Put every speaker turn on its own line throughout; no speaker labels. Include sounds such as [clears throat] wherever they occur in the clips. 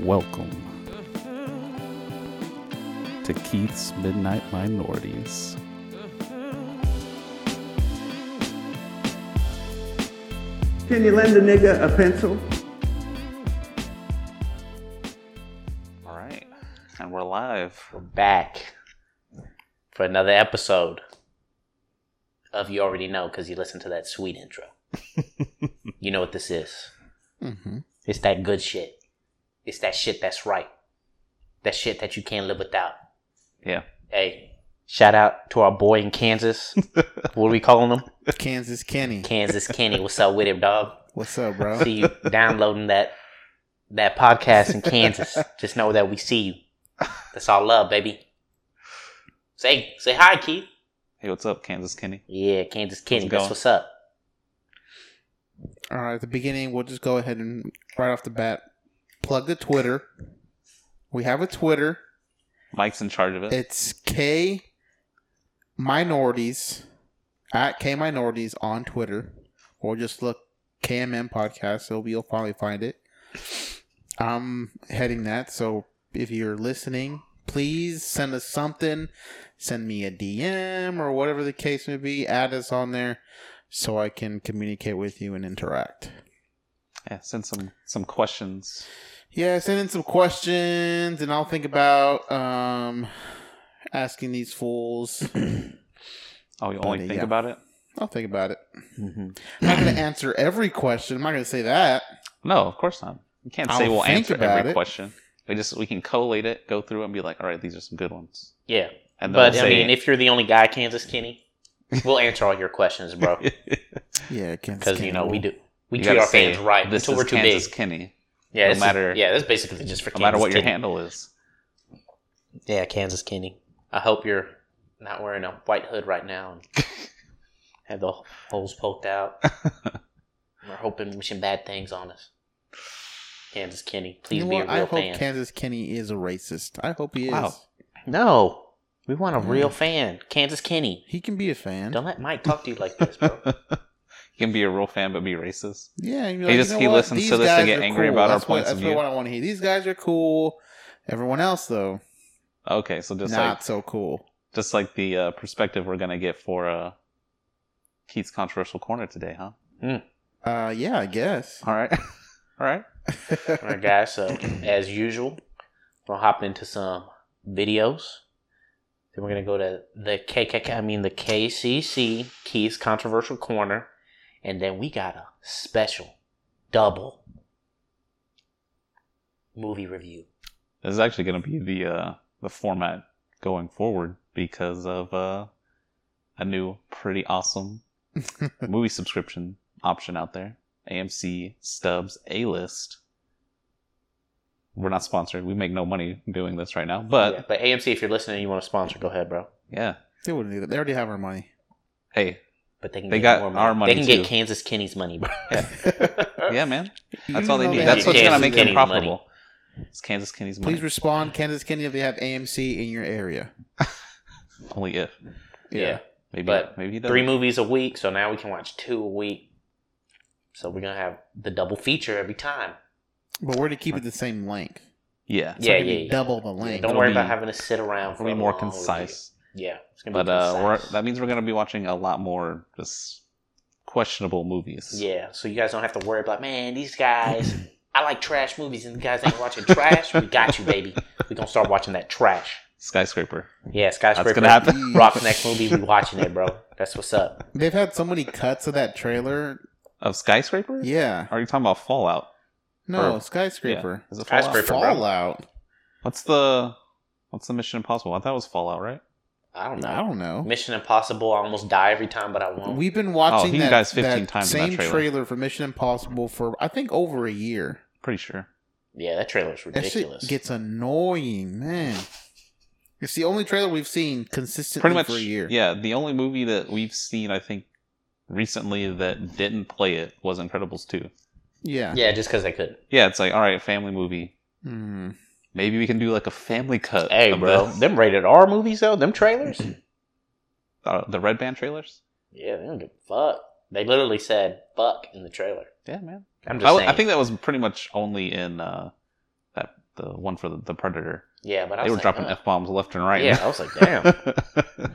Welcome to Keith's Midnight Minorities.
Can you lend a nigga a pencil?
All right, and we're live.
We're back for another episode of You Already Know because you listened to that sweet intro. you know what this is. It's that good shit. It's that shit that's right. That shit that you can't live without.
Yeah,
Hey, shout out to our boy in Kansas. what are we calling him?
Kansas Kenny.
Kansas Kenny. What's up with him, dog?
What's up, bro?
See you downloading that that podcast
[laughs]
in Kansas. Just know that we see you. That's all love, baby. Say say hi, Keith.
hey, what's up, Kansas Kenny?
Yeah, Kansas Kenny.
it
That's
going?
what's up.
All right, at the beginning, we'll just go ahead and right off the bat plug the Twitter. We have a Twitter.
Mike's in charge of it.
It's K Minorities at K Minorities on Twitter, or just look KMM Podcast. So you'll probably find it. I'm heading that. So if you're listening, please send us something. Send me a DM or whatever the case may be. Add us on there so I can communicate with you and interact.
Yeah, send some some questions.
Yeah, send in some questions, and I'll think about um, asking these fools. [clears throat]
Oh, you only
Buddy,
think
yeah.
about it?
I'll think about it.
Mm-hmm.
I'm
[clears throat]
not going to answer every question. I'm not going to say that.
No, of course not. You can't say
I'll
we'll
think
answer
about
every
it.
question. We just we can collate it, go through, it, and be like, all right, these are some good ones.
Yeah.
And then
But
we'll
I
say-
mean, if you're the only guy, Kansas Kenny,
[laughs]
we'll answer all your questions, bro.
Yeah, Kansas.
Because you know we do. We
you
treat
gotta
our
say,
fans right
This
until
is
we're too
Kansas
big.
Kenny.
yeah,
no
this is-
matter-
yeah, that's basically just for
No
Kansas
matter what your
Kenny.
handle
[laughs]
is. [laughs]
Yeah, Kansas Kenny. I hope you're not wearing a white hood right now [laughs] and have the holes poked [laughs] out. we're hoping wishing bad things on us. Kansas Kenny, please
You know
be
what?
a
I
real
hope
fan.
Kansas Kenny is a racist. I hope he is.
Wow.
no, we want a real fan, Kansas Kenny.
He can be a fan.
Don't let Mike talk to you like this,
[laughs]
bro.
you can be a real fan but be racist.
Yeah, he'd
He
be like,
just-
you know
he
what?
listens to
These
this to
guys
get
are
angry
cool.
about our
That's what-
points of
That's
view.
what I want to hear. These guys are cool. Everyone else though,
Okay, so just
not
like
so cool.
just like the uh, perspective we're gonna get for uh, Keith's controversial corner today, huh?
Uh, yeah, I guess.
All right, all [laughs] right.
All right, guys. So as usual, we'll hop into some videos. Then we're gonna go to the KKK. I mean the KCC Keith's controversial corner, and then we got a special double movie review.
This is actually going to be the uh, the format going forward because of uh, a new pretty awesome
[laughs]
movie subscription option out there. AMC Stubbs A List. We're not sponsored. We make no money doing this right now,
yeah,
but
but AMC, if you're listening, and you want to sponsor, go ahead, bro.
yeah.
They wouldn't do that. They already have our money.
Hey,
But they can
They got
get more money.
our money,
They can
too.
get Kansas Kenny's money, bro. [laughs]
yeah, man.
You
That's all they
know
need.
they
That's what's
have
going to
Kansas
make
Kenny
them
money.
profitable. It's Kansas Kenny's money.
Please respond, Kansas Kenny, if they have AMC in your area.
Only if.
yeah.
Maybe,
But
maybe he doesn't.
three movies a week, so now we can watch two a week. So we're gonna have the double feature every time.
But we're to keep it the same length.
Yeah.
yeah,
it could
yeah,
be
yeah.
Double the length.
Don't
It'll
worry
be-
about having to sit around for
It'll be
a
more
long review.
concise.
Yeah, it's gonna
But
be
uh, we're,
concise.
that means we're going to be watching a lot more just questionable movies.
yeah, so you guys don't have to worry about man. These guys, I like trash movies, and you guys ain't watching trash. We got you, baby. We gonna start watching that trash.
Skyscraper.
Yeah, skyscraper.
That's going to happen.
Rock's next movie. We watching it, bro. That's what's up.
They've had so many cuts of that trailer.
Of Skyscraper?
Yeah.
Are you talking about Fallout?
No,
Or-
skyscraper.
Yeah. Is it Fallout?
Skyscraper, bro.
Fallout.
What's the What's the Mission Impossible? I thought it was Fallout, right?
I don't know.
I don't know.
Mission Impossible. I almost die every time, but I won't.
We've been
Oh,
watching
he
that,
dies 15
that
times in that
same
trailer.
trailer. for Mission Impossible for I think over a year.
Pretty sure.
yeah, that trailer's
That
ridiculous.
shit gets annoying, man. It's the only trailer we've seen consistently
Pretty much.
for a year.
Yeah. The only movie that we've seen, I think, recently that didn't play it was Incredibles 2.
yeah.
yeah, just because I could.
Yeah, it's like all right, family movie.
Mm.
Maybe we can do like a family cut.
Hey,
of
bro,
The,
them rated R movies though, them trailers. [clears throat]
uh, the Red Band trailers.
yeah, they don't give a fuck. They literally said "fuck" in the trailer.
Yeah, man.
I'm just
I,
saying.
I think that was pretty much only in uh, that the one for the, the Predator.
Yeah, but
They
I was
were
like,
dropping
huh.
f bombs left and right.
Yeah, I was like,
[laughs]
damn,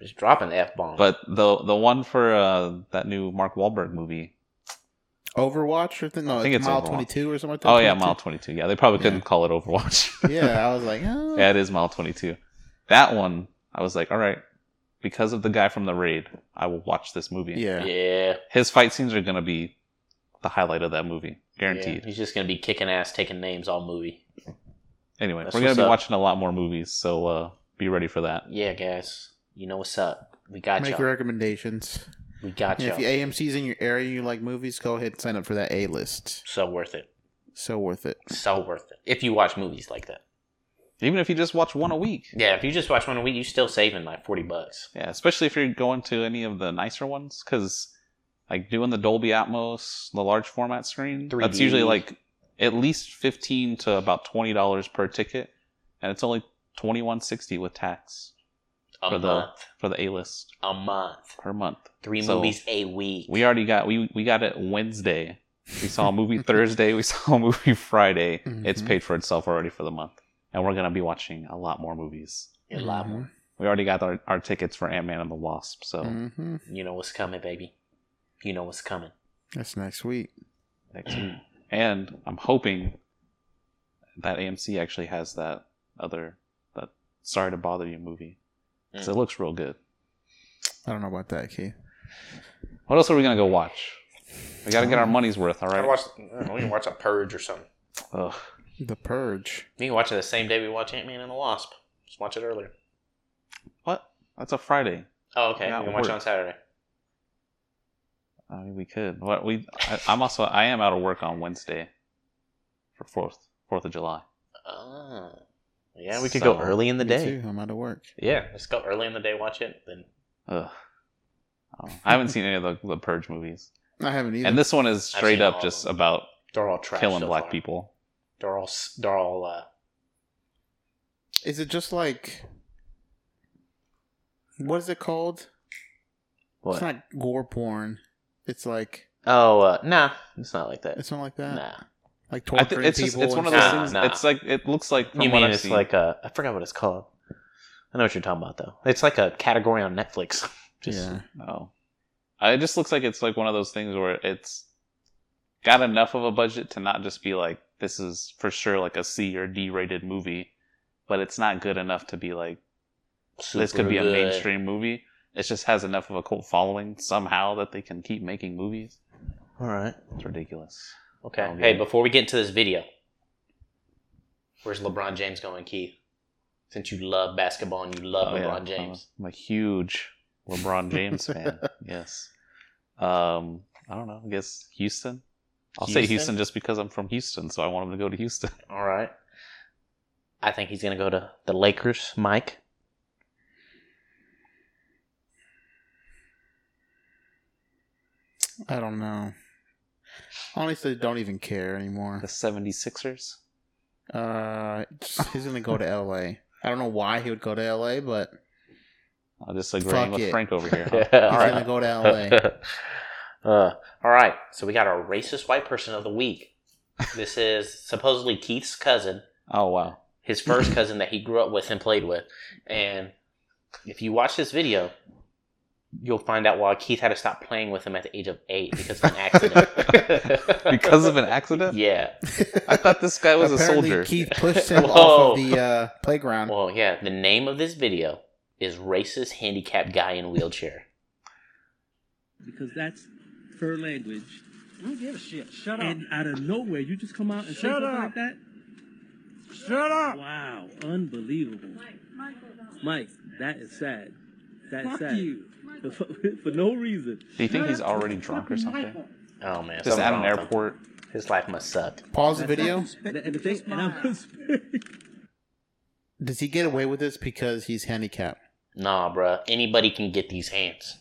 just dropping f bomb.
but the the one for uh, that new Mark Wahlberg movie.
Overwatch or th- no,
I think it's
mile
Overwatch.
twenty two or something like that.
Oh yeah,
22?
Mile Twenty Two. Yeah, they probably couldn't
Yeah.
call it Overwatch. [laughs]
[laughs]
[laughs] Yeah, I was like, oh.
yeah, it is Mile Twenty Two. That one, I was like, all right, because of the guy from the raid, I will watch this movie.
yeah,
yeah,
his fight scenes are gonna be the highlight of that movie,
yeah,
guaranteed.
he's just gonna be kicking ass, taking names all movie.
Anyway,
That's
we're gonna
what's
be
up.
watching a lot more movies, so uh, be ready for that.
Yeah, guys, you know what's up? We got
Make
y'all.
recommendations.
we got
And
y'all.
if you AMC's in your area and you like movies, go ahead and sign up for that A list.
so worth it.
So worth it.
So worth it. If you watch movies like that.
Even if you just watch one a week.
Yeah, if you just watch one a week, you're still saving like forty bucks.
Yeah, especially if you're going to any of the nicer ones, because like doing the Dolby Atmos, the large format screen, that's
3D.
usually like at least fifteen to about twenty dollars per ticket, and it's only twenty one sixty with tax
A
For the-
month.
for the A list
A month.
per month.
Three
So,
movies a week.
We already got we we got it Wednesday. We saw a movie Thursday. We saw a movie Friday. It's
Mhm.
paid for itself already for the month, and we're gonna be watching a lot more movies.
a lot more.
We already got our, our tickets for Ant Man and the Wasp, so
hmm
Mm-hmm.
You know what's coming, baby. You know what's coming.
That's next week.
next week. [clears throat] And I'm hoping that AMC actually has that other that Sorry to Bother You movie.
Mm.
'Cause it looks real good.
I don't know about that, Keith.
What else are we gonna go watch? We gotta get our money's worth, all right?
we can Um, watch a purge or something.
Ugh.
The Purge.
We can watch it the same day we watch Ant Man and the Wasp. Just watch it earlier.
What? That's a Friday.
Oh, okay.
Yeah,
we can watch it
work.
on Saturday.
I mean, we could. What we? I, I'm also. I am out of work on Wednesday for fourth Fourth of July.
Ah. Yeah, we could
So-
go early in the
Me
day.
too. I'm out of work.
Yeah, let's go early in the day, watch it, then
Ugh. I don't- I haven't seen any of the, the Purge
[laughs]
movies,
I haven't either.
and this one is
I've
straight
seen all
up
of
just
them.
about
they're all trash.
killing
so
black
far.
people.
They're all s- they're all uh,
is it just like what is it called?
What?
It's not gore porn. It's like
Oh, uh, nah, it's not like that.
it's not like that.
nah,
Like
I
torturing
think it's just,
people.
it's one of
and
those
stuff.
Nah,
things.
nah.
It's like it looks like from
you
what
mean
I've
it's
seen.
like a? I forgot what it's called. I know what you're talking about though. It's like a category on Netflix. [laughs] Just,
yeah.
oh, it just looks like it's like one of those things where it's got enough of a budget to not just be like this is for sure like a C or D rated movie, but it's not good enough to be like this could
super
be a
good.
mainstream movie. It just has enough of a cult following somehow that they can keep making movies.
All right.
It's ridiculous.
Okay.
I'll get
hey,
it.
before we get into this video, where's LeBron James going, Keith? Since you love basketball and you love
Oh, yeah.
LeBron
I'm a-
James,
I'm a huge LeBron James fan. Yes. Um, I don't know. I guess Houston. I'll say
Houston?
Houston just because I'm from Houston, so I want him to go to Houston.
all right. I think he's gonna go to the Lakers, Mike.
I don't know. Honestly, don't even care anymore.
The 76ers.
Uh, he's gonna go to L.A. I don't know why he would go to L.A., but
I'm just agreeing
Fuck
with
it.
Frank over here.
[laughs]
huh?
Yeah, [laughs] all
he's
right.
gonna go to L.A.
[laughs] Uh, all right, so we got our racist white person of the week. This is supposedly Keith's cousin,
oh wow.
his
[laughs]
first cousin that he grew up with and played with. And if you watch this video, you'll find out why Keith had to stop playing with him at the age of eight because of an
[laughs]
accident.
Because of an accident?
[laughs] yeah,
I thought this guy was
Apparently,
a soldier.
Keith pushed him
Whoa.
off of the uh, playground.
well, yeah. The name of this video is "Racist Handicapped Guy in Wheelchair."
because that's her language.
I don't give a shit. Shut up.
And out of nowhere, you just come out and say
Shut
something
up.
like that.
Shut up.
Wow, unbelievable, Mike. that is sad. That is
Fuck
sad.
you.
For, for no reason.
Do you think he's already drunk or something?
Oh man,
Just
something's
at
wrong
an
with him.
airport.
His life must suck.
Pause the video.
And, and the thing, and I was,
Does he get away with this because he's handicapped?
Nah, bruh. Anybody can get these hands.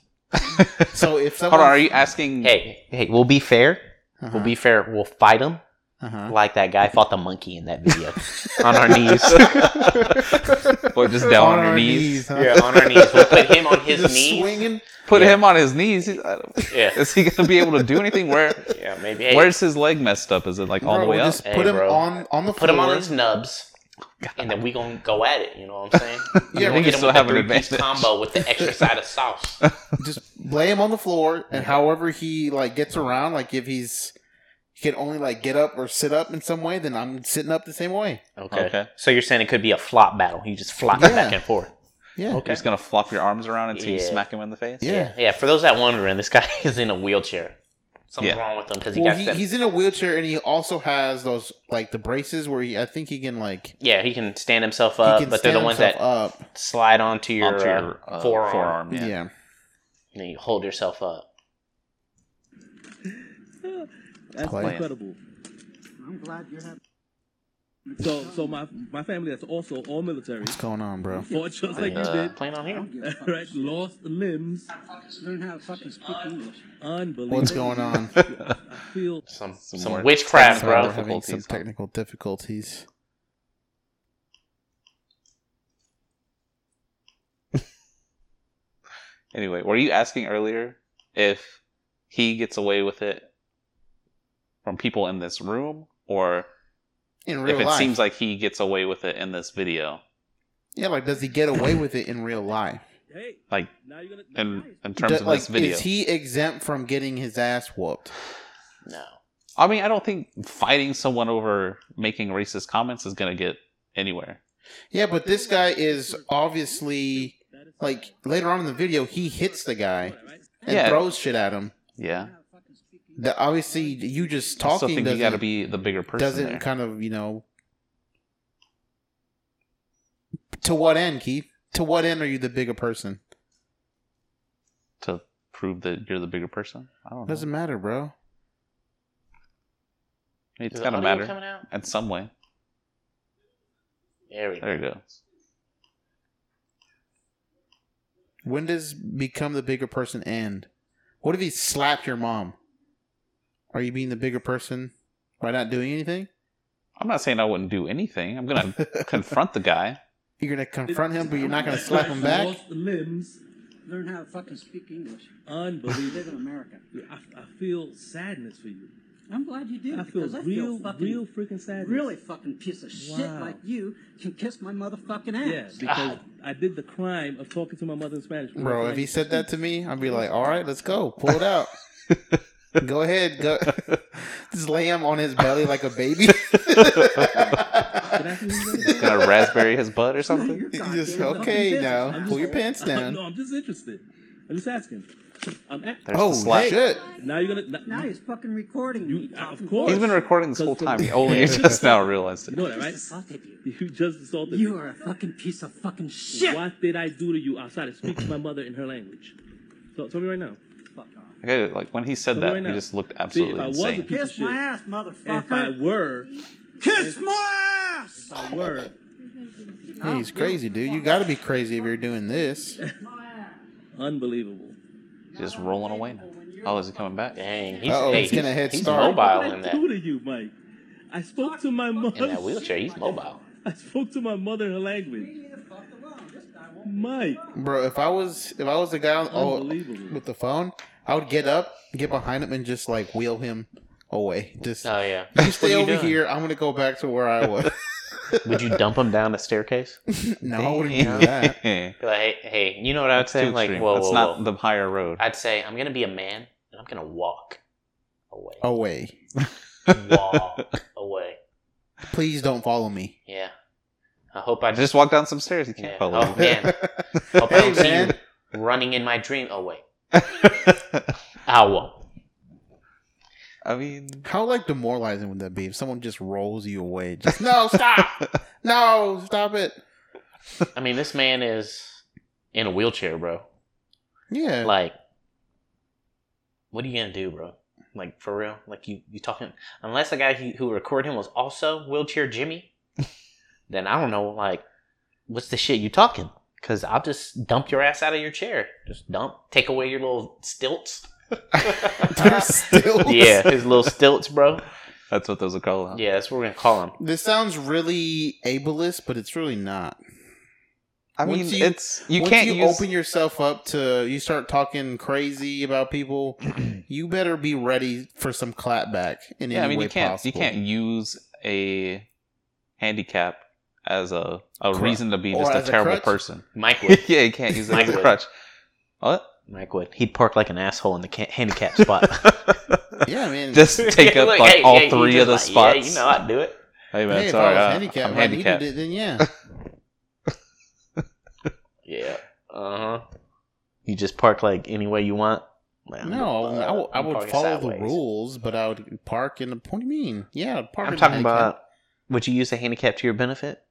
So if
Hold on,
someone,
are you asking
Hey, hey, we'll be fair. We'll be fair. We'll fight him.
Uh-huh.
Like that guy fought the monkey in that [laughs] video on our knees.
Boy, just down on, your knees.
huh?
Yeah, [laughs] on our knees. We'll put him on his
Just
knees.
swinging.
Put
Yeah.
him on his knees. He's, I don't-
Yeah,
is he gonna be able to do anything? Where
yeah, maybe. Hey,
where's his leg messed up? Is it like all
Bro,
the way
we'll
up?
Just
Hey,
put him
bro.
on on the
put him on
floor.
his nubs, and then we gonna go at it. You know what I'm [laughs] saying?
Yeah,
We're
we
gonna
can
hit him
still
with the
have an
three-piece
advantage.
combo with the extra side of sauce.
[laughs] just lay him on the floor and however he like gets around like if he's he can only like get up or sit up in some way then i'm sitting up the same way
[laughs] Okay.
Okay.
So you're saying it could be a flop battle? You just flop it back
Yeah.
and forth.
yeah
Okay.
You're just gonna flop your arms around until you
Yeah.
smack him in the face.
yeah,
Yeah. yeah. For those that wondering, this guy [laughs] is in a wheelchair. Something's
Yeah.
wrong with him because he
well
got
he,
that.
he's in a wheelchair and he also has those like the braces where he i think he can like
Yeah, he can stand himself
he
up,
can
but they're the
stand
ones
himself
that
up
slide onto your,
Onto your
uh,
uh,
forearm,
forearm.
yeah,
Yeah.
and you hold yourself up.
[laughs] That's
Play.
incredible. I'm glad you're happy. So, so my my family that's also all military
what's going on bro
fought just like
Uh,
you
playing on
[laughs]
here.
did, right? Lost limbs,
Learn how to fucking speak English.
unbelievable.
what's going
[laughs]
on
I feel
Some some,
more
witchcraft,
Sorry, we're
bro.
technical-
having some
difficulties.
technical difficulties
Anyway, were you asking earlier if he gets away with it from people in this room, or
in real
if it
life
seems like he gets away with it in this video,
yeah like does he get away with it in real life
hey,
like
now you're gonna
in in terms
Does-
of
like
this video?
is he exempt from getting his ass whooped
No.
I mean, I don't think fighting someone over making racist comments is gonna get anywhere.
Yeah, but this guy is obviously like later on in the video he hits the guy and
Yeah.
throws shit at him.
Yeah,
That obviously you just
I still
talking
think
doesn't,
you got to be the bigger person
doesn't
there.
kind of you know to what end, Keith? To what end are you the bigger person?
to prove that you're the bigger person. I don't know.
Doesn't matter, bro.
It's
Is the
gotta
audio
matter
coming out?
in some way.
There we go.
There you go.
When does become the bigger person end? What if he slapped your mom? Are you being the bigger person by not doing anything?
I'm not saying I wouldn't do anything. I'm
[laughs]
gonna confront the guy.
You're gonna confront him, but you're not gonna slap him back.
Lost limbs,
Learn how to fucking speak English. You live
unbelievable.
in America.
I, I feel sadness for you.
I'm glad you did
I
it
feel
because I feel
real,
fucking
real freaking sadness.
really fucking piece of shit
Wow.
like you can kiss my motherfucking
Yeah,
ass.
because I did the crime of talking to my mother in Spanish.
Bro, if he said that to me, I'd be like, all right, let's go. Pull it out. go ahead. Go. [laughs] Just lay him on his belly like a baby.
Did
[laughs]
I say he said that?
Gonna raspberry his butt or
[laughs] You're
something.
[laughs]
goddamn
Just,
fucking
okay,
business.
now.
I'm just-
Pull your pants
[laughs] No,
down.
I'm just interested. I'm just asking. I'm at,
There's
Oh,
the slap.
shit.
now you're gonna. Now,
Now he's fucking recording
You- uh,
me
of
talking
course.
He's been recording this whole time. Oh, He only just now realized
you
it.
know that,
I
right?
assaulted you.
You just assaulted
You
me.
are a fucking piece of fucking shit.
What did I do to you outside of speak to my mother in her language? So tell me right now.
Fuck off.
Okay, like when he said
Tell me
that,
right
he
now.
just looked
See, if
absolutely
I was a
insane.
piece of
Kiss my
shit,
ass,
if I
motherfucker.
were,
Kiss my ass.
I were.
Hey, he's crazy, dude. You got to be crazy if you're doing this.
Unbelievable.
Just rolling away now. Oh, is he coming back?
Dang, he's,
Uh-oh,
hey,
he's gonna
he's-
head
he's
start.
mobile
What
in
did I
that
do to you, Mike? I spoke to my mother.
in that wheelchair. He's mobile.
[laughs] I spoke to my mother in her language. Mike,
Bro, if I was if I was the guy on, oh,
Unbelievable.
[laughs]
with the phone, I would get up, get behind him, and just like wheel him away. Just
Oh yeah.
you stay
What are you
over
doing?
here. I'm gonna go back to where I was. [laughs]
Would you dump him down the staircase?
no, I wouldn't do that.
[laughs] Be Like, hey, hey, you know what I'd say?
Too
Like,
extreme. [laughs]
whoa,
That's
whoa,
not
whoa.
the higher road.
I'd say I'm gonna be a man and I'm gonna walk away.
Away.
Walk away.
Please don't follow me.
Yeah. I hope I
I
just
just walked down some stairs. You can't
yeah.
follow
Oh
me.
man. hope I
Hey,
don't see
man.
you running in my dream. Oh wait. I won't.
[laughs] I mean,
How like demoralizing would that be if someone just rolls you away? Just
[laughs]
no, stop, no, stop it.
I mean, this man is in a wheelchair, bro.
Yeah,
Like, what are you gonna do, bro? Like for real? Like you you talking? Unless the guy who, who recorded him was also wheelchair
[laughs]
Jimmy, then I don't know. Like, what's the shit you talking? Because I'll just dump your ass out of your chair. Just dump. Take away
[laughs]
your little stilts.
they're [laughs] still
yeah, his little stilts, bro.
That's what those are called. huh?
Yeah, that's what we're gonna call him.
This sounds really ableist, but it's really not.
I mean,
Once you-
it's you
Once
can't
you
use.
open yourself up to you start talking crazy about
[clears throat]
people, you better be ready for some clapback in
yeah,
any
I mean,
way
you can't
possible.
you can't use a handicap as a a
Cru-
reason to be
or
just a
as a
terrible
crutch. [laughs]
person.
Mike [laughs] would.
yeah, you can't use it
Mine
as a
would.
crutch. What?
Mike would. He'd park like an asshole in the ca- [laughs] handicap spot.
[laughs] Yeah, I
[laughs]
mean,
just
[laughs]
take up
Like,
like
hey,
all
yeah, you
three
just
of the
like,
spots.
Yeah, you know I'd do it.
Hey man,
hey, if
sorry,
I
uh,
was handicapped,
I'm
if I needed
handicapped.
it, then
[laughs]
yeah,
Yeah. Uh huh. You just park like any way you want. Like, I'm
no,
gonna-
I would- I
I'm
would
parking
follow the
sideways.
rules, but I would park in the. What do you mean? Yeah, I'd park.
I'm
in the
talking
handicap.
about. Would you use a handicap to your benefit?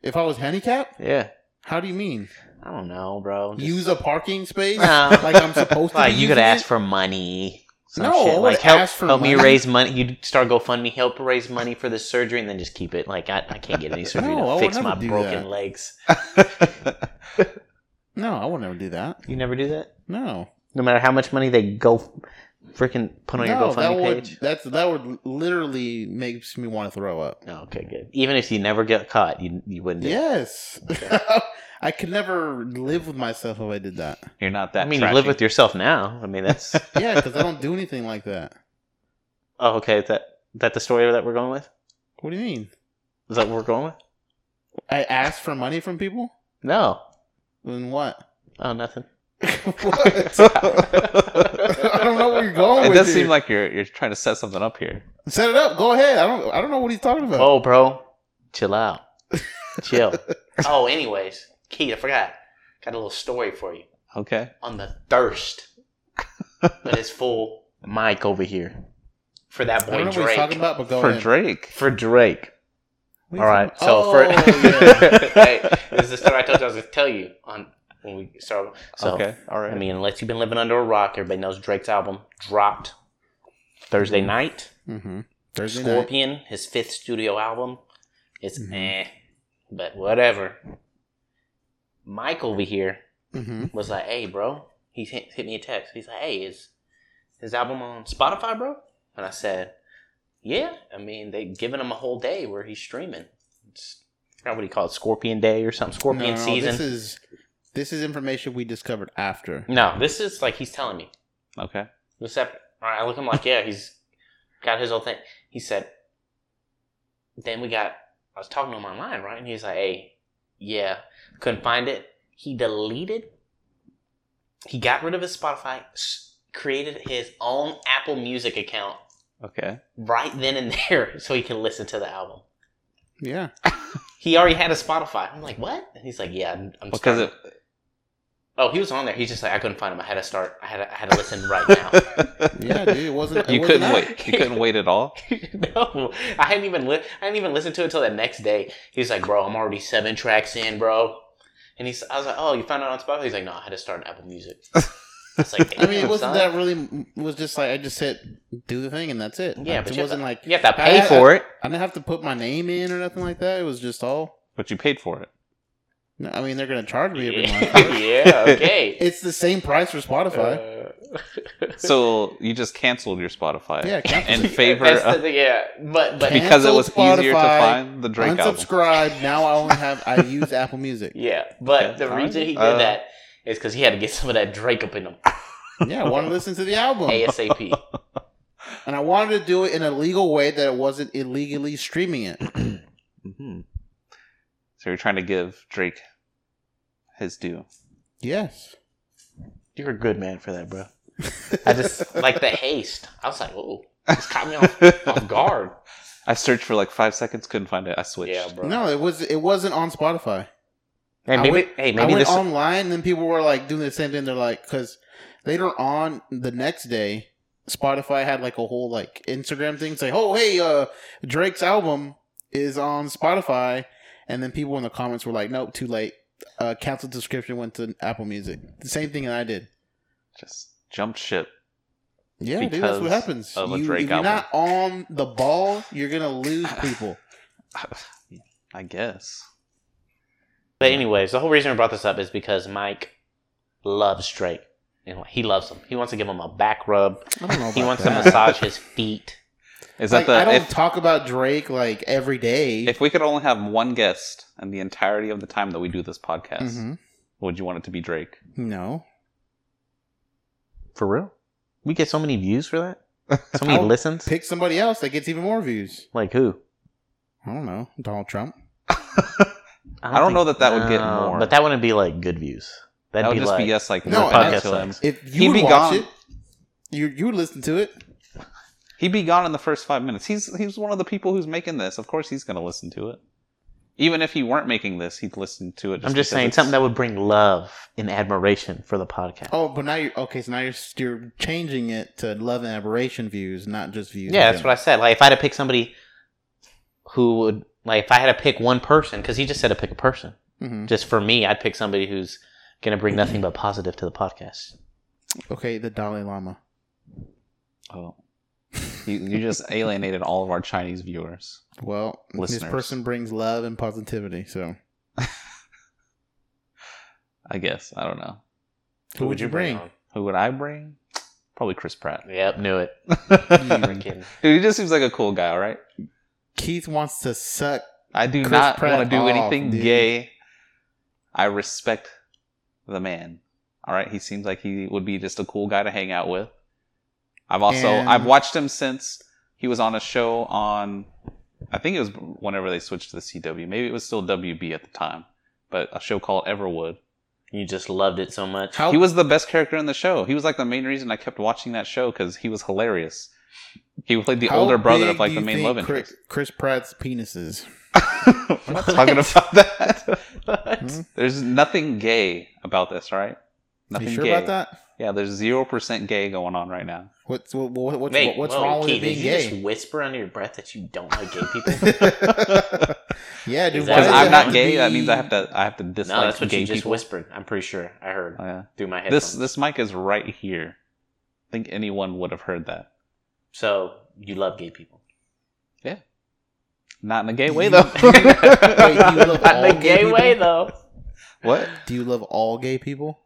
if I was handicapped.
Yeah.
How do you mean?
I don't know, bro. Just-
Use a parking space?
No.
[laughs] Like I'm
[laughs]
supposed to?
like
be
you could
using
ask
it?
for money. Some
No, I
shit.
would
like help,
ask for
help me
money.
raise money. You would start GoFundMe, help raise money for this surgery, and then just keep it. Like I, I can't get
[laughs]
any surgery
No,
to
I would
fix
never
my
do
broken
that.
legs.
No, I would never do that.
You never do that,
No,
no matter how much money they go freaking put on your
no, that
GoFundMe
would
page.
that's that would literally makes me want to throw up.
Oh, okay, good. Even if you never get caught, you you wouldn't. Do it.
Yes, [laughs] I could never live with myself if I did that.
You're not
I
that.
mean, you live with yourself now. I mean, [laughs] that's.
Yeah, because I don't do anything like that.
oh, okay. Is that is that the story that we're going with?
What do you mean?
Is that what we're going with?
I ask for money from people?
No.
Then what? [laughs]
Oh, nothing.
what? I
I
don't know where you're going
It
with
does
it.
seem like you're you're trying to set something up here.
Set it up. Go ahead. I don't. I don't know what he's talking about.
Oh, bro, chill out, [laughs] chill. Oh, anyways, Keith, I forgot. Got a little story for you
Okay.
on the [laughs] thirst that is full. Mike over here for that
I don't
boy
know what he's
Drake.
talking about. But go
For
ahead.
Drake.
For Drake.
What are
All
you
right.
talking
So
about?
for
Oh,
[laughs]
yeah.
[laughs] hey, this is the story I told you I was going to tell you on when we started. So
okay. All right.
I mean, unless you've been living under a rock, everybody knows Drake's album dropped Thursday night.
Mm-hmm. Thursday night.
Scorpion, his fifth studio album. It's
Mm-hmm.
eh, but whatever. Mike over here
Mm-hmm.
was like, "Hey, bro," he hit, hit me a text. He's like, "Hey, is his album on Spotify, bro?" And I said, "Yeah." I mean, they giving him a whole day where he's streaming. It's, I forgot what he called it, Scorpion Day or something. Scorpion season.
This is this is information we discovered after.
no, this is like he's telling me.
[laughs] okay.
This happened. All right, I look at him like, yeah, he's got his whole thing. He said, then we got, I was talking to him online, right? And he's like, hey, yeah, couldn't find it. He deleted, he got rid of his Spotify, s- created his own Apple Music account
Okay.
right then and [laughs] there so he can listen to the album.
Yeah.
He already had a Spotify. I'm like, what? And he's like, yeah, I'm, I'm
Because
starting-
it.
Oh, he was on there. He's just like, I couldn't find him. I had to start. I had to, I had to listen right now.
Yeah, dude. [laughs] It wasn't. It
you
wasn't
couldn't
out.
wait. You couldn't wait at all.
[laughs]
[laughs] no, I hadn't even li- I hadn't even listened to it till the next day. He's like, "Bro, I'm already seven tracks in, bro." And he's, I was like, "Oh, you found out on Spotify?" He's like, "No, I had to start on Apple Music." I was like,
I mean, it
"Damn, son."
wasn't that really. It was just like I just said, do the thing, and that's it.
Yeah,
Like,
but
it
you
wasn't
have to,
like
you have to
I-
pay
I-
for it.
I didn't have to put my name in or nothing like that. It was just all.
But you paid for it.
No, I mean, they're gonna charge me
[laughs]
every month.
yeah,
[laughs]
Uh, okay.
It's the same price for Spotify.
So you just canceled your Spotify.
Yeah, cancel
In favor
That's the
of,
thing, yeah, but but
Can't-
because it was
Cancel
easier to
Spotify,
find the Drake album.
Unsubscribe. Now I only have. I use Apple Music.
[laughs] yeah, but the
Alright.
reason he did
Uh,
that is because he had to get some of that Drake up in him
Yeah, I want to listen to the album,
ASAP.
and I wanted to do it in a legal way that it wasn't illegally streaming it.
Mhm. So you're trying to give Drake his due.
Yes.
You're a good man for that, bro. I just like the haste. I was like, "Whoa, this caught me off, off guard."
I searched for like five seconds, couldn't find it. I switched.
Yeah, bro.
No, it was. It wasn't on Spotify.
Hey,
I
maybe,
went-
hey,
I
maybe
went
this.
online, and then people were like doing the same thing. They're like, because later on the next day, Spotify had like a whole like Instagram thing say, "Oh, hey, uh, Drake's album is on Spotify," and then people in the comments were like, "Nope, too late." Uh, canceled subscription went to Apple Music. The same thing that I did.
Just jumped ship.
Yeah, dude, that's what
Because
happens.
of
You,
a
if
Drake
you're
album.
not on the ball, you're gonna [sighs] lose people.
I guess.
But anyways, the whole reason I brought this up is because Mike loves Drake. You know, he loves him. He wants to give him a back rub.
Oh
I don't know.
He
about
wants
[laughs]
that.
to massage his feet.
Is that
Like, I
the
don't
if,
talk about Drake like every day.
if we could only have one guest and the entirety of the time that we do this podcast,
Mhm.
would you want it to be Drake?
No,
For real? We get so many views for that? So many
I'll
listens?
pick somebody else that gets even more views.
like who?
I don't know, Donald Trump.
I don't know that that would get
no,
more.
But that wouldn't be like good views. That'd
that would
be
just
like,
be us, like
No,
ripping
and
into him.
that's-
If you
He'd
would
be
watch
gone.
it, you you would listen to it.
He'd be gone in the first five minutes. He's he's one of the people who's making this. Of course, he's going to listen to it. Even if he weren't making this, he'd listen to it.
I'm just
because
saying
it's-
something that would bring love and admiration for the podcast.
Oh, but now you're okay. So now you're you're changing it to love and aberration views, not just views.
yeah, that's what I said. Like if I had to pick somebody who would like if I had to pick one person, because he just said to pick a person.
hmm
Just for me, I'd pick somebody who's gonna bring nothing but positive to the podcast.
Mm-hmm. Okay, the Dalai Lama.
Oh. You, you just [laughs] alienated all of our Chinese viewers.
Well, this
Listeners.
person brings love and positivity. So
I guess I don't know
who, would you bring?
on?
who would I bring. Probably Chris
[laughs]
Pratt.
Yep, knew
[laughs]
it.
Dude,
Freaking-
he just seems like a cool guy. All right,
Keith wants to suck.
I do
Chris
not
Pratt
want to do
off,
anything
dude.
gay. I respect the man. All right, he seems like he would be just a cool guy to hang out with. I've also
And-
I've watched him since he was on a show on I think it was whenever they switched to the CW. Maybe it was still WB at the time, but a show called Everwood.
You just loved it so much.
How
He was the best character in the show. He was like the main reason I kept watching that show because he was hilarious. He played the
how
older brother of
big
like
do
the
you
main
think
love
Chris,
interest.
Chris Pratt's penises.
I'm not talking about that. Hmm? There's nothing gay about this, all right? Nothing
you sure
gay.
about that?
Yeah, there's zero percent gay going on right now.
What's what, what, what's,
Wait,
what's
whoa,
wrong with
Keith,
it being
did you just
gay?
whisper under your breath that you don't like gay
[laughs]
people?
yeah, dude.
Because
Is that-
why does
Why
it
I'm
have
not gay,
be-
that means I have to I have to dislike
no, that's what
gay
you just
people.
whispered. I'm pretty sure I heard
Oh, yeah.
through my headphones.
This this mic is right here. I think anyone would have heard that.
so you love gay people.
Not in a gay way
You-
though.
Wait, do you
[laughs]
love all gay people?
though.
what?
Do you love all gay people?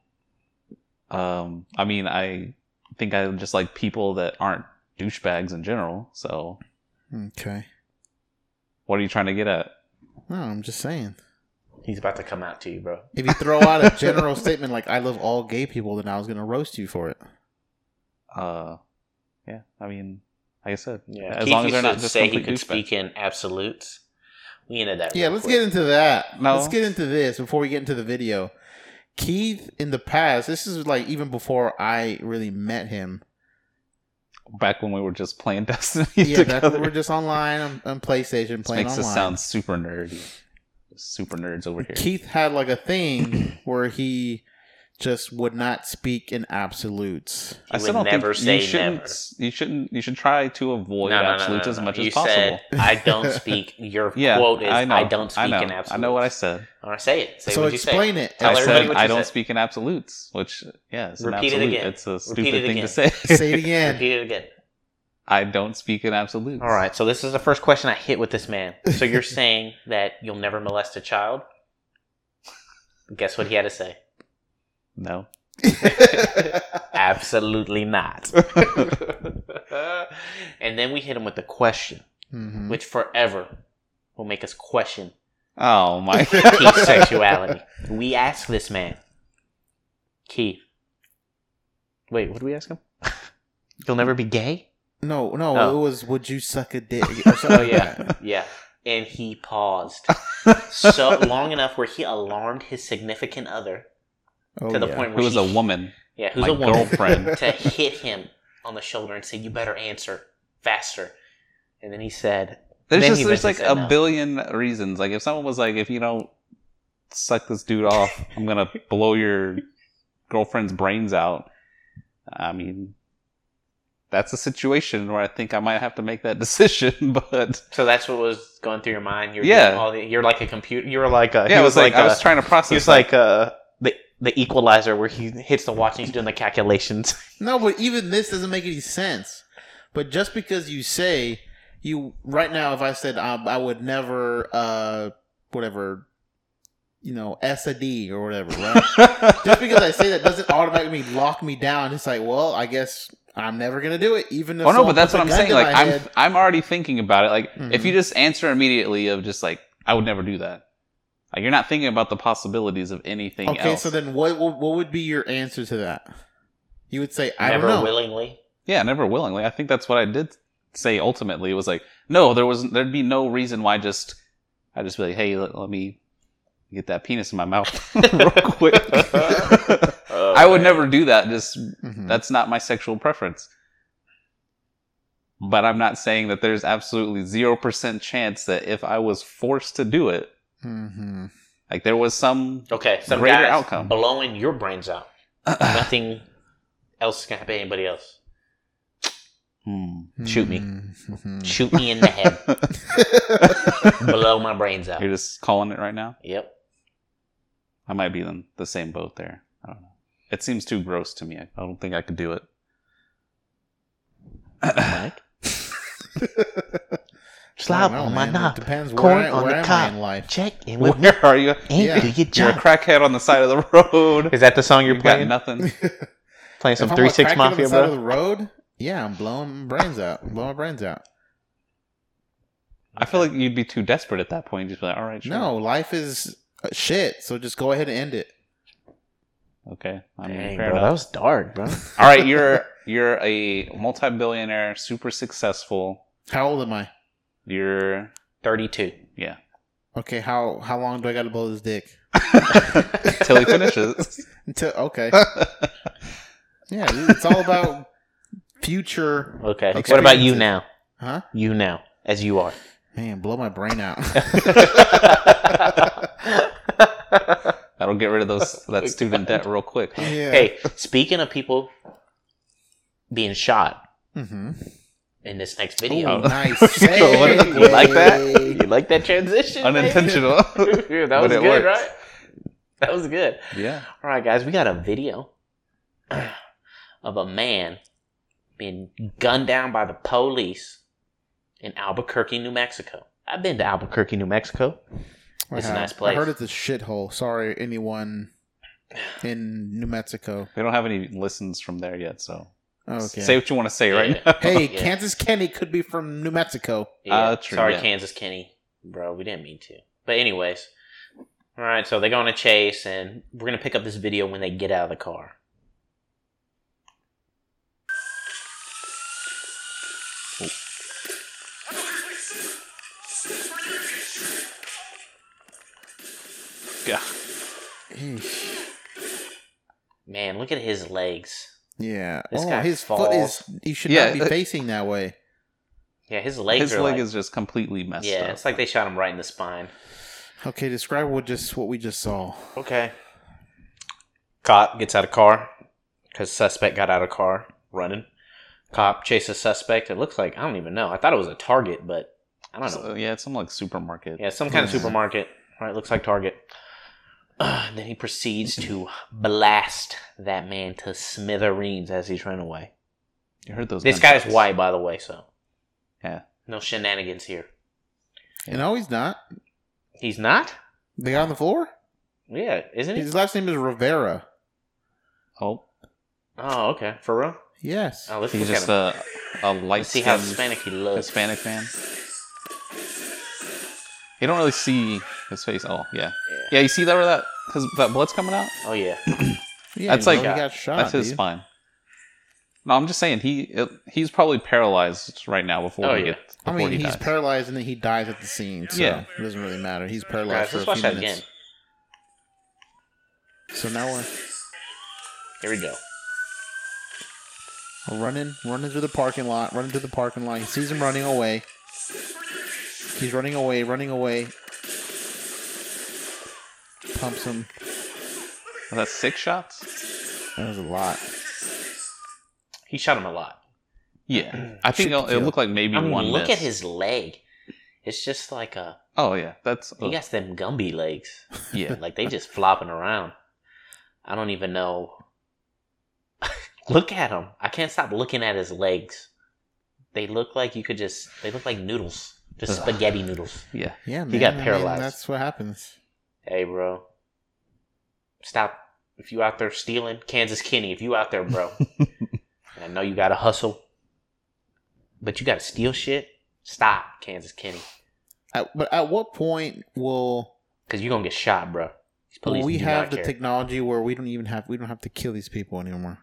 Um I mean I think I just like people that aren't douchebags in general, so
Okay.
what are you trying to get at?
No, I'm just saying.
He's about to come out to you, bro.
If you throw out a general statement like "I love all gay people," then I was gonna roast you for it.
Uh yeah, I mean like I said,
Yeah,
as long as they're not just
say he
complete
could
douchebags.
speak in absolutes. We ended that.
Yeah,
real
let's
quick.
get into that.
No.
Let's get into this before we get into the video. Keith, in the past, this is like even before I really met
[laughs]
him.
back when we were just playing [laughs] Destiny
Yeah, back
together.
when we we're just online on, on PlayStation
this
playing
makes us
online.
sound super nerdy. Super nerds over here.
Keith had like
[laughs]
a thing where he just would not speak in
[laughs]
absolutes.
I
He
still
would
don't
never
think
say
you shouldn't.
never.
You shouldn't. You should try to avoid absolutes as much
You
as possible.
Said, I
[laughs]
don't speak. Your
yeah,
quote is
I
I,
know.
don't speak
I know.
in absolutes.
I know what I said.
All right, say it. Say
so
what
explain
you say.
it.
Tell
I
everybody
said
what you
I don't
said.
speak in absolutes, which yeah, it's an
Repeat it
absolute.
again.
It's a
Repeat
stupid
it
thing
again.
to say. [laughs]
Say it again.
Repeat it again.
I don't speak in absolutes.
All right, so this is the first question I hit with this man. So
[laughs]
you're saying that you'll never molest a child? Guess what he had to say?
No. [laughs]
Absolutely not. and then we hit him with the question,
Mhm.
which forever will make us question
Oh
[laughs]
my.
Keith's sexuality. We asked this man, Keith. Wait, what did we ask him? You'll never be gay?
No, no,
No.
it was would you suck
[laughs]
a dick? Or something
Oh,
like
yeah.
that.
[laughs] Yeah. And he [laughs] paused so long enough where he alarmed his significant other
[laughs] Oh,
to the
yeah.
point where
Who is
she-
a woman?
Yeah, who's
my
a woman
girlfriend.
[laughs] to hit him on the shoulder and say, "You better answer faster." And then he said,
There's
Then
just
he
there's like
eventually
a
said no.
billion reasons. Like if someone was like, if you don't suck this dude off, I'm gonna blow your girlfriend's brains out. I mean, that's a situation where I think I might have to make that [laughs] decision. But
"So that's what was going through your mind." You're
Yeah.
yeah, all the, you're like a computer. You were like a.
yeah, it was like, I was trying to process.
he was like uh, the the equalizer where he hits the watch and he's doing the calculations.
No, but even this doesn't make any sense. But just because you say you right now, if I said um, I would never, uh, whatever, you know, S a
[laughs]
D or whatever, right? just because I say that doesn't automatically lock me down. It's like, well, I guess I'm never gonna do it. Even if
Oh no,
someone
but that's what
puts a
I'm
gun
saying.
to
Like
my
I'm
head,
I'm already thinking about it. Like if
Mhm.
you just answer immediately of just like I would never do that. Like you're not thinking about the possibilities of anything
okay.
else.
So then, what, what what would be your answer to that? You would say, [laughs] I
Never
don't know.
willingly.
yeah, never willingly. I think that's what I did say ultimately. It was like no, there was there'd be no reason why just I just be like, hey, let, let me get that penis in my mouth [laughs] real quick.
Uh,
I would never do that. Just
Mhm.
That's not my sexual preference. But I'm not saying that there's absolutely 0% chance that if I was forced to do it,
Mhm.
like there was some.
Okay, some
Greater
guys
outcome.
blowing your brains
[laughs]
out. Nothing else is gonna happen to anybody else.
Hmm.
Shoot me.
Mhm.
Shoot me in the
[laughs]
head. Blow my brains out.
You're just calling it right now?
[sighs] Yep.
I might be in the same boat there. I don't know. It seems too gross to me. I don't think I could do it.
I
Slap
don't know,
on my
man. It
knob.
Depends where,
Corn
I,
on
where
the
am I
cob.
in life.
Check and whip me.
Where are you?
And
[laughs] Yeah.
do your
You're a
job.
crackhead on the side of the road.
Is that the song you're
You got
playing?
nothing.
Playing
If
some
I'm,
Three
like,
Six
cracking on
Mafia,
the side of
bro.
the road. Yeah, I'm blowing my brains out. Blowing my brains out.
I feel like you'd be too desperate at that point. You'd just be like, all right, sure.
No, life is uh, shit. So just go ahead and end it.
Okay. I mean,
Dang,
fair
bro,
enough.
that was dark, bro.
All right, you're you're a multi-billionaire, super successful.
How old am I?
You're
Thirty-two.
yeah.
Okay, how how long do I got to blow this dick?
Till he finishes.
[laughs]
Until okay. yeah, dude, it's all about future.
Okay. What about you
experiences.
now?
Huh?
You now, as
[laughs]
you are. [laughs]
Man, blow my brain out.
That'll get rid of those that student debt real
[laughs]
quick.
yeah.
hey, speaking of people being shot
Mm-hmm.
[laughs] in this next
Ooh,
video,
Oh,
nice.
political. You like that?
you like that transition? baby?
Unintentional.
Dude, [laughs] that
But
was
it works.
good, right? That was good.
Yeah.
All right, guys, we got a video [clears throat] of a man being gunned down by the police in Albuquerque, New Mexico. I've been to Albuquerque, New Mexico. It's a nice place.
I heard it's a shithole. Sorry, anyone in New Mexico.
We don't have any listens from there yet, so
Okay.
say what you want to say right
Yeah.
now.
hey,
Yeah.
Kansas Kenny could be from New Mexico.
Yeah.
Uh, true,
Sorry,
yeah.
Kansas Kenny, bro. We didn't mean to. But anyways, all right. So they're going to chase, and we're gonna pick up this video when they get out of the car.
Yeah.
Man, look at his legs.
Yeah.
This
oh,
guy
his foot
falls.
is. He should
Yeah,
not be
uh,
facing that way.
Yeah, his legs
His
are
leg
like,
is just completely messed
yeah.
up.
It's like they shot him right in the spine.
Okay, describe what just what we just saw.
Okay. Cop gets out of car because suspect got out of car running. Cop chases suspect. It looks like I don't even know. I thought it was a Target, but I don't know.
So, yeah, it's some like supermarket.
Yeah, some kind of
Yeah.
supermarket. Right, looks like Target. [sighs] Uh, then he proceeds to blast that man to smithereens as he's running away.
You heard those.
This guy's
gunshots.
white, by the way, so
Yeah.
no shenanigans here.
You know he's not.
He's not.
The guy on the floor.
Yeah, isn't he?
His last name is Rivera.
Oh,
Oh, okay, for real.
Yes.
Oh, let's
he's
look
just
at him.
a a light
Let's see how Hispanic he looks.
Hispanic man. You don't really see his face. Oh, yeah, yeah. You see that where that his, that blood's coming out? [laughs]
Oh yeah.
Yeah,
that's like- uh,
he got shot.
That's his
dude.
spine. No, I'm just saying he it, he's probably paralyzed right now before
Oh,
he
yeah.
gets.
I
Before
mean,
he
he's
dies.
paralyzed and then he dies at the scene. So
Yeah.
it doesn't really matter. He's paralyzed
Guys, let's
for a
watch
few
that
minutes.
again.
So now we're,
Here we go.
we're running, running through the parking lot, running through the parking lot. He sees him running away. He's running away, running away. Pumps him.
Was that six shots?
That was a lot.
He shot him a lot.
[clears throat]
Yeah, I think
Shoot
it,
to
it
kill.
looked like maybe
I mean,
one.
look
miss.
at his leg. It's just like a
Oh yeah, that's
he
ugh,
got them Gumby legs.
[laughs]
yeah.
Like they just flopping around. I don't even know. [laughs] look at him. I can't stop looking at his legs. They look like you could just. They look like noodles, just
Ugh.
spaghetti noodles.
Yeah,
Yeah, man.
He got
I mean,
paralyzed.
that's what happens.
Hey, bro.
[laughs]
Stop. If you out there stealing Kansas Kenny, if you out there, bro. And I know you gotta hustle, but you gotta steal shit. Stop, Kansas Kenny,
At, but at what point will
because you're gonna get shot, bro. These
will
police
we
do
have
not
the
care.
technology where we don't even have we don't have to kill these people anymore?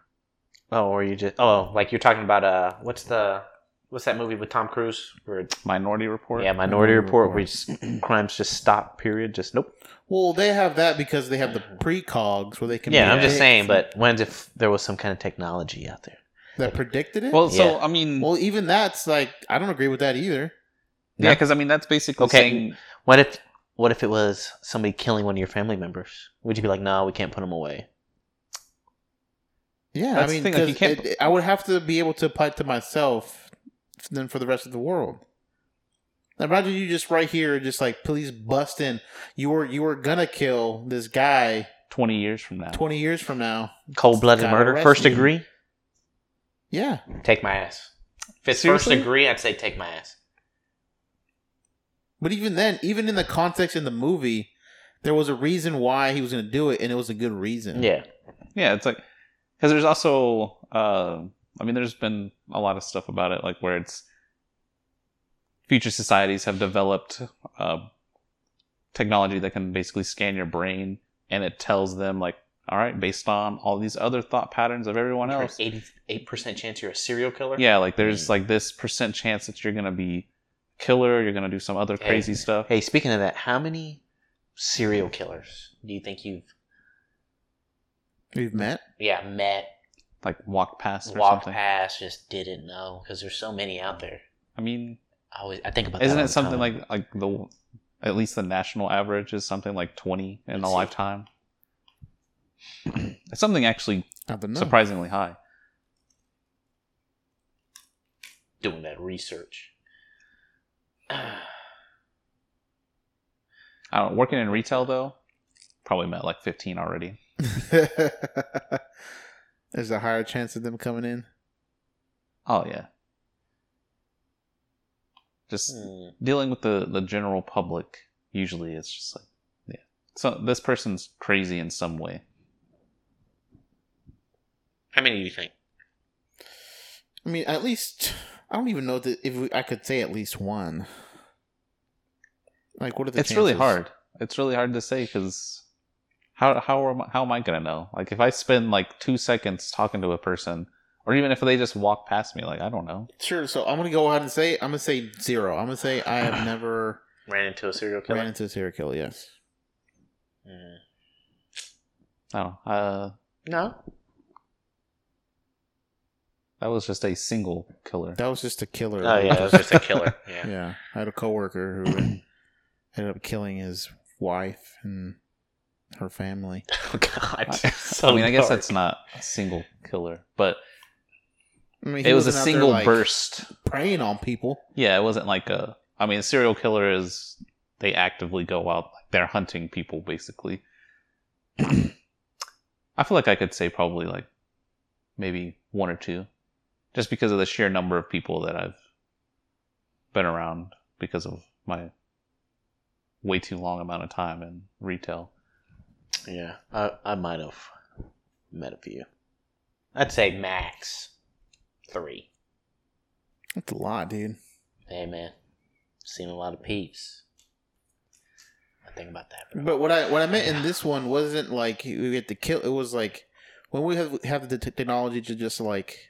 Oh, or you just oh, like you're talking about uh, what's the what's that movie with Tom Cruise? Where
Minority Report.
yeah, Minority Report, where just, [clears throat] crimes just stop. Period. Just nope.
Well, they have that because they have the precogs where they can.
Yeah, I'm just
predict
saying. But when's if there was some kind of technology out there?
that predicted it. Well,
Well, so
Yeah.
I mean,
even that's like I don't agree with that either.
yeah, because I mean that's basically
Okay.
saying
What if what if it was somebody killing one of your family members? Would you be like, no, we can't put them away?
Yeah,
That's
I
the
mean,
thing, like, you
'cause
can't-
it- I would have to be able to apply it to myself, then for the rest of the world. Now, Imagine you just right here, just like police bust in. You were you were gonna kill this guy
20 years from now.
twenty years from now.
Cold blooded
Gotta
murder,
arrest
first
you.
degree.
Yeah,
Take my ass. If it's
Seriously?
first degree, I'd say take my ass.
but even then, even in the context in the movie, there was a reason why he was gonna do it, and it was a good reason.
Yeah,
Yeah, it's like because there's also uh, I mean, there's been a lot of stuff about it, like where it's future societies have developed uh, technology that can basically scan your brain and it tells them like, all right, based on all these other thought patterns of everyone else,
eighty-eight percent chance you're a serial killer.
yeah, like there's like this percent chance that you're gonna be a killer, you're gonna do some other
Hey.
crazy stuff.
Hey, speaking of that, how many serial killers do you think you've
we've met.
yeah met,
Like walk past or
walked
something.
past, just didn't know? Because there's so many out there.
I mean,
I always I think about.
isn't
that all
it
the
something
time.
like like the at least the national average is something like 20 in a
Let's see.
lifetime it's something actually
I
Hmm.
don't know.
surprisingly high
doing that research?
i don't know, working in retail though probably met like 15 already
[laughs] There's a higher chance of them coming in.
oh yeah just
Hmm.
dealing with the the general public usually it's just like yeah so this person's crazy in some way
How many do you think?
I mean, at least I don't even know that if we, I could say at least one. Like, what are the?
it's really
chances?
hard it's really hard to say because how how am, I- how am i gonna know like if i spend like two seconds talking to a person or even if they just walk past me like i don't know
Sure. So I'm gonna go ahead and say I'm gonna say zero. I'm gonna say I have never
Ran into a serial
ran into a serial killer. Yes.
Mm.
i don't know uh
No,
that was just a single killer
That was just a killer.
Oh yeah, that's just a killer.
[laughs]
Yeah.
yeah. I had a coworker who
[coughs]
ended up killing his wife and her family.
[laughs]
[laughs]
Oh god.
I, I mean i guess that's not a single killer but
I mean, he
it was a
wasn't out there,
single
like,
burst
preying on people.
yeah it wasn't like a i mean a serial killer is they actively go out like they're hunting people basically [clears throat] i feel like i could say probably like maybe one or two just because of the sheer number of people that i've been around because of my way too long amount of time in retail
Yeah, I, I might have met a few. I'd say max three.
That's a lot, dude.
Hey man, seen a lot of peeps. I think about that. Bro.
But what I what I meant in this one wasn't like we get to kill. It was like when we have have the t- technology to just like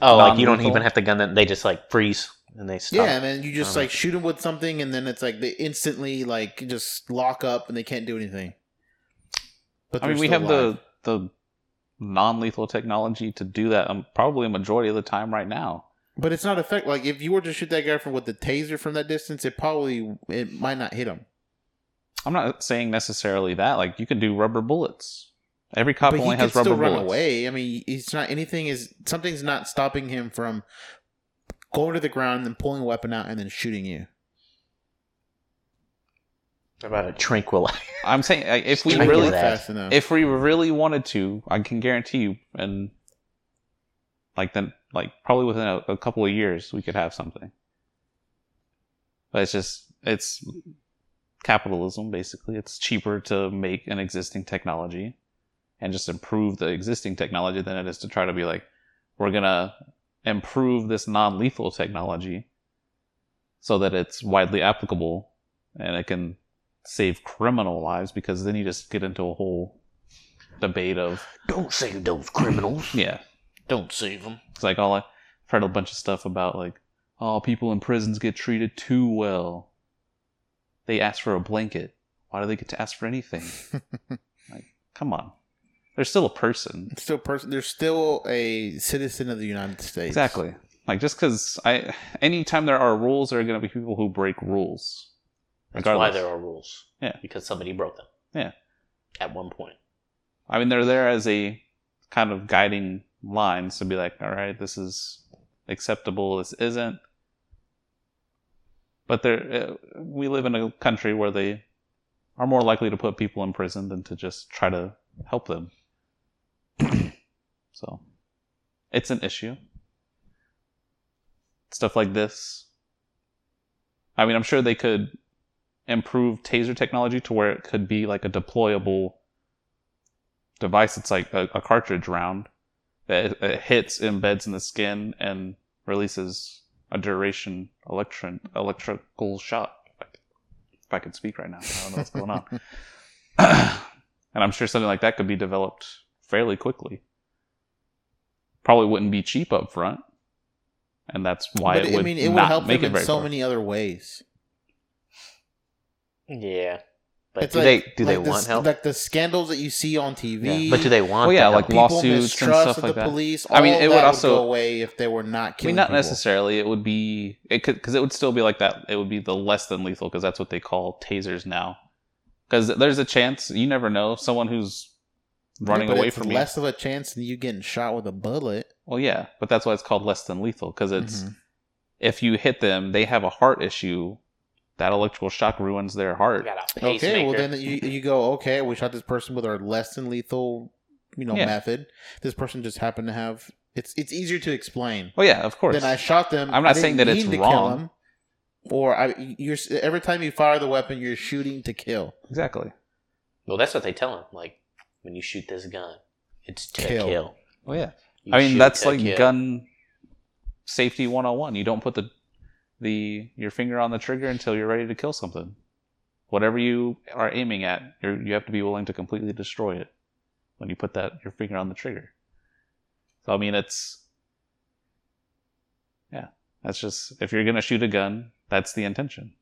Oh, like you don't
Non-lethal?
even have to gun them; they just like freeze and they stop.
yeah, man. You just
Oh.
like shoot them with something, and then it's like they instantly like just lock up and they can't do anything. But
i mean we have the the non-lethal technology to do that um, probably a majority of the time right now
but it's not effect. Like if you were to shoot that guy from with the taser from that distance, it probably it might not hit him.
I'm not saying necessarily that. Like you can do rubber bullets. Every cop
but he
only
could
has rubber
still run
bullets.
away. I mean, it's not anything is something's not stopping him from going to the ground and pulling a weapon out and then shooting you.
What about a tranquilizer?
I'm saying like, if we
Thank you.
really,
that.
fast enough.
if we really wanted to, I can guarantee you, and like then, like probably within a, a couple of years, we could have something. But it's just it's capitalism basically. It's cheaper to make an existing technology and just improve the existing technology than it is to try to be like. We're gonna improve this non-lethal technology so that it's widely applicable and it can save criminal lives because then you just get into a whole debate of
Don't save those criminals.
yeah
Don't save them.
it's like all I- I've heard a bunch of stuff about like, oh, people in prisons get treated too well. They ask for a blanket. Why do they get to ask for anything? like, come on, they're still a person.
Still, person. They're still a citizen of the United States.
Exactly. Like just because I, anytime there are rules, there are going to be people who break rules.
That's why
Regardless.
there are rules.
Yeah.
Because somebody broke them.
Yeah.
At one point.
I mean, they're there as a kind of guiding lines to be like, all right, this is acceptable, this isn't. But there, uh, we live in a country where they are more likely to put people in prison than to just try to help them. [coughs] so, it's an issue. Stuff like this. I mean, I'm sure they could improve taser technology to where it could be like a deployable device it's like a, a cartridge round that it, it hits embeds in the skin and releases a duration electron electrical shot if I could- if i could speak right now i don't know what's going on
[laughs]
[clears throat] and i'm sure something like that could be developed fairly quickly probably wouldn't be cheap up front and that's why
But
it would
I mean, it
not
would help
make
them
it
in
very
so
far.
many other ways.
Yeah. But
It's
do
like-
they do they
like the
want
s-
help?
Like the scandals that you see on TV.
Yeah.
but do they want
Well, yeah,
that
like
help?
people
lawsuits and
mistrust
stuff
of
like
the
that.
Police.
I mean,
all
it would
that
also-
go away if they were not
I mean,
killing.
not
people.
necessarily. It would be it could because it would still be like that. It would be the less than lethal because that's what they call tasers now. Because there's a chance you never know someone who's running
Yeah, but
away
it's
from you.
less of a chance than you getting shot with a bullet.
Well, yeah, but that's why it's called less than lethal because it's
Mm-hmm.
if you hit them, they have a heart issue. That electrical shock ruins their
You
heart.
got a
Okay, well
pacemaker.
then you you go okay. We shot this person with our less than lethal, you know,
Yeah.
method. This person just happened to have. It's it's easier to explain.
Well, Oh, yeah, of course.
Then I shot them.
I'm not
I didn't
saying that it's
mean to kill
wrong.
them. or I you're every time you fire the weapon, you're shooting to kill.
exactly.
Well, that's what they tell him. Like, when you shoot this gun, it's to
Kill.
kill.
Oh,
Well, yeah.
You
I mean,
shoot
that's
to
like
kill.
gun safety 101. You don't put the the your finger on the trigger until you're ready to kill something. Whatever you are aiming at, you're, you have to be willing to completely destroy it when you put that your finger on the trigger. So I mean, it's yeah, that's just if you're gonna shoot a gun, that's the intention.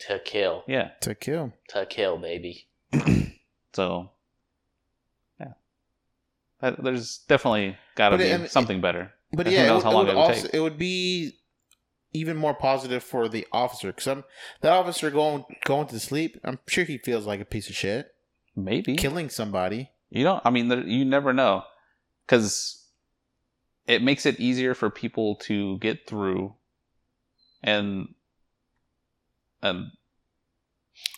to kill,
Yeah.
To kill.
to kill, baby.
So yeah, that, there's definitely got to
But
be
it- I mean,
something better.
But
And who
yeah, it
knows
would,
how
it
long
would
it would
also-
take.
it would be even more positive for the officer because that officer going going to sleep. I'm sure he feels like a piece of shit
Maybe
killing somebody.
You don't. I mean, there, you never know, because it makes it easier for people to get through, and and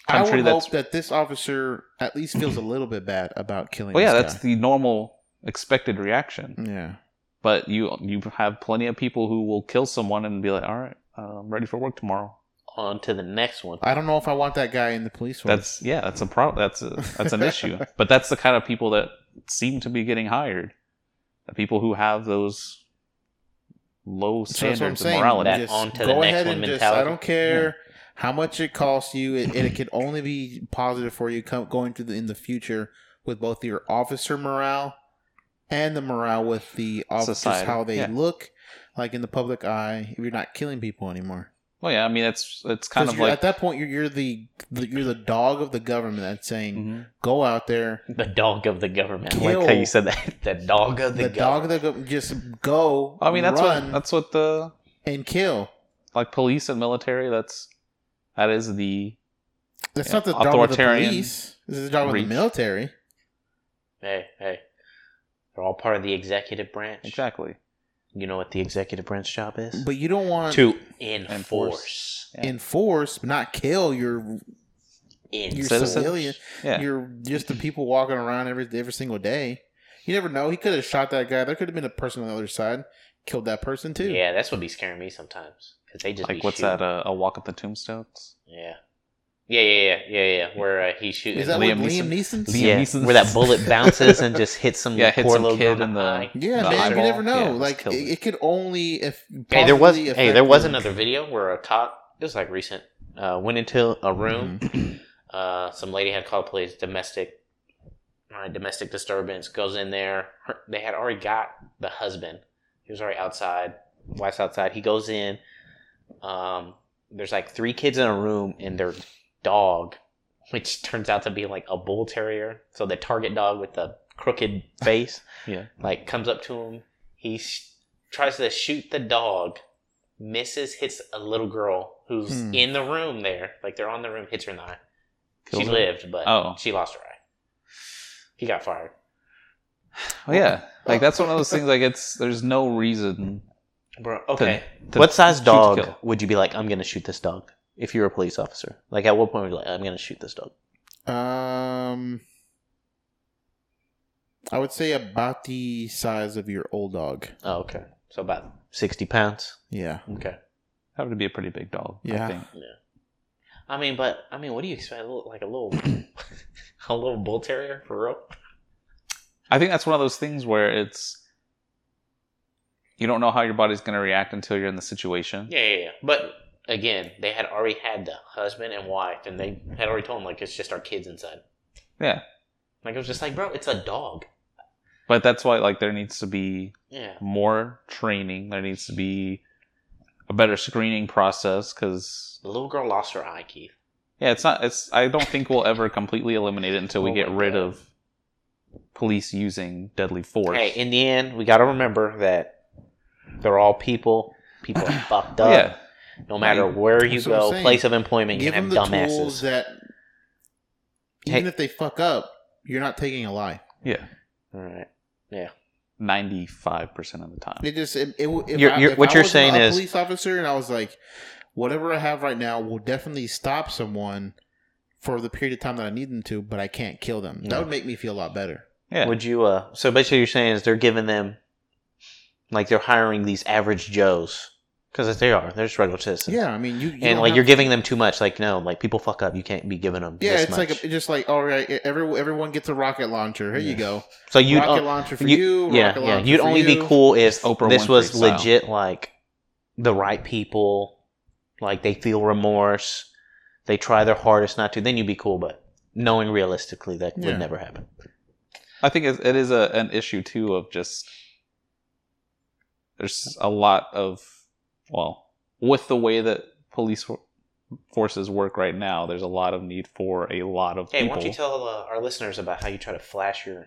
I
Country
would
that's-
hope that this officer at least feels a little bit bad about killing.
well, yeah,
this
that's the normal expected reaction.
guy. yeah.
But you you have plenty of people who will kill someone and be like, all right, uh, I'm ready for work tomorrow.
On to the next one.
I don't know if I want that guy in the police force.
That's yeah, that's a problem. That's a, that's an
[laughs]
issue. But that's the kind of people that seem to be getting hired. The people who have those low
So that's what I'm
standards of
saying.
morality.
That on to the next one
I
mentality.
don't care how much it costs you. It, it can only be positive for you come, going to the in the future with both your officer morale and the morale with the officers
Society,
how they
yeah.
look like in the public eye. You're not killing people anymore.
Well, yeah, I mean, it's it's kind
Because
of like
at that point, you're, you're the, the you're the dog of the government that's saying
Mhm.
go out there.
The dog of the government.
Kill.
Like how you said
[laughs]
that. The dog of the,
The, dog of
government.
the gov- just go.
I mean, that's
run
what that's what the
and kill.
like police and military. That's that is the
That's
Yeah,
not the dog of the
authoritarian
police. This is the dog of the
reach.
military.
hey, hey. They're all part of the executive branch.
exactly.
You know what the executive branch job is?
But you don't want
to
enforce.
enforce.
Yeah.
enforce, but not kill your your
enforce.
Citizens?
civilian,
Yeah,
your just the people walking around every every single day. You never know. He could have shot that guy. There could have been a person on the other side killed that person too.
Yeah, that's what be scaring me sometimes. Because they just
like
be
what's uh,
shooting.
that? Uh, a walk up the tombstones.
Yeah. Yeah, yeah, yeah, yeah, yeah. Where uh, he shoots.
Is that
Liam
Liam Liam
Neeson.
Neeson?
Liam-
yeah,
Neeson's-
where that
[laughs]
bullet bounces and just hits some
Yeah,
yeah,
hit
poor
some
little
kid
girl in
in
the
the-
eye.
The
Yeah, man, you
eyeball.
never know.
Yeah,
like it,
killed it.
it could only if
Hey, there was
possibly
hey, there was
affect-
another video where a cop. It was like recent. Uh, went into a room.
Mm-hmm.
[clears throat] Uh, some lady had called police. Domestic, uh, domestic disturbance. Goes in there. Her, they had already got the husband. He was already outside. Wife's outside. He goes in. Um, there's like three kids in a room, and their dog, which turns out to be like a bull terrier. So the target dog with the
[laughs]
crooked face
Yeah.
like comes up to him. He sh- tries to shoot the dog, misses, hits a little girl who's
Hmm.
in the room there. Like they're on the room, hits her in the eye.
Killed
she
her?
lived, but
Oh.
she lost her eye. He got fired.
Oh yeah, like that's one of those things. Like it's there's no reason.
Bro, okay.
to
what size
shoot to
dog
kill.
would you be like, I'm going to shoot this dog if you're a police officer? Like, at what point would you like, I'm going to shoot this dog?
Um, I would say about the size of your old dog.
Oh, okay. So about 60 pounds.
Yeah.
Okay.
That would be a pretty big dog.
Yeah.
I think.
I mean, but, I mean, what do you expect? A little- Like a
[laughs]
little, a little bull terrier for real?
I think that's one of those things where it's you don't know how your body's going to react until you're in the situation.
Yeah, yeah, yeah. But again, they had already had the husband and wife, and they had already told him like it's just our kids inside.
Yeah.
Like it was just like, bro, it's a dog.
But that's why like there needs to be
Yeah.
more training. There needs to be a better screening process because
The little girl lost her eye, Keith.
yeah, it's not. It's I don't think we'll ever completely eliminate it until we
Oh
get
my
rid
God.
of police using deadly force.
Hey, in the end, we gotta remember that they're all people. People are fucked up.
yeah,
No matter
Right.
where you
That's what I'm
go,
saying.
place of employment, you
Give
can
them
have
the tools
dumbasses.
that, even
Hey.
if they fuck up, you're not taking a lie.
yeah,
all right. Yeah.
ninety five percent of the time.
It just it, it, w- if
You're-
I-
you're-
if
what
I
you're
was
saying
a
is-
police officer, and I was like, whatever I have right now will definitely stop someone for the period of time that I need them to, but I can't kill them.
Yeah.
That would make me feel a lot better.
Yeah,
Would you uh so basically you're saying is they're giving them like they're hiring these average Joes. Because they are, they're just regular citizens.
Yeah, I mean, you, you
and
don't
like
have
you're
to-
giving them too much. Like no, like people fuck up. You can't be giving them.
Yeah,
this
it's like
much.
a, just like all right, e-, every, everyone gets a rocket launcher. Here you go,
so you
rocket launcher for you. rocket launcher
You'd
for
only be
you.
cool if
Oprah
this was
Winfrey style.
legit, like the right people. Like they feel remorse. They try their hardest not to. Then you'd be cool, but knowing realistically that
Yeah.
would never happen.
I think it, it is a, an issue too of just there's a lot of well with the way that police for- forces work right now. There's a lot of need for a lot of
Hey,
people.
why don't you tell uh, our listeners about how you try to flash your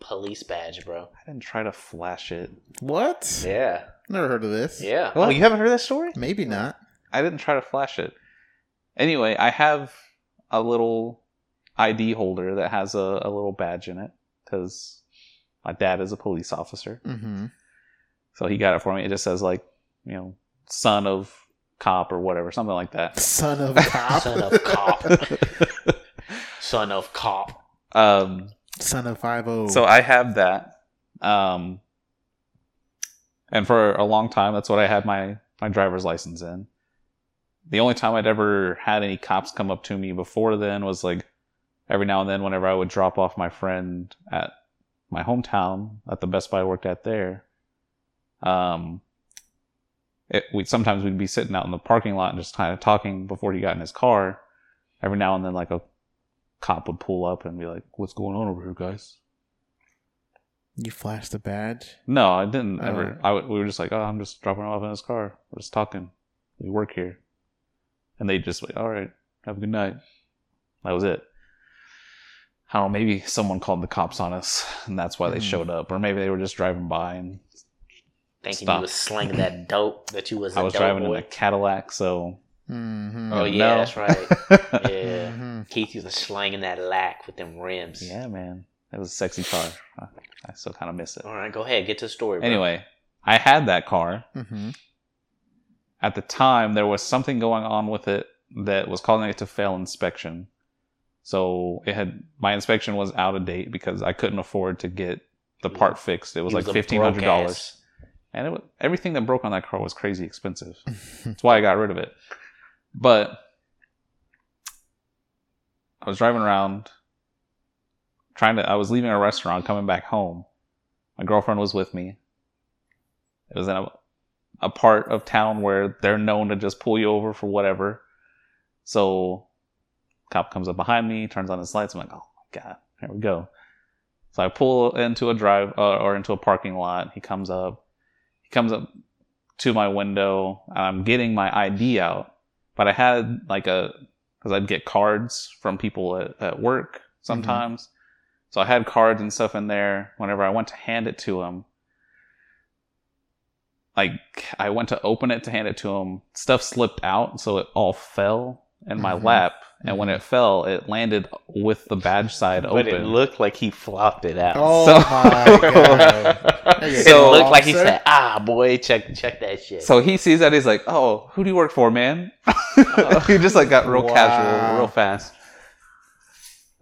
police badge, bro?
I didn't try to flash it.
What?
Yeah,
Never heard of this.
yeah. Oh, you haven't heard that story?
Maybe not.
I didn't try to flash it. Anyway, I have a little ID holder that has a, a little badge in it because my dad is a police officer,
Mm-hmm.
so he got it for me. It just says like you know son of cop or whatever, something like that.
[laughs]
Son of cop.
Son of cop.
[laughs]
Son of cop.
um,
[laughs] Son of five oh. o.
so I have that, um, and for a long time, that's what I had my my driver's license in. The only time I'd ever had any cops come up to me before then was like every now and then, whenever I would drop off my friend at my hometown at the Best Buy I worked at there. Um, it, we sometimes we'd be sitting out in the parking lot and just kind of talking before he got in his car. Every now and then, like a cop would pull up and be like, "What's going on over here, guys?"
you flashed the badge.
No, I didn't ever.
Oh.
I w we were just like, oh, I'm just dropping off in his car. We're just talking. We work here, and they just like, all right, have a good night. That was it. I don't know. Maybe someone called the cops on us, and that's why they
Hmm.
showed up, or maybe they were just driving by, and
thinking
Stop.
you was slinging that dope that you was.
I was driving in a Cadillac, so
Mm-hmm.
Oh
Oh,
yeah,
no.
that's right.
[laughs]
Yeah,
Mhm.
Keith, you was slinging that lack with them rims.
yeah, man, it was a sexy car. I, I still kind of miss it.
All right, go ahead, get to the story. Bro.
Anyway, I had that car.
Mhm.
at the time there was something going on with it that was causing it to fail inspection. So it had my inspection was out of date because I couldn't afford to get the part fixed. It was
He
like
a
fifteen hundred
broke
dollars,
ass.
and it was, everything that broke on
[laughs]
that car was crazy expensive. That's why I got rid of it. But I was driving around, trying to. I was leaving a restaurant, coming back home. My girlfriend was with me. It was in a, a part of town where they're known to just pull you over for whatever. So, cop comes up behind me, turns on his lights. I'm like, oh my god, here we go. So I pull into a drive uh, or into a parking lot. He comes up. He comes up to my window. And I'm getting my ID out, but I had like a because I'd get cards from people at, at work sometimes. So I had cards and stuff in there. Whenever I went to hand it to him, like I went to open it to hand it to him, stuff slipped out, so it all fell in my
Mm-hmm.
Mhm.
lap. And when it fell, it landed with the badge side open.
[laughs] But it looked like he flopped it out.
Oh
So-
[laughs]
my god.
it
So-
looked like he
Officer?
said, "Ah, boy, check check that shit."
So he sees that he's like, "Oh, who do you work for, man?" [laughs] he just like got real
Wow.
casual, real fast.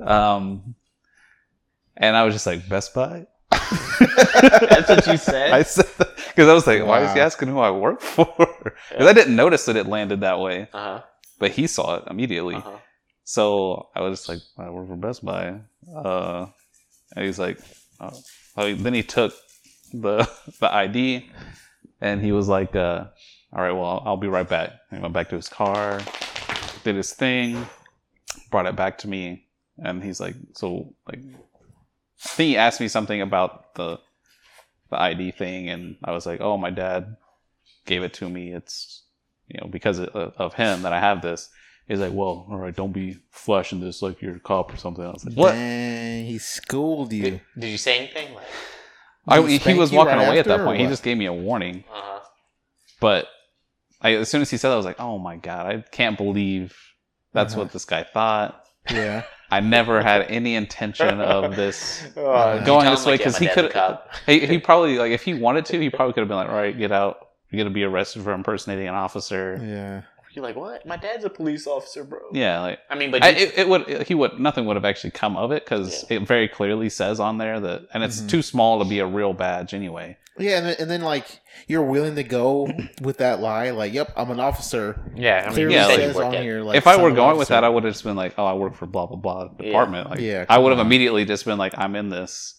Um, and I was just like, "Best Buy."
that's what you said.
[laughs] I said because I was like, "Why is he
Wow.
asking who I work [laughs] for?" Because I didn't notice that it landed that way,
uh-huh,
but he saw it immediately.
uh-huh.
So I was just like, I work for Best Buy. Uh, and he's like, oh. So then he took the [laughs] the ID, and he was like, uh, all right, well, I'll, I'll be right back. And he went back to his car, did his thing, brought it back to me, and he's like, so like, I think he asked me something about the the ID thing, and I was like, oh, my dad gave it to me. It's you know because of, of him that I have this. He's like, well, all right, don't be flashing this like you're a cop or something. I was like, what?
Dang, he schooled
[laughs]
you.
Did, did you say anything? Like,
I,
Did he
he
spank
was
you
walking
right
away at
after
that
or
point. He
what?
just gave me a warning.
uh-huh.
But I, as soon as he said that, I was like, oh my God, I can't believe that's
Uh-huh.
what this guy thought.
Yeah.
I never had any intention
[laughs]
of this
Uh,
Did you
going
tell
this
him,
way
like, yeah,
because
my
he
dad's a
could
cop?
[laughs] he, he probably like if he wanted to he probably could have been like all right get out you're gonna be arrested for impersonating an officer
Yeah.
You're like, what? My dad's a police officer, bro.
yeah like
I mean, but
I,
you-
it, it would he would nothing would have actually come of it because it very clearly says on there that and it's
Mhm.
too small to be a real badge anyway
Yeah, and then, and then like you're willing to
[laughs]
go with that lie, like, "Yep, I'm an officer."
yeah, I mean,
Clearly
you
yeah,
said
like-
you
says
worked
on
at-
here, like,
if I
son
were
of
going with that, I
officer.
would have just been like, "Oh, I work for blah blah blah
Yeah.
department." Like,
Yeah,
I would have
come on.
immediately just been like, "I'm in this."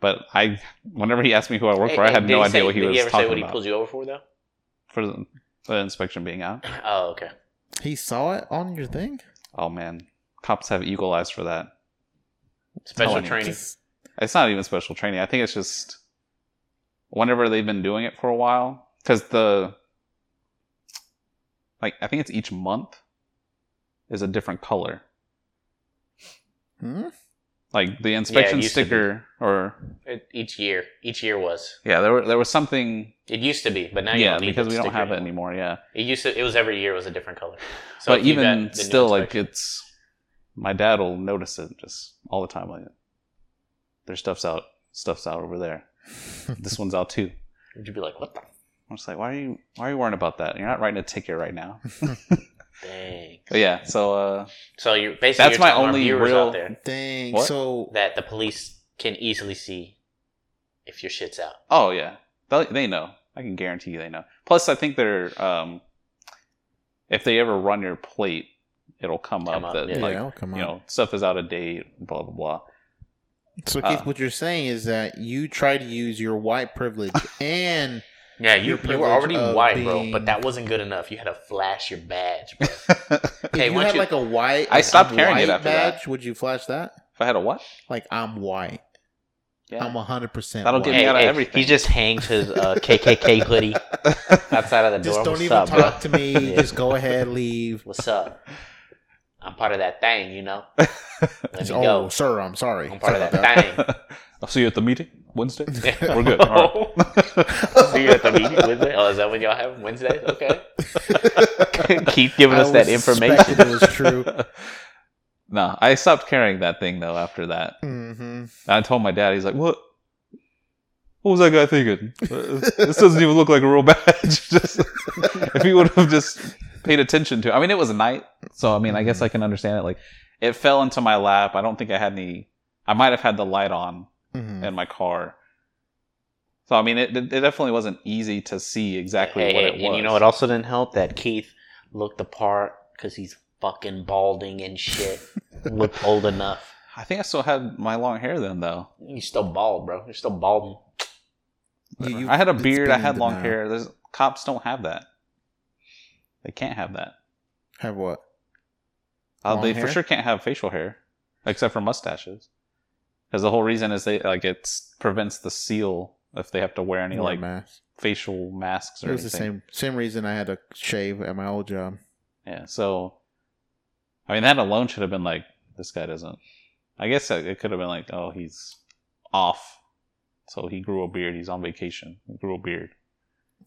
But I, whenever he asked me who I work
Hey,
for, I
hey,
had
did
no
he
idea
say-
what he
did
was
he ever
talking
say what he
about
pulled you over for though?
for the, the inspection being out.
Oh, okay.
he saw it on your thing.
Oh man, cops have eagle eyes for that.
Special
Telling you.
training.
Just-
It's not even special training. I think it's just whenever they've been doing it for a while, because the like I think it's each month is a different color.
Hmm?
Like the
it
inspection
used to be.
sticker or
It, each year, each year was.
Yeah, there were, there was something.
It used to be, but now you
yeah,
don't need
because
that
we don't
sticker
have it anymore. Yeah,
It used to. It was every year. It was a different color.
but
if you got
even
the new
still, like
inspection-
it's my dad will notice it just all the time. Like there's stuff's out, stuff's out over
[laughs]
there. this one's out too.
you'd be like, what the
I'm just like, why are you why are you worrying about that? You're not writing a ticket right
[laughs]
now.
dang?
But yeah, so uh,
So you're basically
That's
you're
my
telling
only
our viewers
real-
out there
Dang.
What?
So
that the police can easily see if your shit's out.
oh yeah, they, they know. I can guarantee you they know. Plus, I think they're um, if they ever run your plate, it'll come,
Come
up,
up,
that
yeah.
yeah,
like
I'll come
you
on.
know stuff is out of date. Blah blah
[laughs]
blah.
so
uh,
Keith, what you're saying is that you try to use your white
[laughs]
privilege and
Yeah, you, you
Your
were
privilege
already
of
white, bro,
being-
but that wasn't good enough. You had to flash your badge, bro.
if
Hey,
you
why don't
had
you-
like a white.
I
like,
stopped
I'm
carrying it
white
after that.
badge, Would you flash that?
If I had a what?
Like I'm white.
Yeah.
I'm 100. percent
That'll
white.
get me out of everything.
He just hangs
[laughs]
his uh, KKK hoodie outside of the
Just
door.
don't
What's
even
up, bro?
talk
[laughs]
to me.
Yeah.
Just go
[laughs]
ahead, leave.
What's up? I'm part of that thing, you
[laughs]
know. Let
Just,
me
oh,
go.
sir, I'm sorry.
I'm part of
Sorry
that
about that.
thing.
I'll see you at the meeting
[laughs]
Wednesday. [laughs] We're good. All right. [laughs]
See you at the meeting Wednesday. Oh, is that when y'all have Wednesdays? Okay. Keith giving
[laughs] I
us that
always
information.
suspected It
[laughs]
was true.
no, I stopped carrying that thing though. After that,
hmm
I told my dad. He's like, "What? What was that guy thinking? Uh, this doesn't even look like a real badge." [laughs] just, if he would have just paid attention to, I mean, it was night, so I mean, I guess I can understand it. Like, it fell into my lap. I don't think I had any. I might have had the light on,
Mm-hmm.
hmm
in my car. So I mean, it, it definitely wasn't easy to see exactly
Hey,
what
hey,
it was.
and you know it also
[laughs]
didn't help that Keith looked the part because he's fucking balding and shit. look old enough.
I think I still had my long hair then, though.
You still bald, bro. You're still balding.
You- you-
I had a
it's
beard. I
been
had
in
long
denial.
hair. There's, cops don't have that. They can't have that.
Have what?
Uh,
Long
they
hair?
for sure can't have facial hair, except for mustaches, because the whole reason is they like it prevents the seal if they have to wear any
Wear a
like
mask.
facial masks
It
or
was the
anything.
same same reason I had to shave at my old job.
Yeah. So, I mean, that alone should have been like this guy doesn't. I guess it it could have been like, oh, he's off, so he grew a beard. He's on vacation. He grew a beard.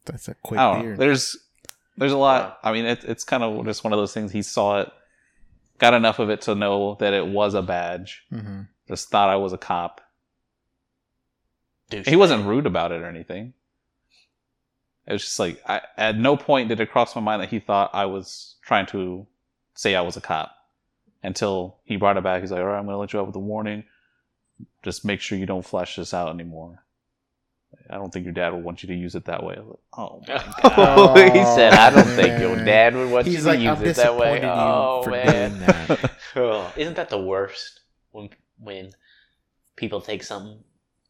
That's a quick
I don't know.
beard.
Oh, There's there's a lot. I mean, it, it's kind of just one of those things. He saw it, got enough of it to know that it was a badge.
hmm
Just thought I was a cop.
Douche.
He wasn't rude about it or anything. It was just like I, at no point did it cross my mind that he thought I was trying to say I was a cop until he brought it back. He's like, "All right, I'm gonna let you out with a warning. Just make sure you don't flash this out anymore. I don't think your dad will want you to use it that way." I was like, [laughs] oh my
[laughs] Oh, he said, "I don't think your
man.
dad would want you
He's
to
like,
use
I'm
it that way."
disappointed in you
Oh
for
man, [laughs]
doing
[laughs]
that.
Ugh. isn't that the worst when when people take something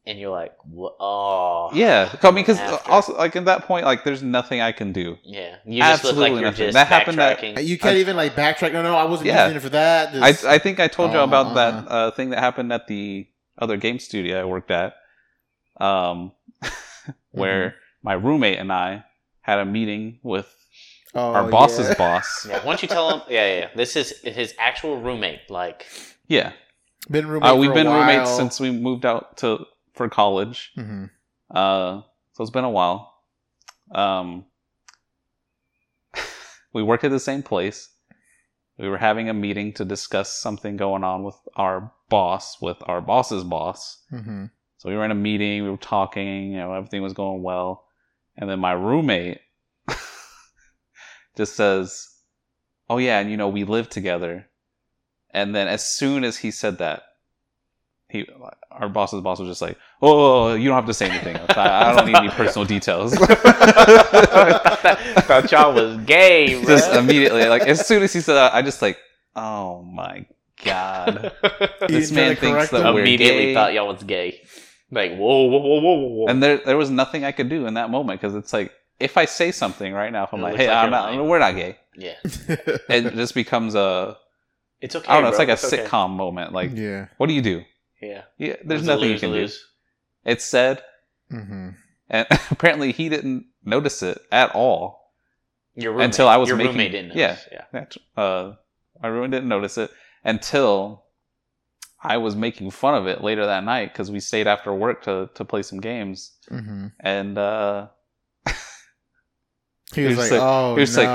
and you're like, "Wha- "Oh,
Yeah,
[sighs]
I mean, because
After.
also like at that point, like there's nothing I can do.
yeah." You just look like
Absolutely
you're
nothing.
just
That happened at-
backtracking.
you can't
I-
even like backtrack. No, no, I wasn't
Yeah.
using it for that.
I
This-
I think I told you
Oh,
about that
uh-uh.
uh, thing that happened at the other game studio I worked at, um, [laughs]
Mm-hmm.
where my roommate and I had a meeting with
Oh,
our boss's
[laughs] yeah.
boss.
yeah, once you tell him, yeah, yeah, yeah, this is his actual roommate. Like,
Yeah,
Been roommate
uh, we've
for a
been roommates
while.
since we moved out to for college.
Mhm.
Uh, so it's been a while. Um, [laughs] we worked at the same place. We were having a meeting to discuss something going on with our boss, with our boss's boss.
Mhm.
So we were in a meeting, we were talking, you know, everything was going well. And then my roommate [laughs] just says, Oh, yeah, and you know, we live together. And then as soon as he said that, he, our boss's boss was just like, Oh, you don't have to say anything. else. I, I don't need any personal details.
[laughs] thought y'all was gay, bro.
[laughs] just immediately, like, as soon as he said that, I just like, Oh my God.
You
This
didn't try
man
to
thinks
correct
that
him?
we're
immediately
gay.
thought y'all was gay. Like, whoa, whoa, whoa, whoa, whoa, whoa.
and there there was nothing I could do in that moment because it's like if I say something right now, if I'm
It
like,
looks
"Hey,
like
I'm
you're
not,
lying.
we're not gay,"
yeah,
mm-hmm.
[laughs]
it just becomes a
it's okay.
I don't know, it's
bro.
like a
okay.
sitcom moment. [laughs] Like,
yeah.
what do you do?
Yeah,
Yeah, there's
It's a
nothing you
lose,
can do.
lose.
It's said,
hmm
and [laughs] apparently he didn't notice it at all.
Your roommate,
Until I was
your
making-
roommate didn't.
yeah.
notice. yeah.
That's- Uh, my roommate didn't notice it until I was making fun of it later that night because we stayed after work to to play some games
hmm
and. uh
He was,
He was
like,
like-
"Oh
he was
no."
like,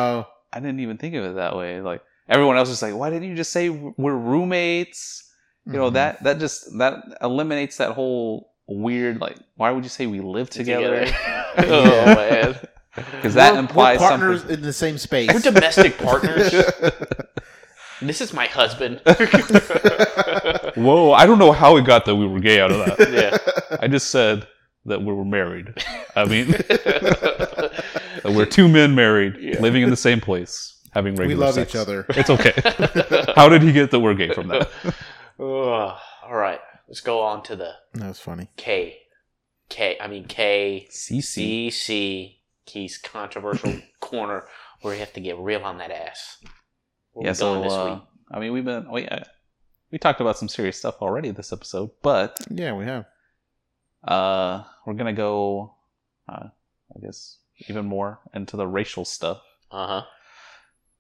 I didn't even think of it that way. Like everyone else is like, why didn't you just say we're roommates? You know
Mhm.
that that just that eliminates that whole weird like why would you say we live [laughs] together? [laughs]
[laughs] oh man,
Because that
We're-
implies
we're partners [laughs]
something.
in the same space.
we're domestic
[laughs]
partners. this is my husband.
Whoa! I don't know how it got that we were gay out of that. [laughs]
yeah. [laughs]
I just said that we were married. I [laughs] mean,
that
we're two men married, living in the same place, having
we love each other.
It's [laughs] okay. how did he get that we're gay from that?
all right, let's go on to the
That was funny.
K. K. I mean K.
CC.
DC Keith's
[clears throat]
controversial corner where you have to get real on that ass. Where we
Yeah, so
going this
uh,
week?
I mean, we've been we uh, we talked about some serious stuff already this episode, but
Yeah, we have.
uh, we're gonna go, uh, I guess, even more into the racial stuff.
Uh huh.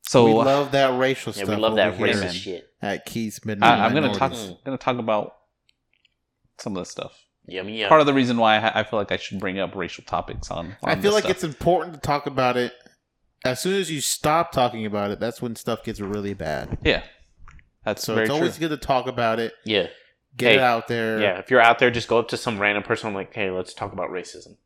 So uh,
we love that racial
Yeah,
stuff.
we love that
over
race
here
racist
man.
shit.
At Keith's midnight.
I, I'm gonna talk
Minorities.
gonna talk about some of this stuff.
Yummy, yum.
Part of the reason why I, ha- I feel like I should bring up racial topics on.
I feel like it's important to talk about it. As soon as you stop talking about it, that's when stuff gets really bad.
yeah, that's
So
very
it's
true.
always good to talk about it.
yeah,
Get
Hey,
it out there.
yeah. If you're out there, just go up to some random person and like, hey, let's talk about racism.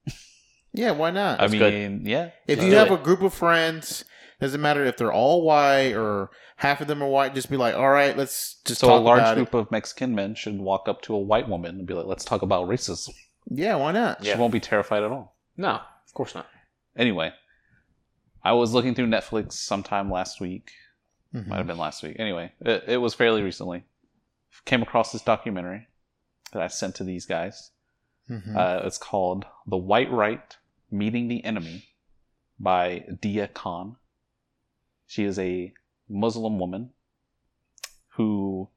Yeah, why not?
I
That's
mean,
good.
yeah,
if
let's
you
do
have
it.
a group of friends, doesn't matter if they're all white or half of them are white, just be like, all right, let's just
so a
talk
large
about
group of Mexican men should walk up to a white woman and be like, "Let's talk about racism."
it. Yeah, why not?
Yeah.
She won't be terrified at all.
No, of course not.
Anyway, I was looking through Netflix sometime last week.
Mhm.
Might have been last week. Anyway, it, it was fairly recently. came across this documentary that I sent to these guys.
Mhm.
Uh, it's called The White Right Meeting the Enemy by Dia Khan. She is a Muslim woman who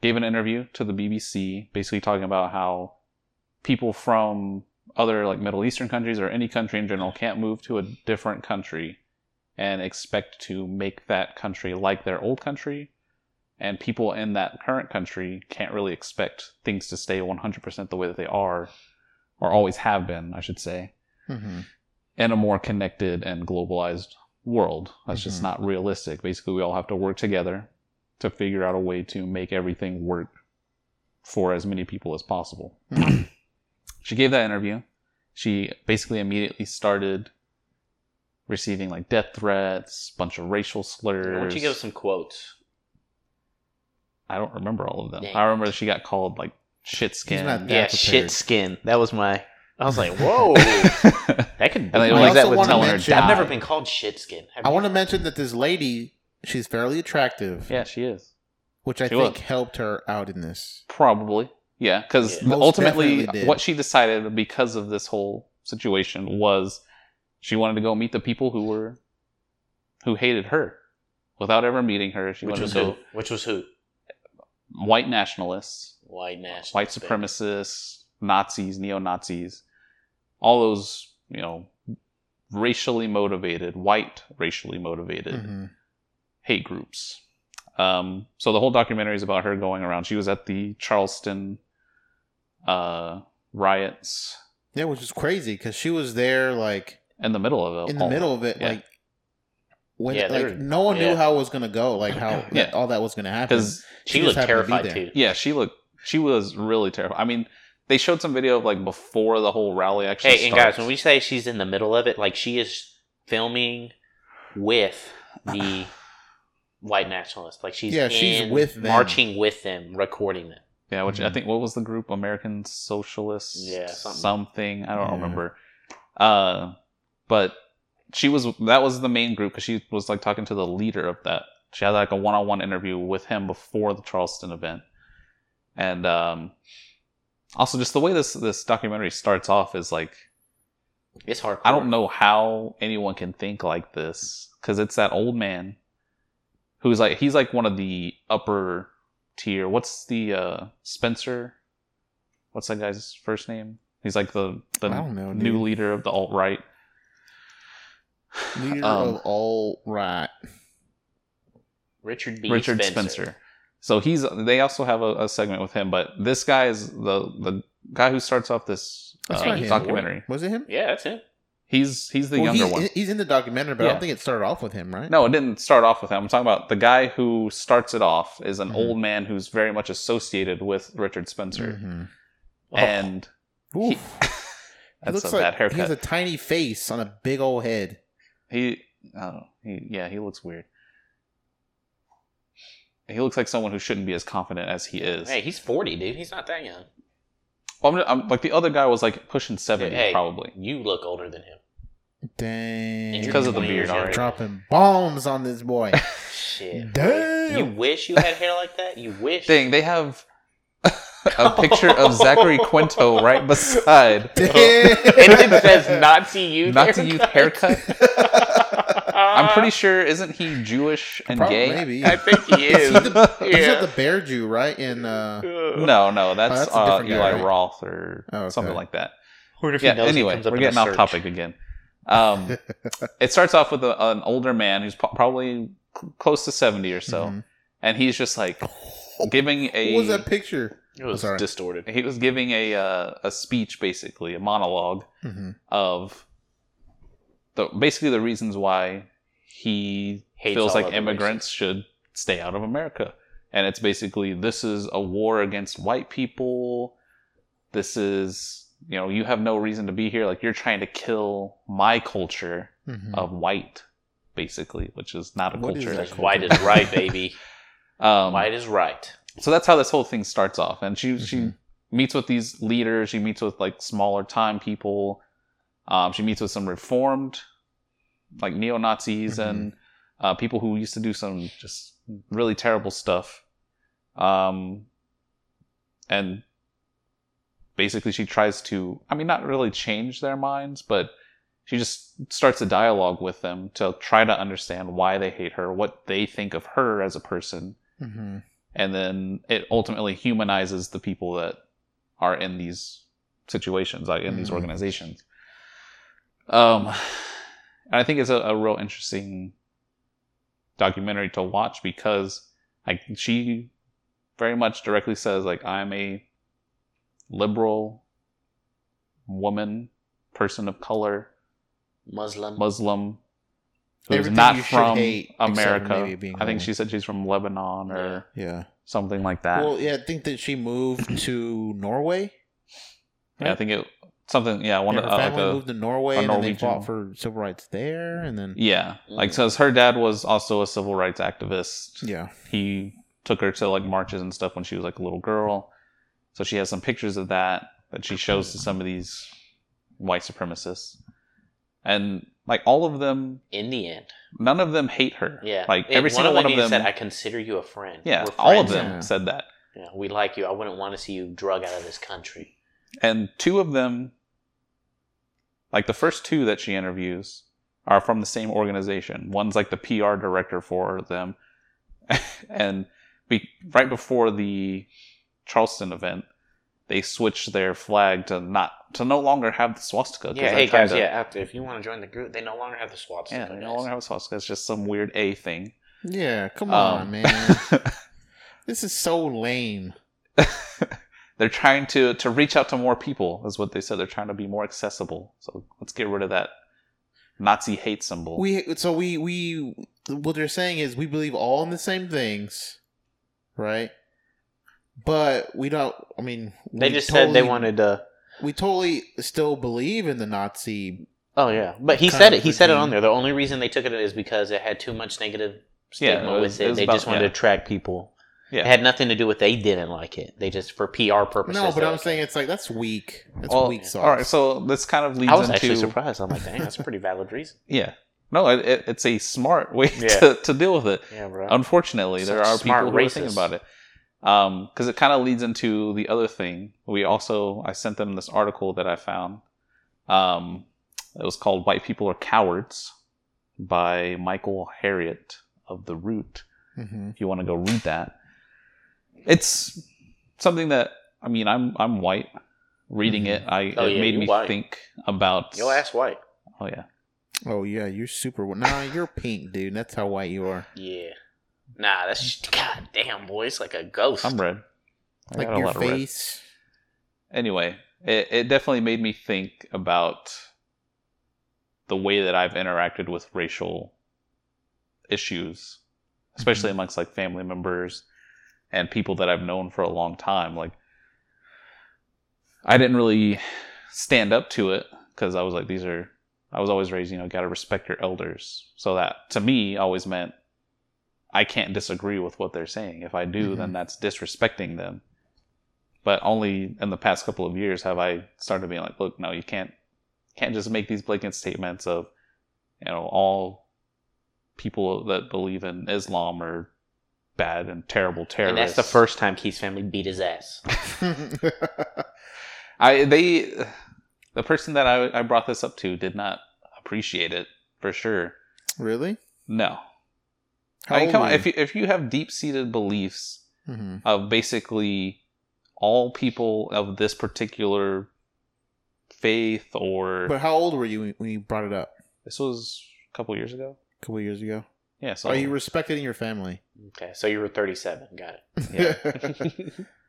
gave an interview to the BBC basically talking about how people from other like Middle Eastern countries or any country in general can't move to a different country and expect to make that country like their old country and people in that current country can't really expect things to stay 100% the way that they are or always have been i should say
Mhm.
in a more connected and globalized world that's just
Mhm.
not realistic basically we all have to work together to figure out a way to make everything work for as many people as possible [clears throat] she gave that interview she basically immediately started receiving like death threats bunch of racial slurs
Why don't you give us some quotes?
I don't remember all of them.
Dang.
I remember she got called like shit skin.
not
yeah,
prepared.
shit skin. That was my. I
[laughs]
was like, whoa, that could.
and they
I
like
also
that with
wanna
telling her
mention-
die.
I've never been called shit skin. Have
I
you?
want to mention that this lady, she's fairly attractive,
Yeah, she is
which I
She
think
was.
helped her out in this.
probably. Yeah, because
Yeah.
Most
ultimately,
definitely did.
what she decided because of this whole situation was she wanted to go meet the people who were who hated her without ever meeting her. She
Which
wanted
was
to go
who? Which was who?
white nationalists,
White nationalists.
white supremacists, Nazis, neo Nazis, all those you know racially motivated, white racially motivated.
Mhm.
hate groups. Um, so the whole documentary is about her going around. She was at the Charleston uh, riots
Yeah, which is crazy because she was there like
in the middle of it.
in the
all.
middle of it,
Yeah.
like when
Yeah, they
like
were-
no one
yeah.
knew how it was gonna go, like how
[laughs] Yeah.
all that was gonna happen.
'Cause,
She
She,
just
looked
happened to be
terrified
there.
too.
yeah, she looked. She was really terrified. I mean, they showed some video of like before the whole rally actually.
Hey, and guys,
starts.
when we say she's in the middle of it, like she is filming with
[sighs]
the white nationalists. Like she's
Yeah, she's
in-
with them.
marching with them, recording them.
yeah, which I
Mhm.
think what was the group American Socialist?
Mm-hmm. Yeah, something.
something. I don't
Yeah.
remember. Uh, but she was that was the main group because she was like talking to the leader of that. She had like a one-on-one interview with him before the Charleston event, and um, also just the way this this documentary starts off is like
It's hard.
I don't know how anyone can think like this because it's that old man who's like he's like one of the upper tier. What's the uh Spencer? What's that guy's first name? He's like the the
I don't know,
new
dude.
leader of the alt right.
Leader
um,
of all right.
Richard B.
Richard Spencer. So he's they also have a, a segment with him, but this guy is the the guy who starts off this
That's
uh,
not him.
documentary.
Was it him?
Yeah, that's him.
He's he's the
Well,
younger
he's,
one.
he's in the documentary, but I
Yeah.
don't think it started off with him, right?
No, it didn't start off with him. I'm talking about the guy who starts it off is an
Mhm.
old man who's very much associated with Richard Spencer.
Mhm.
Oh.
And he,
Oof.
[laughs]
He
that's a
like
bad
He has
haircut.
a tiny face on a big old head.
he, I don't know. He, yeah, he looks weird. He looks like someone who shouldn't be as confident as he is.
hey, he's forty, dude. He's not that young.
Well, I'm, I'm- like the other guy was like pushing seventy,
Hey.
probably.
You look older than him.
Dang.
You're
Because of the
20 years
beard already.
younger.
dropping bombs on this
[laughs]
boy.
Shit.
Damn.
You wish you had hair like that. You wish.
Dang, they have [laughs]
[laughs]
a picture of Zachary Quinto right beside
and
[laughs]
it says Nazi youth.
Nazi
[laughs]
youth haircut. I'm pretty
sure
sure isn't he Jewish and
Probably,
gay?
Maybe.
I think he
[laughs] Is
is.
[laughs]
he the, He's
Yeah.
not the bear Jew, right? In uh,
No, no, that's,
that's a
uh,
different guy,
Eli
right?
Roth or
Oh, okay.
something like that.
Or if he
Yeah.
knows it
Anyway,
comes up
we're
in a
getting off
search.
topic again.
[laughs]
Um, it starts off with a, an older man who's po- probably cl- close to seventy or so,
Mhm.
and he's just like giving a
[laughs] what was that picture?
It was
Sorry.
distorted.
he was giving a uh, a speech basically a monologue
Mhm.
of the basically the reasons why he
Hates
feels
all
like
other
immigrants should stay out of America. And it's basically this is a war against white people. This is, you know, you have no reason to be here. Like you're trying to kill my culture
Hmm.
Mhm.
of white, basically, which is not a
What is
culture.
that?
White is right, baby.
Um,
White is right.
so that's how this whole thing starts off and she she meets with these leaders she meets with like smaller time people um, she meets with some reformed like neo-nazis and uh, people who used to do some just really terrible stuff Um, and basically, she tries to, I mean, not really change their minds, but she just starts a dialogue with them to try to understand why they hate her, what they think of her as a person,
Mm-hmm.
and then it ultimately humanizes the people that are in these situations, like in these
Mhm.
organizations. Um, and I think it's a, a real interesting documentary to watch because like she very much directly says like I'm a liberal woman, person of color,
Muslim.
Muslim who's
Everything
not
you should
from
hate except for maybe
America.
being
I think
woman.
she said she's from Lebanon or
Yeah.
something like that.
Well, yeah, I think that she
[clears throat]
moved to Norway.
Yeah, I think it something. Yeah, one
yeah,
of
her
uh, like
family
a-
moved to Norway,
a
and then they
Norwegian-
fought for civil rights there, and then
yeah, like says her dad was also a civil rights activist.
yeah,
he took her to like marches and stuff when she was like a little girl, so she has some pictures of that that she shows to some of these white supremacists, and like all of them,
in the end,
none of them hate her.
yeah.
like
It-
every single one of them.
ladies said, "I consider you a friend."
yeah,
We're
all of
friends
them
now.
Yeah.
said that.
Yeah, we like you. I wouldn't want to see you drug out of this country.
and two of them like the first two that she interviews are from the same organization one's like the pr director for them [laughs] and be, right before the charleston event they switched their flag to not to no longer have the swastika 'cause
Yeah,
they're
hey
trying
guys,
to-
yeah. After, if you want to join the group, they no longer have the swabs.
yeah they no longer have a swastika it's just some weird a thing
yeah. Come
Um, [laughs]
on, man, this is so lame.
they're trying to to reach out to more people is what they said they're trying to be more accessible so let's get rid of that nazi hate symbol
We so we we what they're saying is we believe all in the same things, right? But we don't. I mean,
They
we
just said they
totally-
wanted to.
We totally still believe in the Nazi.
Oh yeah, but he
Kind
said
of
it. He said it
regime.
on there. The only reason they took it is because it had too much negative
Yeah,
stigma
it was-
with it.
it was
they
about-
just wanted
yeah.
to attract people.
yeah
It had nothing to do with they didn't like it. They just for PR purposes.
No, but
they're
I'm
like,
saying it's like that's weak. That's
Well,
weak sauce.
All right, so this kind of leads
I was
into
actually surprised. I'm like, dang, that's a pretty valid
[laughs]
reason.
yeah, no, it, it, it's a smart way [laughs]
Yeah.
to, to deal with it.
Yeah, bro.
Unfortunately, there
Such
are
smart
people who are thinking
racists.
about it because it kind of leads into the other thing. We also I sent them this article that I found. Um, it was called "White People Are Cowards" by Michael Harriet of the Root.
Mhm.
If you want to go read that, it's something that I mean I'm I'm white. Reading it, I
Oh,
it
yeah,
made
you
me
white.
think about
Your ass white.
Oh yeah.
Oh yeah, you're super. wh- Nah, you're pink, dude. That's how white you are.
Yeah. Nah, that's just, god damn, boy. It's like a ghost.
I'm red. I
Like
got a
your
lot of red.
face. [laughs]
Anyway, it, it definitely made me think about the way that I've interacted with racial issues, especially amongst like family members and people that I've known for a long time. Like, I didn't really stand up to it because I was like, these are, I was always raised, you know, got to respect your elders. So that to me always meant I can't disagree with what they're saying. If I do, then that's disrespecting them. But only in the past couple of years have I started being like, look, no, you can't, can't just make these blatant statements of, you know, all people that believe in Islam are bad and terrible terrorists.
and that's the first time Keith's family beat his ass.
I they the person that I, I brought this up to did not appreciate it for sure.
really?
No,
How
I mean,
old
come
were
on. If you if you have deep seated beliefs
Mhm.
of basically all people of this particular faith, or
But how old were you when- when you brought it up
this was a couple years ago.
a couple of years ago?
Yeah, so
Are you respected in your family?
Okay, so you were 37. Got it.
Yeah.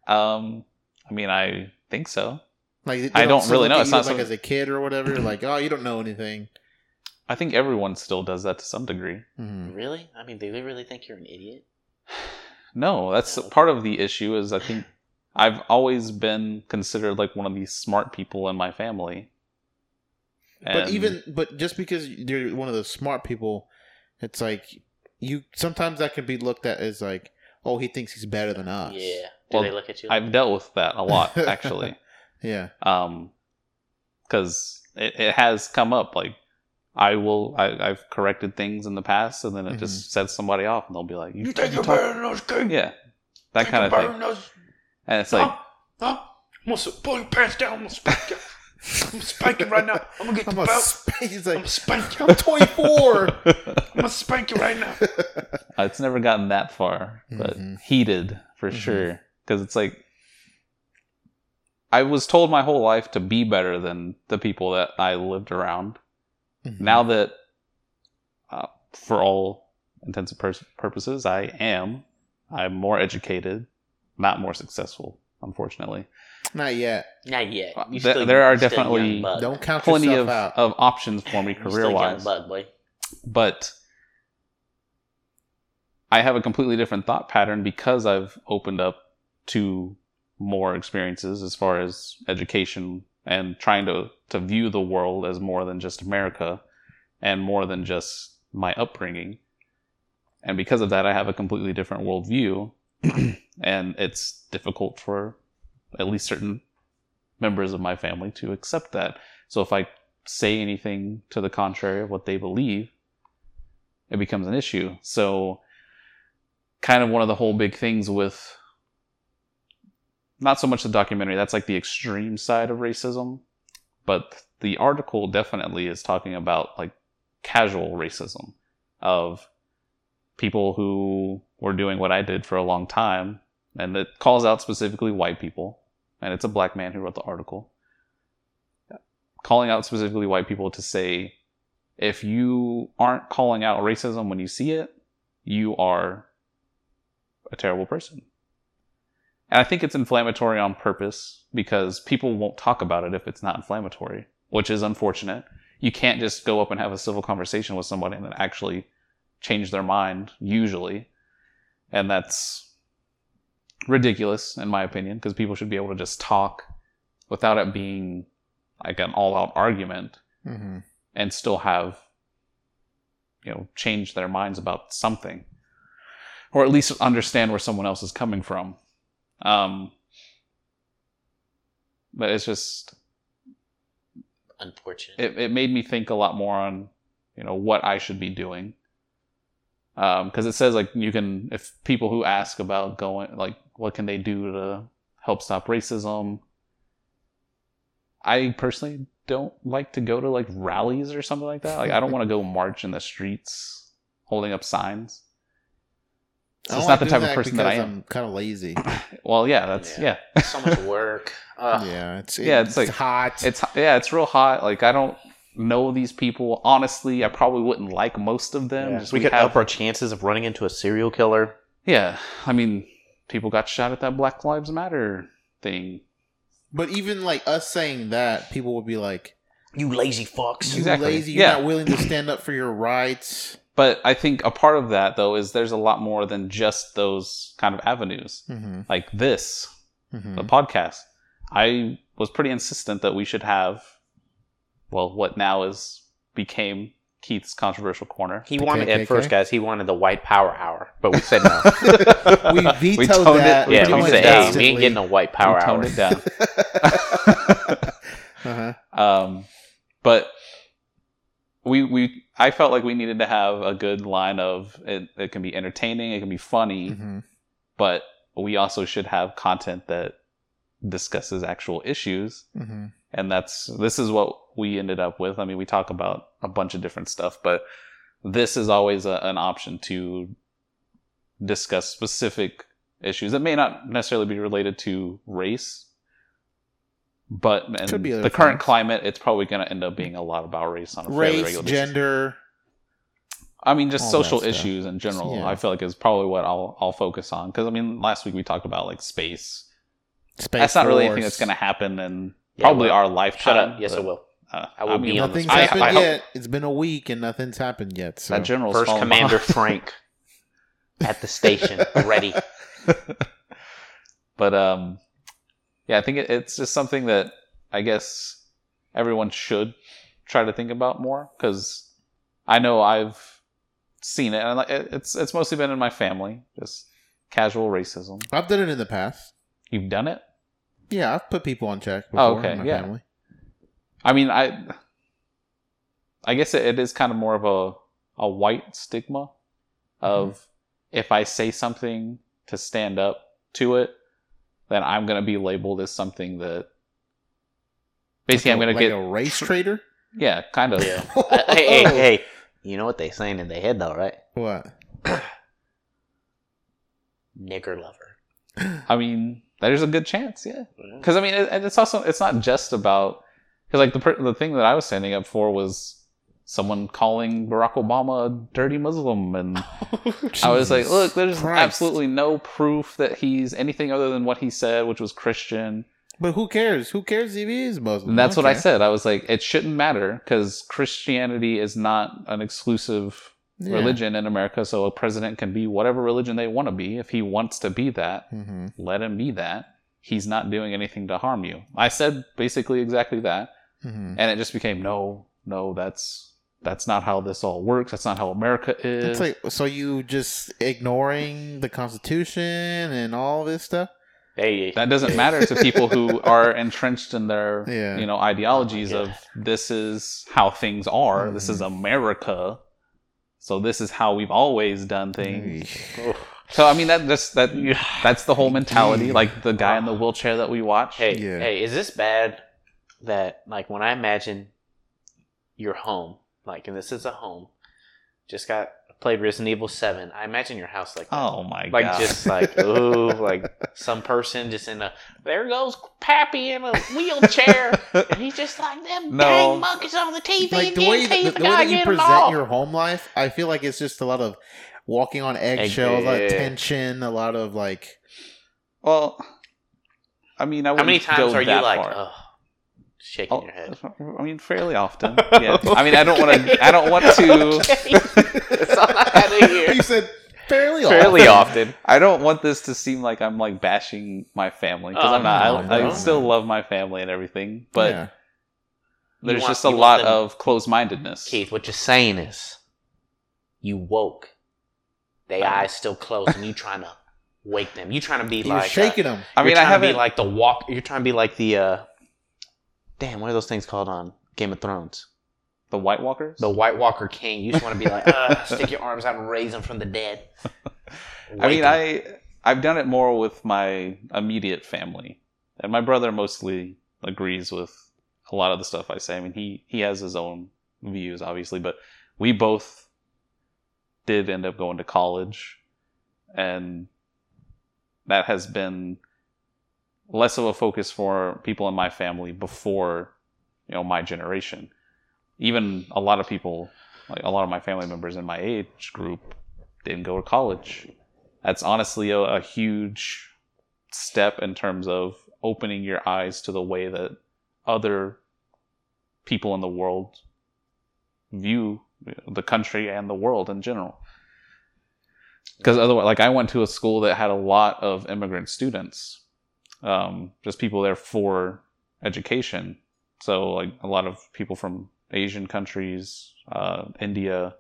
[laughs] um, I mean, I think so.
[laughs] like they
I don't
still
really know.
look at
It's
you
not
as, like
something-
as a kid or whatever.
[clears throat]
Like, oh, you don't know anything.
I think everyone still does that to some degree.
Mhm.
Mm-hmm.
Really? I mean, do they really think you're an idiot?
No, that's
No.
part of the issue. Is I think I've always been considered like one of these smart people in my family.
But
And-
even but just because you're one of the smart people, it's like you sometimes that can be looked at as like, oh, he thinks he's better than us.
Yeah. Do
Well,
they look at you?
I've dealt with that a lot actually,
Yeah.
um, because it, it has come up. Like I will, I, I've corrected things in the past, and then it just sets somebody off, and they'll be like, "You, think you're better than us, Yeah, that kind of
burn
thing.
those.
And it's like,
Huh? I'm gonna s- pull your pants down. I'm gonna spank you. I'm gonna spank you right now. I'm gonna get
I'm
the
a
belt.
sp- [laughs] he's
I'm
like,
gonna spank you.
I'm 24.
I'm gonna spank you right now.
it's never gotten that far, but heated for sure. Because it's like, I was told my whole life to be better than the people that I lived around.
mm-hmm.
Now that, uh, for all intents and pers- purposes, I am, I'm more educated, not more successful, unfortunately.
Not yet.
Not yet.
Uh,
You
there- there are
you young
definitely-
bug.
Don't count
Uh, Plenty of,
yourself
uh,
out.
of options for me
[laughs] You
career
still young
wise.
bug, boy.
but I have a completely different thought pattern because I've opened up to more experiences as far as education and trying to to view the world as more than just America and more than just my upbringing. And because of that, I have a completely different worldview, [clears throat] and it's difficult for at least certain members of my family to accept that. So if I say anything to the contrary of what they believe, it becomes an issue. So, kind of one of the whole big things with not so much the documentary, that's like the extreme side of racism, but the article definitely is talking about like casual racism of people who were doing what I did for a long time. And it calls out specifically white people. And it's a black man who wrote the article. Calling out specifically white people to say, if you aren't calling out racism when you see it, you are a terrible person. And I think it's inflammatory on purpose because people won't talk about it if it's not inflammatory, which is unfortunate. You can't just go up and have a civil conversation with somebody and then actually change their mind, usually. And that's ridiculous, in my opinion, because people should be able to just talk without it being like an all out argument
hmm
and still have you know changed their minds about something or at least understand where someone else is coming from um but it's just [laughs]
Unfortunate.
it, it made me think a lot more on you know what i should be doing because it says like you can if people who ask about going like what can they do to help stop racism i personally don't like to go to like rallies or something like that like i don't want to [laughs] go march in the streets holding up signs so it's not the type of person that Oh, i am
am kind of lazy.
well yeah that's yeah,
Yeah. so much work. Uh, Ugh.
yeah, it's
Uh, Yeah, it's like-
hot.
It's yeah, it's real hot. Like I don't know these people. Honestly, I probably wouldn't like most of them. Just
we, could
have-
up our chances of running into a serial killer.
Yeah, I mean, people got shot at that Black Lives Matter thing.
but even like us saying that, people would be like,
You lazy fucks.
"You
Exactly.
lazy? You're
Yeah.
not willing to stand up for your rights."
But I think a part of that though is there's a lot more than just those kind of avenues.
Mm-hmm.
Like this, [laughs]
Mm-hmm.
the podcast. I was pretty insistent that we should have, well, what now is became Keith's controversial corner.
He wanted
KKK?
at first, guys. He wanted the white power hour, but we said no.
We vetoed
[laughs]
that.
we
yeah,
toned
we
toned
said
it
hey,
down.
we ain't getting no white power
We
[laughs] hour.
toned it down.
uh-huh.
Um, but we we I felt like we needed to have a good line of it. It can be entertaining, it can be funny,
hmm
but we also should have content that discusses actual issues,
hmm
and that's this is what we ended up with. I mean, we talk about a bunch of different stuff, but this is always a, an option to discuss specific issues that may not necessarily be related to race but and
Could be
the
other
current
things.
climate it's probably going to end up being a lot about race on a fairly
Race,
regular basis.
gender.
i mean just
all
social
that stuff.
issues in general
Yeah.
i feel like is probably what i'll i'll focus on because i mean last week we talked about like space
Space
that's not really
Force.
anything that's going to happen in
Yeah,
probably
well,
our lifetime
Shut up. Yes,
but,
I will.
uh,
I will be on the
Nothing's
I-
happened
I hope
yet. It's been a week and nothing's happened yet. So.
that general's
First
falling
[laughs] Commander
behind.
Frank at the [laughs] station, ready.
[laughs] but um yeah i think it, it's just something that i guess everyone should try to think about more because i know i've seen it and like, it- it's it's mostly been in my family just casual racism
I've done it in the past.
you've done it
Yeah, I've put people on check before
Oh, okay,
in my
yeah.
family.
i mean i i guess it, it is kind of more of a a
Mm-hmm.
white stigma of if i say something to stand up to it, then I'm gonna be labeled as something that basically I'm gonna
like
get
a race trader.
yeah, kind of.
Yeah. Uh, hey, hey, hey. You know what they saying in their head though, right?
What?
Nigger lover.
I mean, there's a good chance, yeah. Because I mean, it, and it's also it's not just about because like the per- the thing that I was standing up for was someone calling Barack Obama a dirty Muslim, and I was like, look, there's
Christ.
absolutely no proof that he's anything other than what he said, which was Christian.
But who cares? Who cares if he is Muslim?
And that's what I
don't
said. I was like, it shouldn't matter because Christianity is not an exclusive
care.
religion in America. So a president can be whatever religion they want to be. If he wants to be that,
Yeah. hmm
let him be that. He's not doing anything to harm you. I said basically exactly that,
hmm
and it just became no, no. That's that's not how this all works. That's not how America is.
It's like so you just ignoring the Constitution and all this stuff.
Hey,
that doesn't matter to people who are entrenched in their
Yeah.
you know ideologies
Oh my
of this is how things are. This is America. So this is how we've always done things. So I mean that that's that that's the whole mentality. Like the guy in the wheelchair that we watch.
Hey,
Yeah.
hey, is this bad that like when I imagine your home, like and this is a home, just got played Resident Evil seven, I imagine your house like that.
oh my
like
god!
just
[laughs]
like ooh, like some person just in a there goes Pappy in a wheelchair and he's just like
[laughs]
them
No.
dang monkeys on the TV
Like
and
the way,
getting
the,
teeth
the way
gotta
that you
get them
present
off.
your home life, I feel like it's just a lot of walking on eggshells, a lot of
yeah.
tension, a lot of like.
well, I mean, I
How
wouldn't
many times
go
are you
that
like
far.
oh, shaking
Oh,
your
[laughs]
head?
I mean,
[laughs]
fairly often. Yeah. I mean, I don't want to. I don't want to.
Okay. That's all I had to hear.
you said fairly
Fairly
often.
often.
I don't want this to seem like I'm like bashing my family because
Oh,
I'm not.
no,
I, I
no.
still love my family and everything, but
Yeah.
You
there's
want-
just a
you want
lot
them-
of closed-mindedness.
Keith, what you're saying is you woke. They eyes still closed and you trying to wake them. You trying to be
you're
like
shaking them.
I mean, I
have to be
haven't. Like,
like the walk you're trying to be like the uh damn, what are those things called on Game of Thrones?
the White Walkers.
The White Walker King. You just want to be like, [laughs] uh, stick your arms out and raise them from the [laughs] dead.
I
Wake
mean,
'em.
I I've done it more with my immediate family, and my brother mostly agrees with a lot of the stuff I say. I mean, he he has his own views, obviously, but we both did end up going to college, and that has been less of a focus for people in my family before you know my generation. Even a lot of people, like a lot of my family members in my age group, didn't go to college that's honestly a, a huge step in terms of opening your eyes to the way that other people in the world view the country and the world in general. Because otherwise, like I went to a school that had a lot of immigrant students, um, just people there for education. So like a lot of people from Asian countries, uh, India.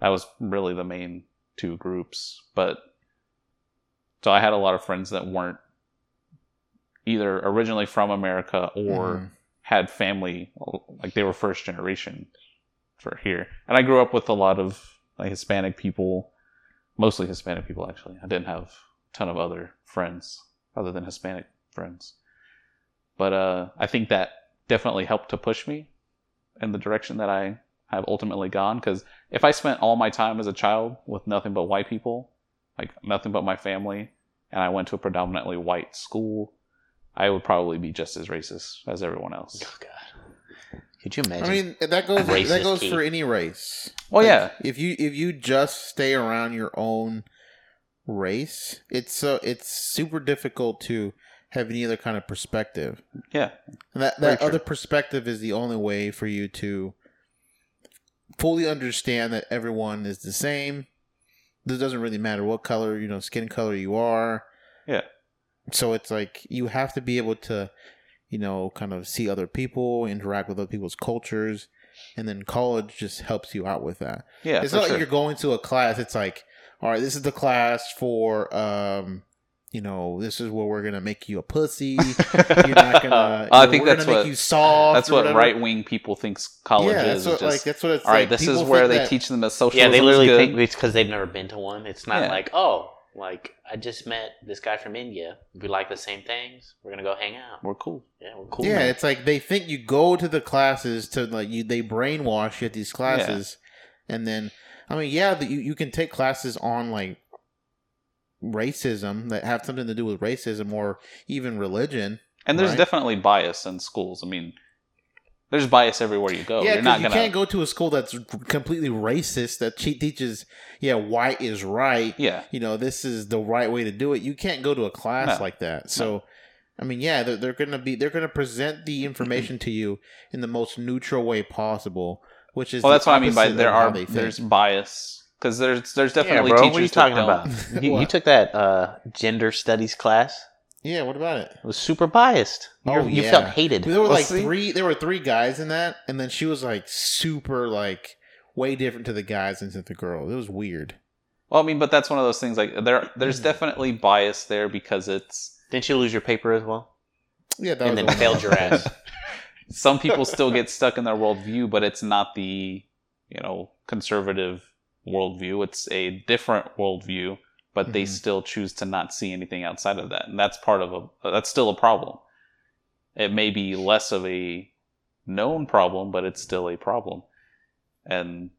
That was really the main two groups. But so I had a lot of friends that weren't either originally from America or
Mhm.
had family like they were first generation for here. And I grew up with a lot of like Hispanic people, mostly Hispanic people actually. I didn't have a ton of other friends other than Hispanic friends. But uh I think that definitely helped to push me in the direction that I have ultimately gone cuz if I spent all my time as a child with nothing but white people, like nothing but my family, and I went to a predominantly white school, I would probably be just as racist as everyone else.
Oh god. Could you imagine?
I mean, that goes that
Racist
goes
key.
for any race.
Well,
Like,
Oh, yeah.
If you if you just stay around your own race, it's so it's super difficult to have any other kind of perspective.
Yeah.
And that
Very
that
true.
other perspective is the only way for you to fully understand that everyone is the same. This doesn't really matter what color, you know, skin color you are.
Yeah.
So it's like you have to be able to, you know, kind of see other people, interact with other people's cultures, and then college just helps you out with that.
Yeah.
it's
for
not
sure.
like
[laughs]
you're going to a class. It's like, all right, this is the class for, um, you know, this is where we're gonna make you a
[laughs]
pussy. You're not gonna.
Uh, I
you know,
think
we're
that's
gonna
what-
make you soft.
That's
or
what
whatever.
right wing people thinks college
Yeah,
is.
that's what,
is just,
like that's what it's
all right,
like.
this is
People
where
think
they
that-
teach them that socialism
yeah, they literally
is good.
think it's because they've never been to one. It's not
Yeah.
like, oh, Like, I just met this guy from India. We like the same things. We're gonna go hang out.
We're cool.
Yeah, we're cool.
yeah,
now.
it's like they think you go to the classes to like you. They brainwash you at these classes, and then I mean, yeah, that you you can take classes on like racism that have something to do with racism or even religion.
And there's
Right.
definitely bias in schools. I mean, there's bias everywhere you go.
yeah,
Oh, You're
'cause
not
you
gonna.
can't go to a school that's completely racist that che- teaches yeah white is right.
yeah,
you know, this is the right way to do it. You can't go to a class
No.
like that. So, I mean, yeah, they're, they're going to be, they're going to present the information to you in the most neutral way possible, which is,
well,
the
that's what I mean by
opposite
there
of how
are
they think.
there's bias because there's there's definitely
yeah, bro,
teachers
what are you
that
talking
don't-
about? [laughs] you, you
What?
took that uh, gender studies class.
yeah, what about it?
It was super biased.
Oh,
You're- you
yeah.
felt hated.
There were
Well,
like
see-
three, there were three guys in that. And then she was like super, like way different to the guys and to the girls. It was weird.
Well, I mean, but that's one of those things. Like there, there's
Mm-hmm.
definitely bias there because it's
Didn't you lose your paper as well?
Yeah. That
And
was
then
the one
failed
I- [laughs]
your ass.
some people still get stuck in their worldview, but it's not the you know conservative worldview. It's a different worldview, but they
Mhm.
still choose to not see anything outside of that, and that's part of a that's still a problem. It may be less of a known problem, but it's still a problem, and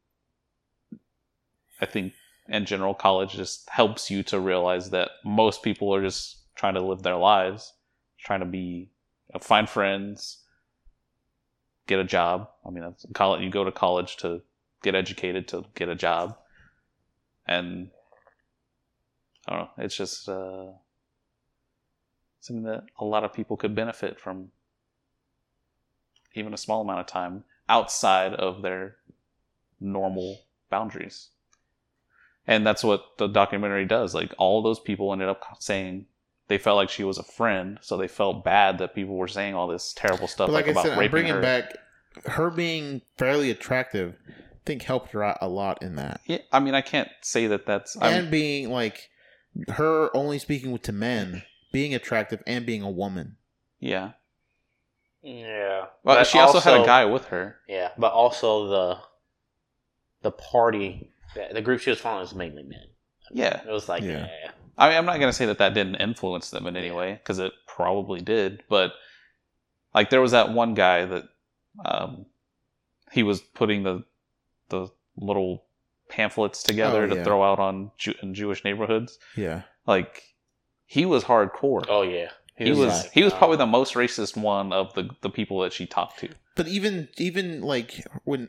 I think in general college just helps you to realize that most people are just trying to live their lives, trying to be find friends, get a job. I mean, that's college. You go to college to get educated to get a job, and I don't know. It's just uh, something that a lot of people could benefit from, even a small amount of time outside of their normal boundaries. And that's what the documentary does. Like all those people ended up saying they felt like she was a friend, so they felt bad that people were saying all this terrible stuff
But
like,
like, I
about
said, I'm
raping
bringing
her.
back her being fairly attractive. I think helped her out a lot in that.
Yeah, I mean, I can't say that that's. I'm,
and being like her only speaking to men, being attractive and being a woman.
yeah.
yeah.
Well,
But
she also, had a guy with her.
Yeah, but also the the party, the- the group she was following was mainly men.
Yeah.
It was like,
Yeah.
yeah.
I mean, I'm not gonna say that that didn't influence them in any way because it probably did, but like there was that one guy that um, he was putting the the little pamphlets together
Oh,
to
yeah.
throw out on Jew- in Jewish neighborhoods.
Yeah.
Like he was hardcore.
oh yeah,
he was uh,
like,
he was probably the
um,
most racist one of the the people that she talked to.
But even even like when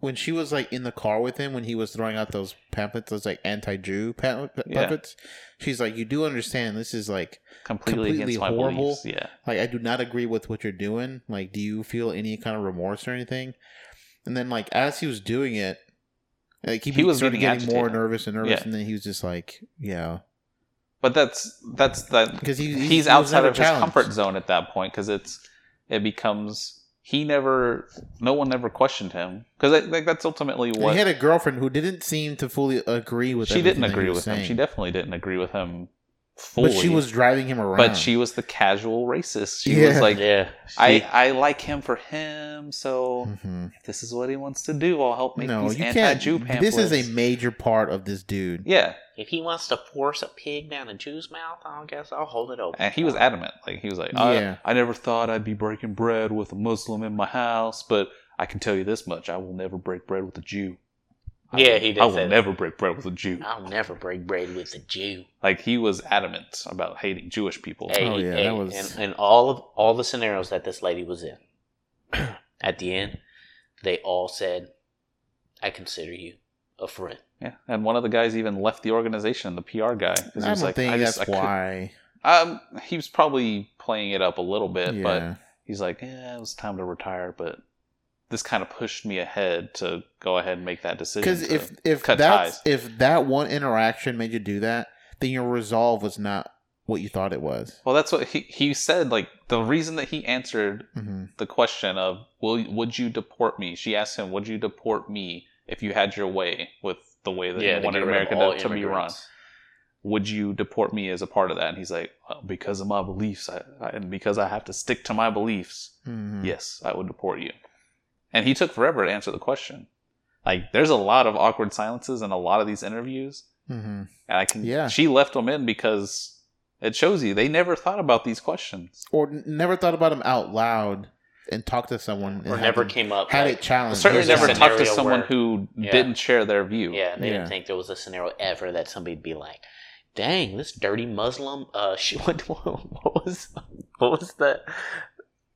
when she was like in the car with him when he was throwing out those pamphlets, those like anti-Jew pam-
Yeah.
pamphlets, she's like, "You do understand this is like
Completely,
Completely
against my
horrible.
beliefs. Yeah.
like I do not agree with what you're doing. Like, do you feel any kind of remorse or anything?" And then like as he was doing it, like he,
He was
was started
getting
getting more
agitated.
nervous and nervous,
Yeah.
and then he was just like, "Yeah,
But that's that's that
because he,
he's,
he- he was
outside
never
of his
challenged.
comfort zone at that point because it's it becomes he never no one never questioned him because like that's ultimately
And
what
He had a girlfriend who didn't seem to fully agree with.
she didn't
everything that he
agree
was
with him.
saying.
She definitely didn't agree with him fully.
but she was driving him around.
but she was the casual racist. She was
Yeah.
like,
yeah.
I
She-
I like him for him, so
Mhm.
if this is what he wants to do, I'll help make
No,
these
you
anti-Jew
can't.
pamphlets.
This is a major part of this dude.
yeah,
if he wants to force a pig down a Jew's mouth, I guess I'll hold it open.
and he was adamant. Like he was like, I,
Yeah.
I never thought I'd be breaking bread with a Muslim in my house, but I can tell you this much: I will never break bread with a Jew. I
Yeah,
will-
he did
I will
say that.
never break bread with a Jew.
I'll never break bread with a Jew.
Like he was adamant about hating Jewish people.
Hey,
Oh, yeah,
hey,
that was-
and, and all of all the scenarios that this lady was
[clears throat]
in, at the end, they all said, "I consider you a friend."
Yeah, and one of the guys even left the organization. The PR guy. 'cause he
I
was
don't
like,
think
I just-
that's
I couldn't-
why.
Um, he was probably playing it up a little bit, but
Yeah,
he's like, yeah, it was time to retire, but this kind of pushed me ahead to go ahead and make that decision.
because
to-
if if
cut ties.
that's if that one interaction made you do that, then your resolve was not what you thought it was.
well, that's what he he said. Like the reason that he answered
hmm
the question of will would you deport me? She asked him, would you deport me if you had your way with the way that you
they
wanted
get rid of
America
all
to, to be run?
immigrants.
Would you deport me as a part of that? And he's like, well, because of my beliefs, I, I, and because I have to stick to my beliefs,
Mm-hmm.
Hmm.
yes, I would deport you. And he took forever to answer the question. Like, there's a lot of awkward silences in a lot of these interviews
Mm-hmm.
And I can.
Yeah.
She left them in because it shows you they never thought about these questions.
Or n- never thought about them out loud and talked to someone. and
Or
had
never
them-
came up.
Had
like-
it challenged.
Certainly
Here's a
never talked to
scenario
someone
where-
who
Yeah.
didn't share their view.
Yeah, they
Yeah.
didn't think there was a scenario ever that somebody'd be like, "Dang, this dirty Muslim." Uh, [laughs] she, what, what was what was the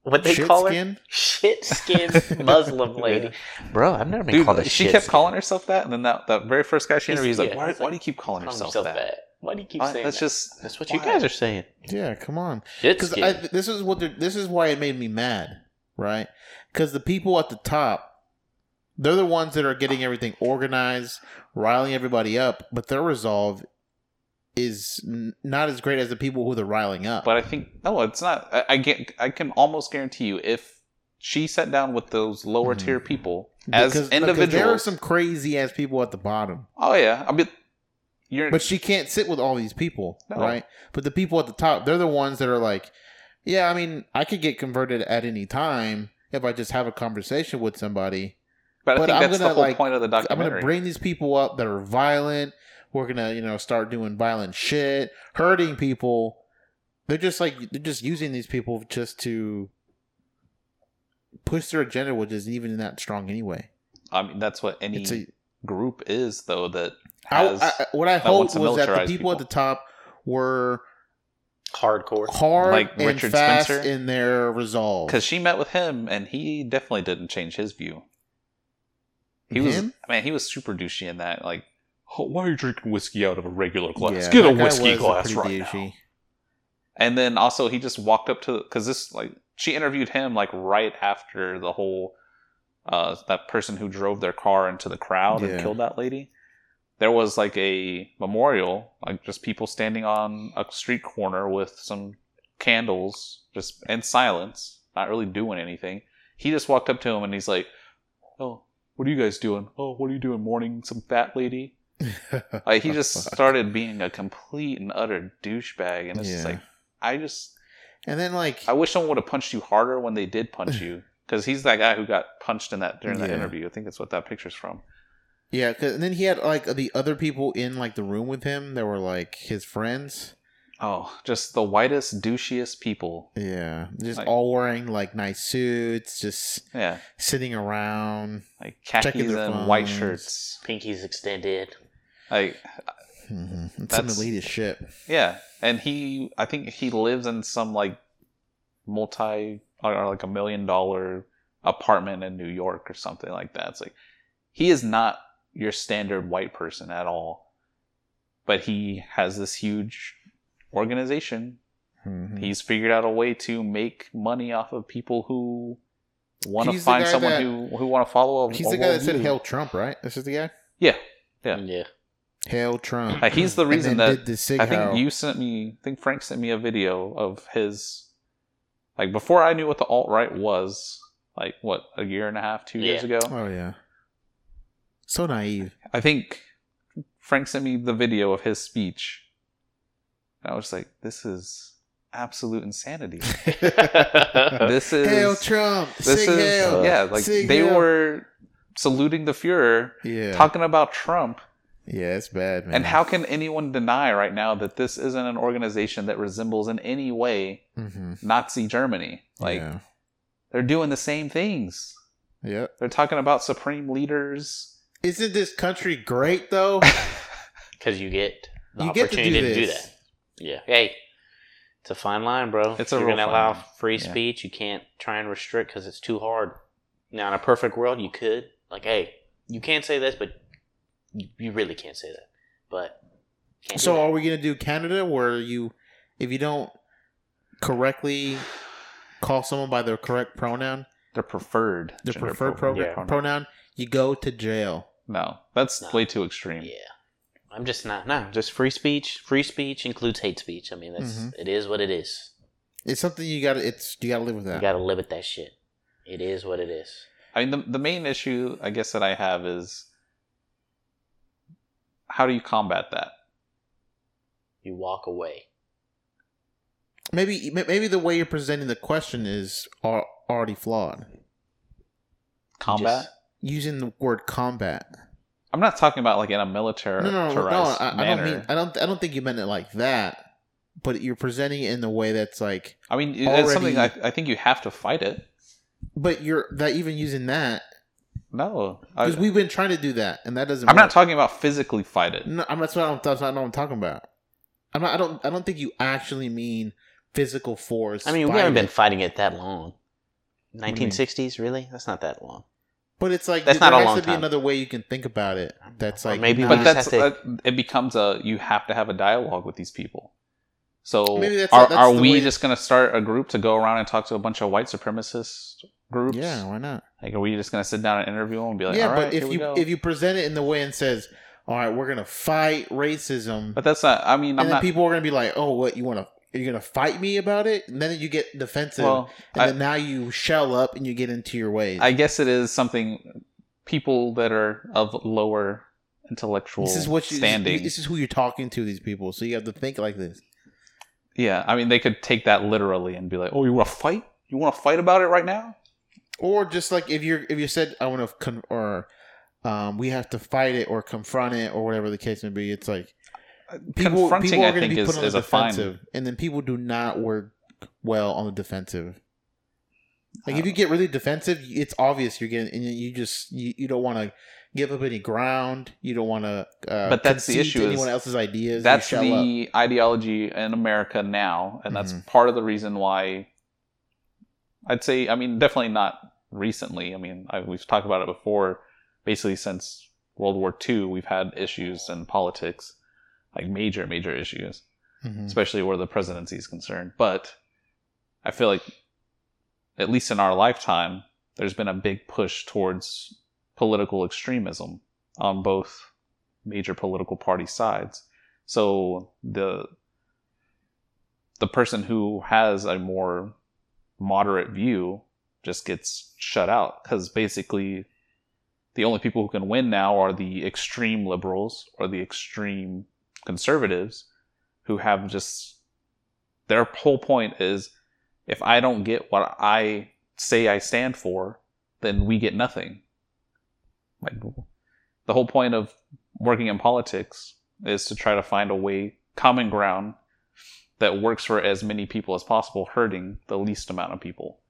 what they
Shit
call her?
skin?
Shit
[laughs]
skinned Muslim lady, bro. I've never been
Dude,
called a
she
shit
kept
skin.
calling herself that, and then that, that very first guy she
He's-
interviewed, he's like,
yeah,
why,
it's
why
like,
do you keep calling
Calling
yourself
yourself
that?
that. Why do you keep
Why-
saying
that's
that?
just
that's what you
why?
guys are saying.
Yeah, come on.
Shit
Because
skin.
this is what they're- this is why it made me mad, right? Because the people at the top, they're the ones that are getting everything organized, riling everybody up, but their resolve is n- not as great as the people who they're riling up.
But I think no, it's not. I, I get. I can almost guarantee you, if she sat down with those lower tier people as
Mm-hmm. Because- because
individuals,
there are some crazy ass people at the bottom,
oh yeah, I mean, you're
but she can't sit with all these people,
Mm. No.
right? But the people at the top, they're the ones that are like, yeah, I mean, I could get converted at any time if I just have a conversation with somebody.
But,
But
I think
I'm
that's
gonna,
the whole
like,
point of the
I'm
documentary.
gonna bring these people up that are violent. We're gonna, you know, start doing violent shit, hurting people. They're just like they're just using these people just to push their agenda, which isn't even that strong anyway.
I mean, that's what any
It's a
group is, though. That
I,
has,
I- what I
wants
hoped
to
was that the
militarize
people, at the
people.
top were
Hardcore.
hard
Like
and
Richard
fast
Spencer?
in their resolve.
because she met with him, and he definitely didn't change his view. He was
Him?
man, he was super douchey in that. Like, "Oh, why are you drinking whiskey out of a regular glass?
Yeah,
Get a
that guy
whiskey
was
glass
pretty
right now.
douchey.
And then also he just walked up to because this like she interviewed him like right after the whole uh that person who drove their car into the crowd
Yeah.
and killed that lady. There was like a memorial, like just people standing on a street corner with some candles, just in silence, not really doing anything. He just walked up to him and he's like, "Oh, what are you guys doing? Oh, what are you doing? Mourning some fat lady?" Like he just started being a complete and utter douchebag, and it's just
Yeah.
like I just
and then like
I wish someone would have punched you harder when they did punch
[sighs]
you because he's that guy who got punched in that during that
Yeah.
interview. I think that's what that picture's from.
Yeah, 'cause- and then he had like the other people in like the room with him that were like his friends.
Oh, just the whitest, douchiest people.
Yeah, just
Like-
all wearing like nice suits, just
Yeah,
sitting around.
like
Checking
khakis and
their
white
phones.
shirts.
Pinkies extended.
Like
Mhm. It's some
That's-
elitist shit.
yeah, and he I think he lives in some like multi or or, like a million dollar apartment in New York or something like that. It's like he is not your standard white person at all, but he has this huge organization
Mhm.
He's figured out a way to make money off of people who want to
He's the
find
guy
someone
that-
who who want to follow. A,
He's
a
the guy that said
worldview.
"Hail Trump," right? This is the guy.
Yeah, Yeah.
Yeah. yeah.
Hail Trump.
Like, Uh, he's the
And
reason
then
that
did the sig
I think
Heil.
you sent me. I think Frank sent me a video of his. Like before, I knew what the alt right was. Like what a year and a half, two years ago.
Oh yeah. So naive.
I think Frank sent me the video of his speech. And I was like, "This is absolute insanity.
[laughs]
[laughs]
this is
Hail Trump.
This
Sig
is uh,
hail.
yeah, like
Sig
they
hail.
were saluting the Fuhrer,
Yeah.
talking about Trump,
yeah, it's bad, man.
and how can anyone deny right now that this isn't an organization that resembles in any way
hmm
Nazi Germany? Like
yeah.
they're doing the same things.
Yep.
They're talking about supreme leaders.
Isn't this country
[laughs]
great though?
Because you get the
You get to do
opportunity to do,
this.
that. Yeah. Hey, it's a fine line, bro.
It's a
You're
real
gonna
fine
allow
line.
free
Yeah.
speech. You can't try and restrict because it's too hard. Now, in a perfect world, you could like, hey, you can't say this, but you, you really can't say that. But can't do
So
that.
are we gonna do Canada where you, if you don't correctly call someone by their correct pronoun,
They're preferred.
their
gender
preferred pro-
pronoun.
yeah.
pronoun, you go to jail.
No, that's
No.
way too extreme.
yeah, I'm just not. No, just free speech. Free speech includes hate speech. I mean, that's
Mm-hmm.
Mhm.
it is what it is.
It's something you got. to It's you got to live with
You
that.
got to live with that shit. It is what it is.
I mean, the the main issue I guess that I have is how do you combat that?
You walk away.
maybe maybe the way you're presenting the question is al- already flawed.
Combat.
Using the word combat.
I I'm not talking about like in a military
no, no, no, no,
terrorized
I, I don't
manner.
mean. I don't. I don't think you meant it like that. But you're presenting it in a way that's like.
I mean, it's something I,
already-
I think you have to fight it.
But you're that even using that
No, I,
because we've been trying to do that, and that doesn't.
I'm
work.
not talking about physically fight it.
No, I'm, that's what I'm. That's not what I'm talking about. I'm not. I don't. I don't think you actually mean physical force.
I mean, we
by
haven't been
it.
fighting it that long. 1960s, really? That's not that long.
But it's like
That's
there
not a
has
long
to be
time.
another way you can think about it. That's
Or
like
maybe
not-
we
but
just
that's
have
uh, it becomes a you have to have a dialogue with these people so
Maybe that's-
are,
that's
are
the
we
way-
just going to start a group to go around and talk to a bunch of white supremacist groups
yeah. Why not?
like are we just going to sit down and interview them and be like
yeah,
all right
but
here
if you
we go
if you present it in the way and says, "All right, we're gonna fight racism,"
but that's not i mean i'm
and then
not
people are gonna be like, "Oh, what you want to?" Are you gonna fight me about it? And then you get defensive,
well
and
I,
then now you shell up and you get into your ways.
I guess it is something people that are of lower intellectual
this is what you,
standing
This is who you're talking to. These people, so you have to think like this.
yeah i mean they could take that literally and be like oh you want to fight you want to fight about it right now
or just like if you're if you said I want to con- or um, we have to fight it or confront it or whatever the case may be. It's like people
confronting
people are
i
going to
think
be
is,
put on
is
the
a fine
defensive, and then people do not work well on the defensive. Like if you get really defensive, it's obvious you're getting, and you just you, you don't want to give up any ground. You don't want to. Uh,
But that's the
concede
issue
to
is-
Anyone else's ideas. you
that's
shell up. Mm-hmm.
the ideology in America now, and that's part of the reason why I'd say, I mean, definitely not recently. I mean, I, we've talked about it before. Basically, since World War II, we've had issues in politics, like major, major issues,
Mhm.
especially where the presidency is concerned. But I feel like, at least in our lifetime, there's been a big push towards political extremism on both major political party sides. So the the person who has a more moderate view just gets shut out because basically the only people who can win now are the extreme liberals or the extreme conservatives who have just their whole point is if I don't get what I say I stand for, then we get nothing. Like the whole point of working in politics is to try to find a way common ground that works for as many people as possible hurting the least amount of people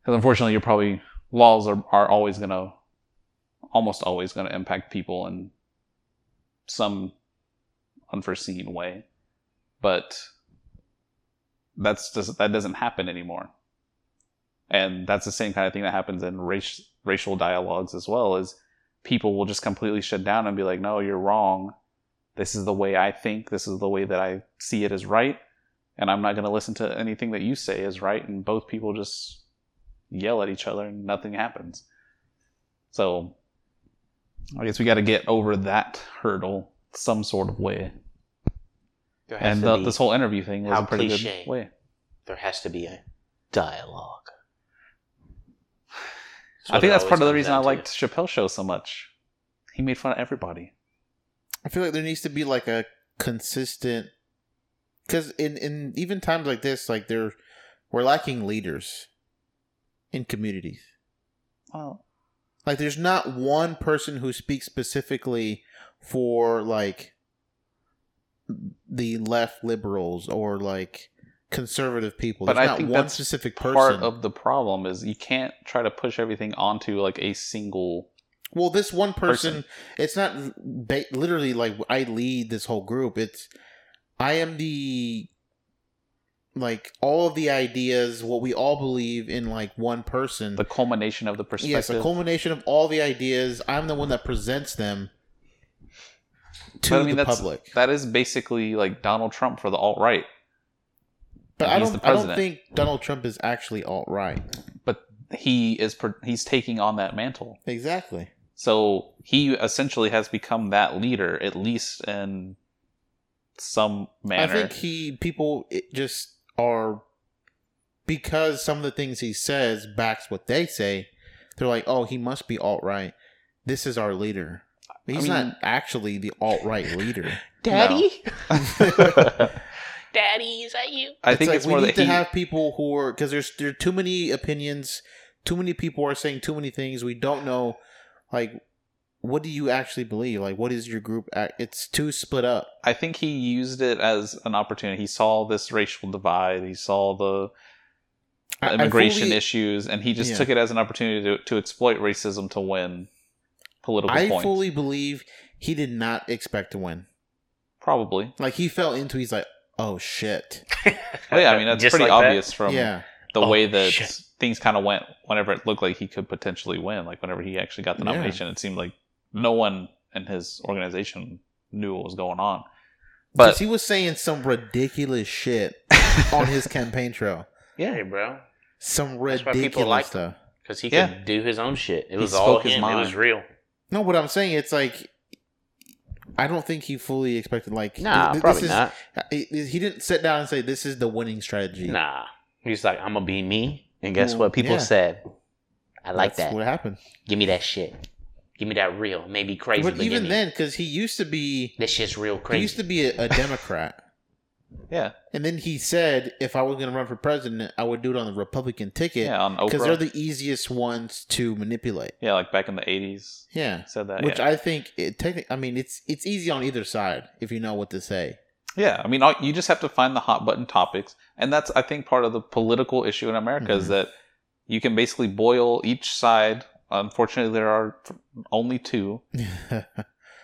because unfortunately you're probably laws are, are always going to almost always going to impact people in some unforeseen way but that's just that doesn't happen anymore and that's the same kind of thing that happens in race, racial dialogues as well is people will just completely shut down and be like, no, you're wrong. This is the way I think. This is the way that I see it is right. And I'm not going to listen to anything that you say is right. And both people just yell at each other and nothing happens. So I guess we got to get over that hurdle some sort of way.
There has,
And
to
the,
be,
this whole interview thing was
how
a pretty
cliche.
good way.
there has to be a dialogue.
I think that's part of the reason I liked
liked.
Chappelle's show so much. He made fun of everybody.
I feel like there needs to be like a consistent because in in even times like this, like there we're lacking leaders in communities.
Well,
Like there's not one person who speaks specifically for like the left liberals or like conservative people.
But
there's
I
not
think
one
that's
specific person.
part of the problem is you can't try to push everything onto like a single
Well, this one person,
person.
it's not ba- literally like I lead this whole group. It's I am the like all of the ideas, what we all believe in, like one person.
the culmination of the perspective.
Mm. Yes, a culmination of all the ideas. I'm the one that presents them to
But, I mean,
the
that's-
public.
That is basically like Donald Trump for the alt right.
but I
he's
don't.
the
I don't
president.
think Donald Trump is actually alt right.
But he is per- he's taking on that mantle.
Exactly.
So he essentially has become that leader, at least in some manner.
I think he people it just are because some of the things he says backs what they say. They're like, oh, he must be alt right. This is our leader. But He's
mean-
not actually the alt right leader.
Daddy?
No.
Daddy, is that you?
I think
like
it's
we
more
need
that
to
he,
have people who are because there's there are too many opinions, too many people are saying too many things. We don't know like what do you actually believe? Like, what is your group? Act? It's too split up.
I think he used it as an opportunity. He saw this racial divide. He saw the the
I- I
immigration
fully-
issues, and he just
Yeah.
took it as an opportunity to, to exploit racism to win political
I
points.
fully believe he did not expect to win.
Probably.
Like he fell into. He's like, oh shit.
But yeah, I mean, that's
Just
pretty
like that?
obvious from
yeah,
the
Oh,
way that
shit.
things kind of went whenever it looked like he could potentially win. Like, whenever he actually got the
Yeah.
nomination, it seemed like no one in his organization knew what was going on.
because
But
he was saying some
[laughs]
ridiculous shit on his campaign trail.
yeah,
Hey, bro.
Some
That's why people
ridiculous
like-
stuff.
Because he
Yeah.
could do his own shit. It
He
was all
spoke his
him. It
mind.
was real.
No, what I'm saying, it's like I don't think he fully expected. Like,
Nah,
th- th-
probably
this is-
not.
He he didn't sit down and say this is the winning strategy.
Nah. He's like, I'm going to be me. And guess
Well,
what? People
yeah.
said, I like
That's
that.
What happened?
Give me that shit. Give me that real. Maybe crazy.
but even
then,
then, because he used to be
this shit's real
he
crazy.
used to be a, a Democrat, [laughs]
yeah,
and then he said if I was going to run for president, I would do it on the Republican ticket
yeah, on
because they're
Oprah.
the easiest ones to manipulate.
yeah, like back in the 80s,
Yeah,
said that.
which
yeah.
I think it technically, I mean, it's it's easy on either side if you know what to say.
Yeah, I mean, all- you just have to find the hot button topics, and that's I think part of the political issue in America is
Mhm.
that you can basically boil each side. Unfortunately, there are only two.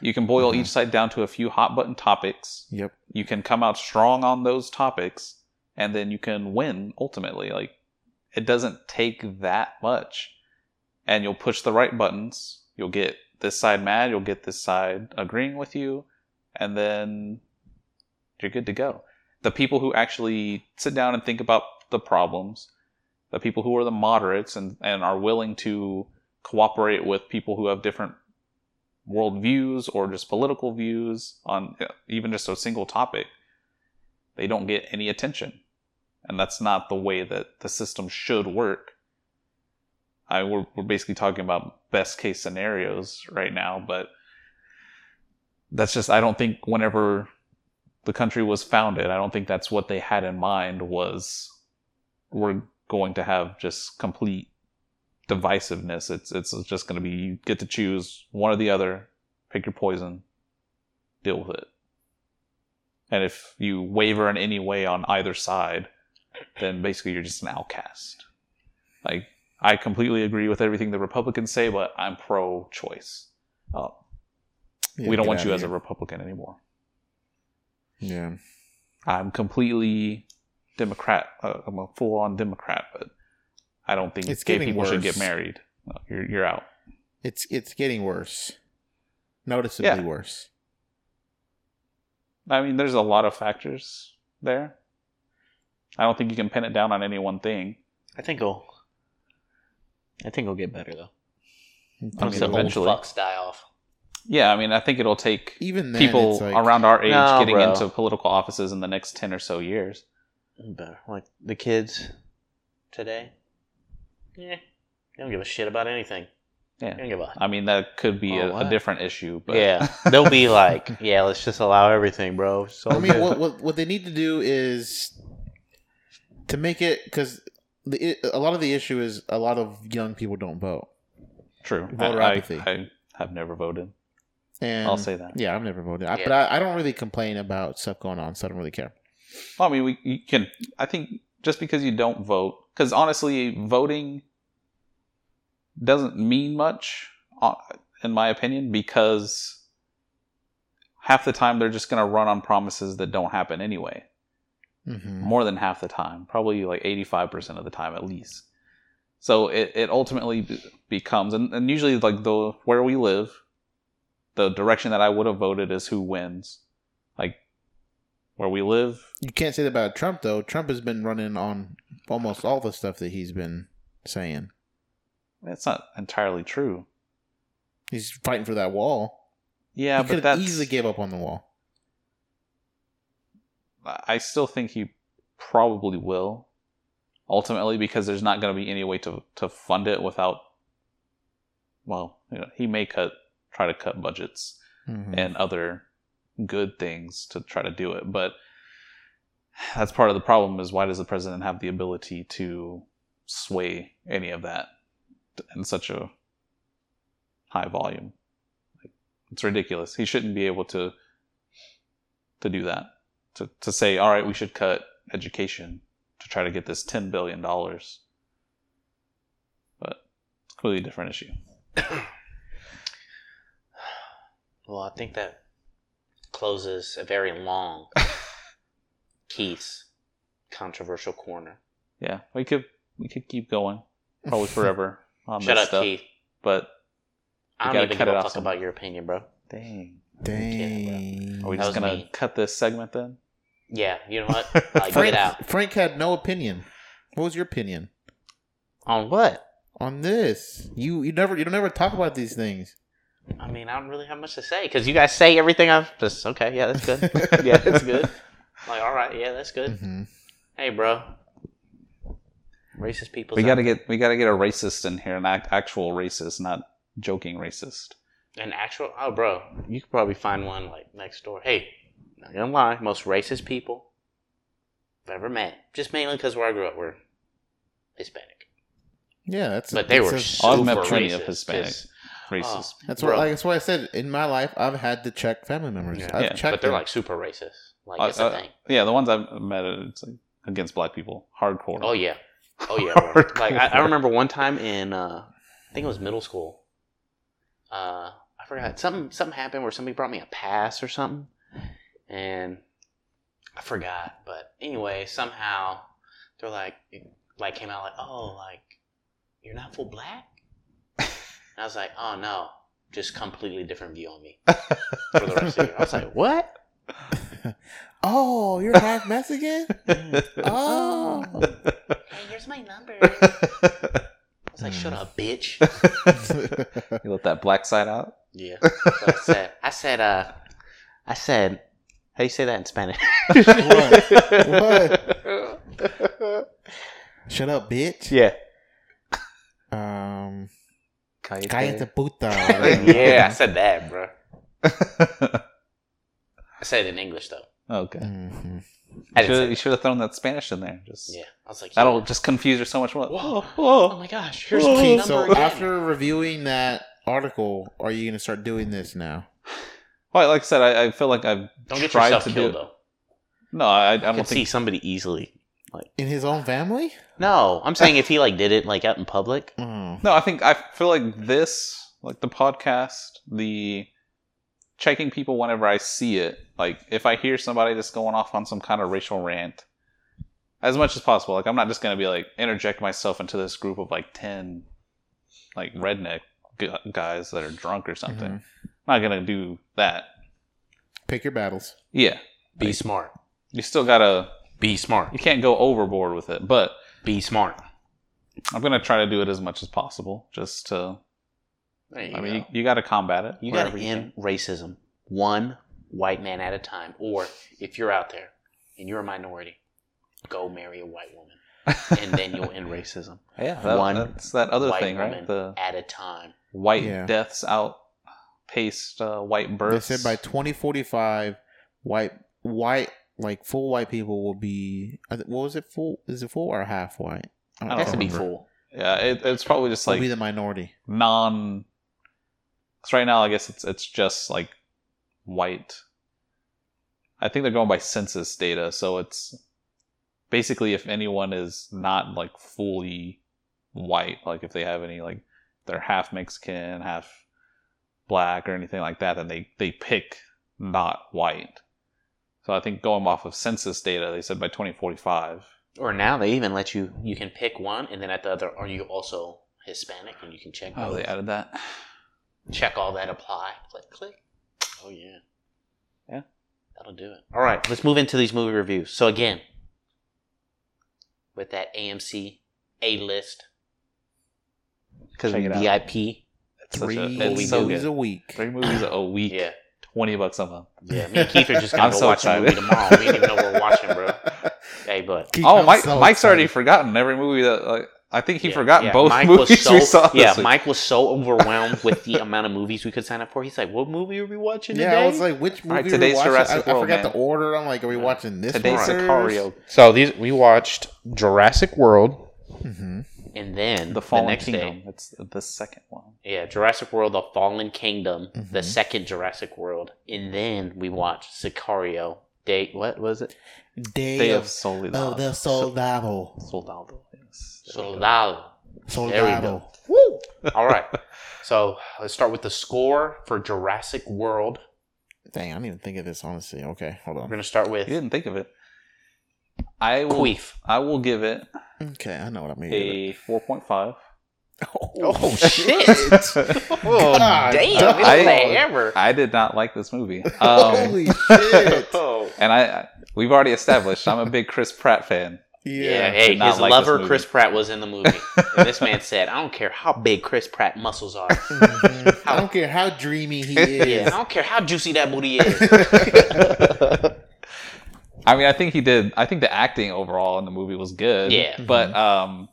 You can boil each side down to a few hot button topics.
yep.
You can come out strong on those topics, and then you can win ultimately. Like it doesn't take that much, and you'll push the right buttons. You'll get this side mad. You'll get this side agreeing with you, and then you're good to go. The people who actually sit down and think about the problems, the people who are the moderates and, and are willing to cooperate with people who have different worldviews or just political views on uh, even just a single topic, they don't get any attention. And that's not the way that the system should work. I we're, we're basically talking about best case scenarios right now, but that's just I don't think whenever the country was founded, I don't think that's what they had in mind was we're going to have just complete divisiveness. It's it's just going to be you get to choose one or the other, pick your poison, deal with it. And if you waver in any way on either side, then basically you're just an outcast. Like I completely agree with everything the Republicans say, but I'm pro-choice. Oh,
Yeah,
we don't
get
want
out
you
of
as a
here.
Republican anymore.
yeah.
I'm completely Democrat. Uh, I'm a full-on Democrat, but I don't think
It's
gay
getting
people should get
worse.
married. No, you're you're out.
It's it's getting worse, noticeably
Yeah.
worse.
I mean, there's a lot of factors there. I don't think you can pin it down on any one thing.
I think he'll. I think he'll get better though.
I mean,
Some old
eventually.
fucks die off.
Yeah, I mean, I think it'll take
Even then,
people
it's like,
around our age
Nah,
getting
bro.
into political offices in the next 10 or so years.
Better. Like the kids today. Yeah. They don't give a shit about anything.
Yeah.
They don't give a
I mean, that could be a,
Oh,
a
what?
different issue, but
[laughs] Yeah. They'll be like, Yeah, let's just allow everything, bro. So
[laughs]
I mean, what, what what they need to do is to make it because the i- a lot of the issue is a lot of young people don't vote,
[laughs] true. I,
Voter
I-
apathy.
I have never voted.
and
I'll say that.
Yeah, I've never voted, I,
Yeah.
but I, I don't really complain about stuff going on, so I don't really care.
Well, I mean, we you can. I think just because you don't vote, because honestly, voting doesn't mean much, uh, in my opinion, because half the time they're just going to run on promises that don't happen anyway.
Mm-hmm.
More than half the time, probably like eighty-five percent of the time at least. So it, it ultimately be- becomes, and, and usually like the where we live, the direction that I would have voted is who wins. Like where we live,
You can't say that about Trump though. Trump has been running on almost all the stuff that he's been saying.
That's not entirely true.
He's fighting for that wall.
Yeah,
he
but
could
that's.
easily gave up on the wall.
I still think he probably will, ultimately, because there's not going to be any way to to fund it without. Well, you know, he may cut, try to cut budgets
Mhm.
and other good things to try to do it, but that's part of the problem. Is why does the president have the ability to sway any of that in such a high volume? It's ridiculous. He shouldn't be able to to do that. To to say, all right, we should cut education to try to get this ten billion dollars. But it's clearly a different issue.
Well, I think that closes a very long [laughs] Keith's controversial corner.
Yeah. We could we could keep [laughs] going. Probably forever on
Shut
this
up,
stuff.
Keith.
But
I don't
gotta
even
cut
give a
it
fuck
off some-
about your opinion, bro.
dang.
Dang.
Are we
That
just
was
gonna
mean.
cut this segment then?
Yeah, [laughs] you know what? Like,
Frank,
get out.
Frank had no opinion. What was your opinion
On what?
on this? You you never you don't ever talk about these things.
I mean, I don't really have much to say because you guys say everything. I've just okay. Yeah, that's [laughs] good. yeah, that's good. Like, all right. Yeah, that's good.
hmm
Hey, bro. Racist people.
we gotta get we gotta get a racist in here, an act, actual racist, not joking racist.
an actual. Oh, bro, you could probably find one like next door. Hey, not gonna lie, most racist people I've ever met. Just mainly because where I grew up, we're Hispanic,
Yeah, that's
but they
that's
were
a-
super
I've met plenty
racist,
of Hispanic
just-
Racist.
That's
Bro.
what, like, that's why I said in my life I've had to check family members.
Yeah.
I've
Yeah, but
checked
but they're
them.
like super racist. Like it's
Uh,
a
uh,
thing.
yeah, the ones I've met it's like against black people, hardcore.
Oh yeah, oh yeah. bro. like I, I remember one time in, uh, I think it was middle school. Uh, I forgot something. Something happened where somebody brought me a pass or something, and I forgot. But anyway, somehow they're like, like came out like, oh, like you're not full black. And I was like, oh no, just completely different view on me for the rest of the year. I was like, what?
oh, you're half Mexican.
[laughs]
oh, [laughs]
Hey, here's my number. I was like, shut up, bitch.
you let that black side out.
Yeah. I said, I said, uh, I said, how do you say that
[laughs]
in Spanish?
what? What? Shut up, bitch.
yeah.
Um,
Cállate.
cállate
[laughs]
puta.
yeah, I said
[laughs]
that, bro. I said it in English, though.
okay.
Mhm.
I didn't
Should've-
say
you
that.
should have thrown that Spanish in there. Just
Yeah. I was like,
that'll
yeah.
just confuse her so much more. [laughs]
Whoa. Oh
whoa.
my gosh. Here's my
Okay,
number
so
again.
after reviewing that article, are you gonna start doing this now?
Well, like I said, I, I feel like I've
Don't get
tried
yourself
to
killed,
do.
though.
No, I, I
I can
don't
see
think.
somebody easily.
In his own family?
No, I'm saying if he, like, did it, like, out in public.
Oh.
No, I think I feel like this, like the podcast, the checking people whenever I see it. Like if I hear somebody that's going off on some kind of racial rant, as much as possible. Like I'm not just gonna be like interject myself into this group of like ten, like redneck gu guys that are drunk or something.
Mhm.
Mm-hmm.
I'm not gonna do that.
Pick your battles.
Yeah,
Be smart.
you still gotta.
Be smart.
You can't go overboard with it, but
Be smart.
I'm gonna try to do it as much as possible. Just to,
There you
I mean,
go.
you, you gotta combat it.
You
wherever
gotta
can.
end racism one white man at a time. Or if you're out there and you're a minority, go marry a white woman. And then you'll end racism.
Yeah, that,
One
that's that [laughs] other
white
thing,
woman
right? The
at a time.
white
Yeah.
deaths outpaced uh, white
They
births.
said by 2045, white, white, like full white people will be. I thi- What was it? Full? Is it full or half white?
I don't
It has to be
remember.
full.
yeah, it, it's probably just
Will
like
be the minority.
non. Because right now, I guess it's it's just like white. I think they're going by census data, so it's basically if anyone is not like fully white, like if they have any like they're half Mexican, half black, or anything like that, then they they pick not white. So I think going off of census data, they said by 2045.
Or now they even let you you can pick one and then at the other are you also Hispanic and you can check
Oh,
both.
they added that.
check all that apply. Click click. Oh yeah.
Yeah.
That'll do it. All right, let's move into these movie reviews. So again, with that AMC A list because
Check it out.
VIP.
It's, such
Three
a, it's
movies
so good.
a week.
Three movies a week.
Yeah,
Twenty bucks a month.
yeah. Me and Keith are just gonna
I'm
go
so
watch a movie
excited.
tomorrow. We didn't even know we're watching,
[laughs]
bro. Hey, but
Keith,
Oh,
I'm
Mike,
so
Mike's already
excited.
forgotten every movie that like, I think he
Yeah,
forgot
yeah.
both movies
was so,
we saw.
[laughs] Yeah,
this week.
Mike was so overwhelmed with the amount of movies we could sign up for. He's like, "What movie are we watching
Yeah,
today?"
I was like, which movie
All right,
are we
today's
watching? I,
Jurassic
I
World,
forgot
man.
the order. I'm like, are we watching this
Today's
one
Sicario,
So these we watched Jurassic World,
hmm
and then
The Fallen
next
Kingdom.
day,
It's the second one.
Yeah, Jurassic World: The Fallen Kingdom, the second Jurassic World, and then we watched Sicario. Day, what was it?
Day,
Day
of,
of Soledad.
of the Soldado.
Soldado. Yes.
Soldado.
Soldado.
go.
[laughs]
All right, so let's start with the score for Jurassic World.
Dang, I didn't even think of this, honestly. Okay, hold
We're
on.
gonna start
You
with
didn't think of it. I will.
Queef.
I will give it
Okay, I know what I mean.
a four point
[laughs]
five.
Oh,
Oh shit! oh
God.
damn!
I-
It's the
[laughs]
hammer.
I did not like this movie. Um, [laughs]
Holy shit.
Oh.
and I, I- we've already established I'm a big Chris Pratt fan.
Yeah,
Yeah.
hey,
did not
his
like this
lover
movie.
Chris Pratt was in the movie. and this man said, "I don't care how big Chris Pratt muscles are.
Mhm. I don't care how dreamy he
Yeah, I
is.
don't care how juicy that booty is."
I mean, I think he did. I think the acting overall in the movie was good.
Yeah.
But um,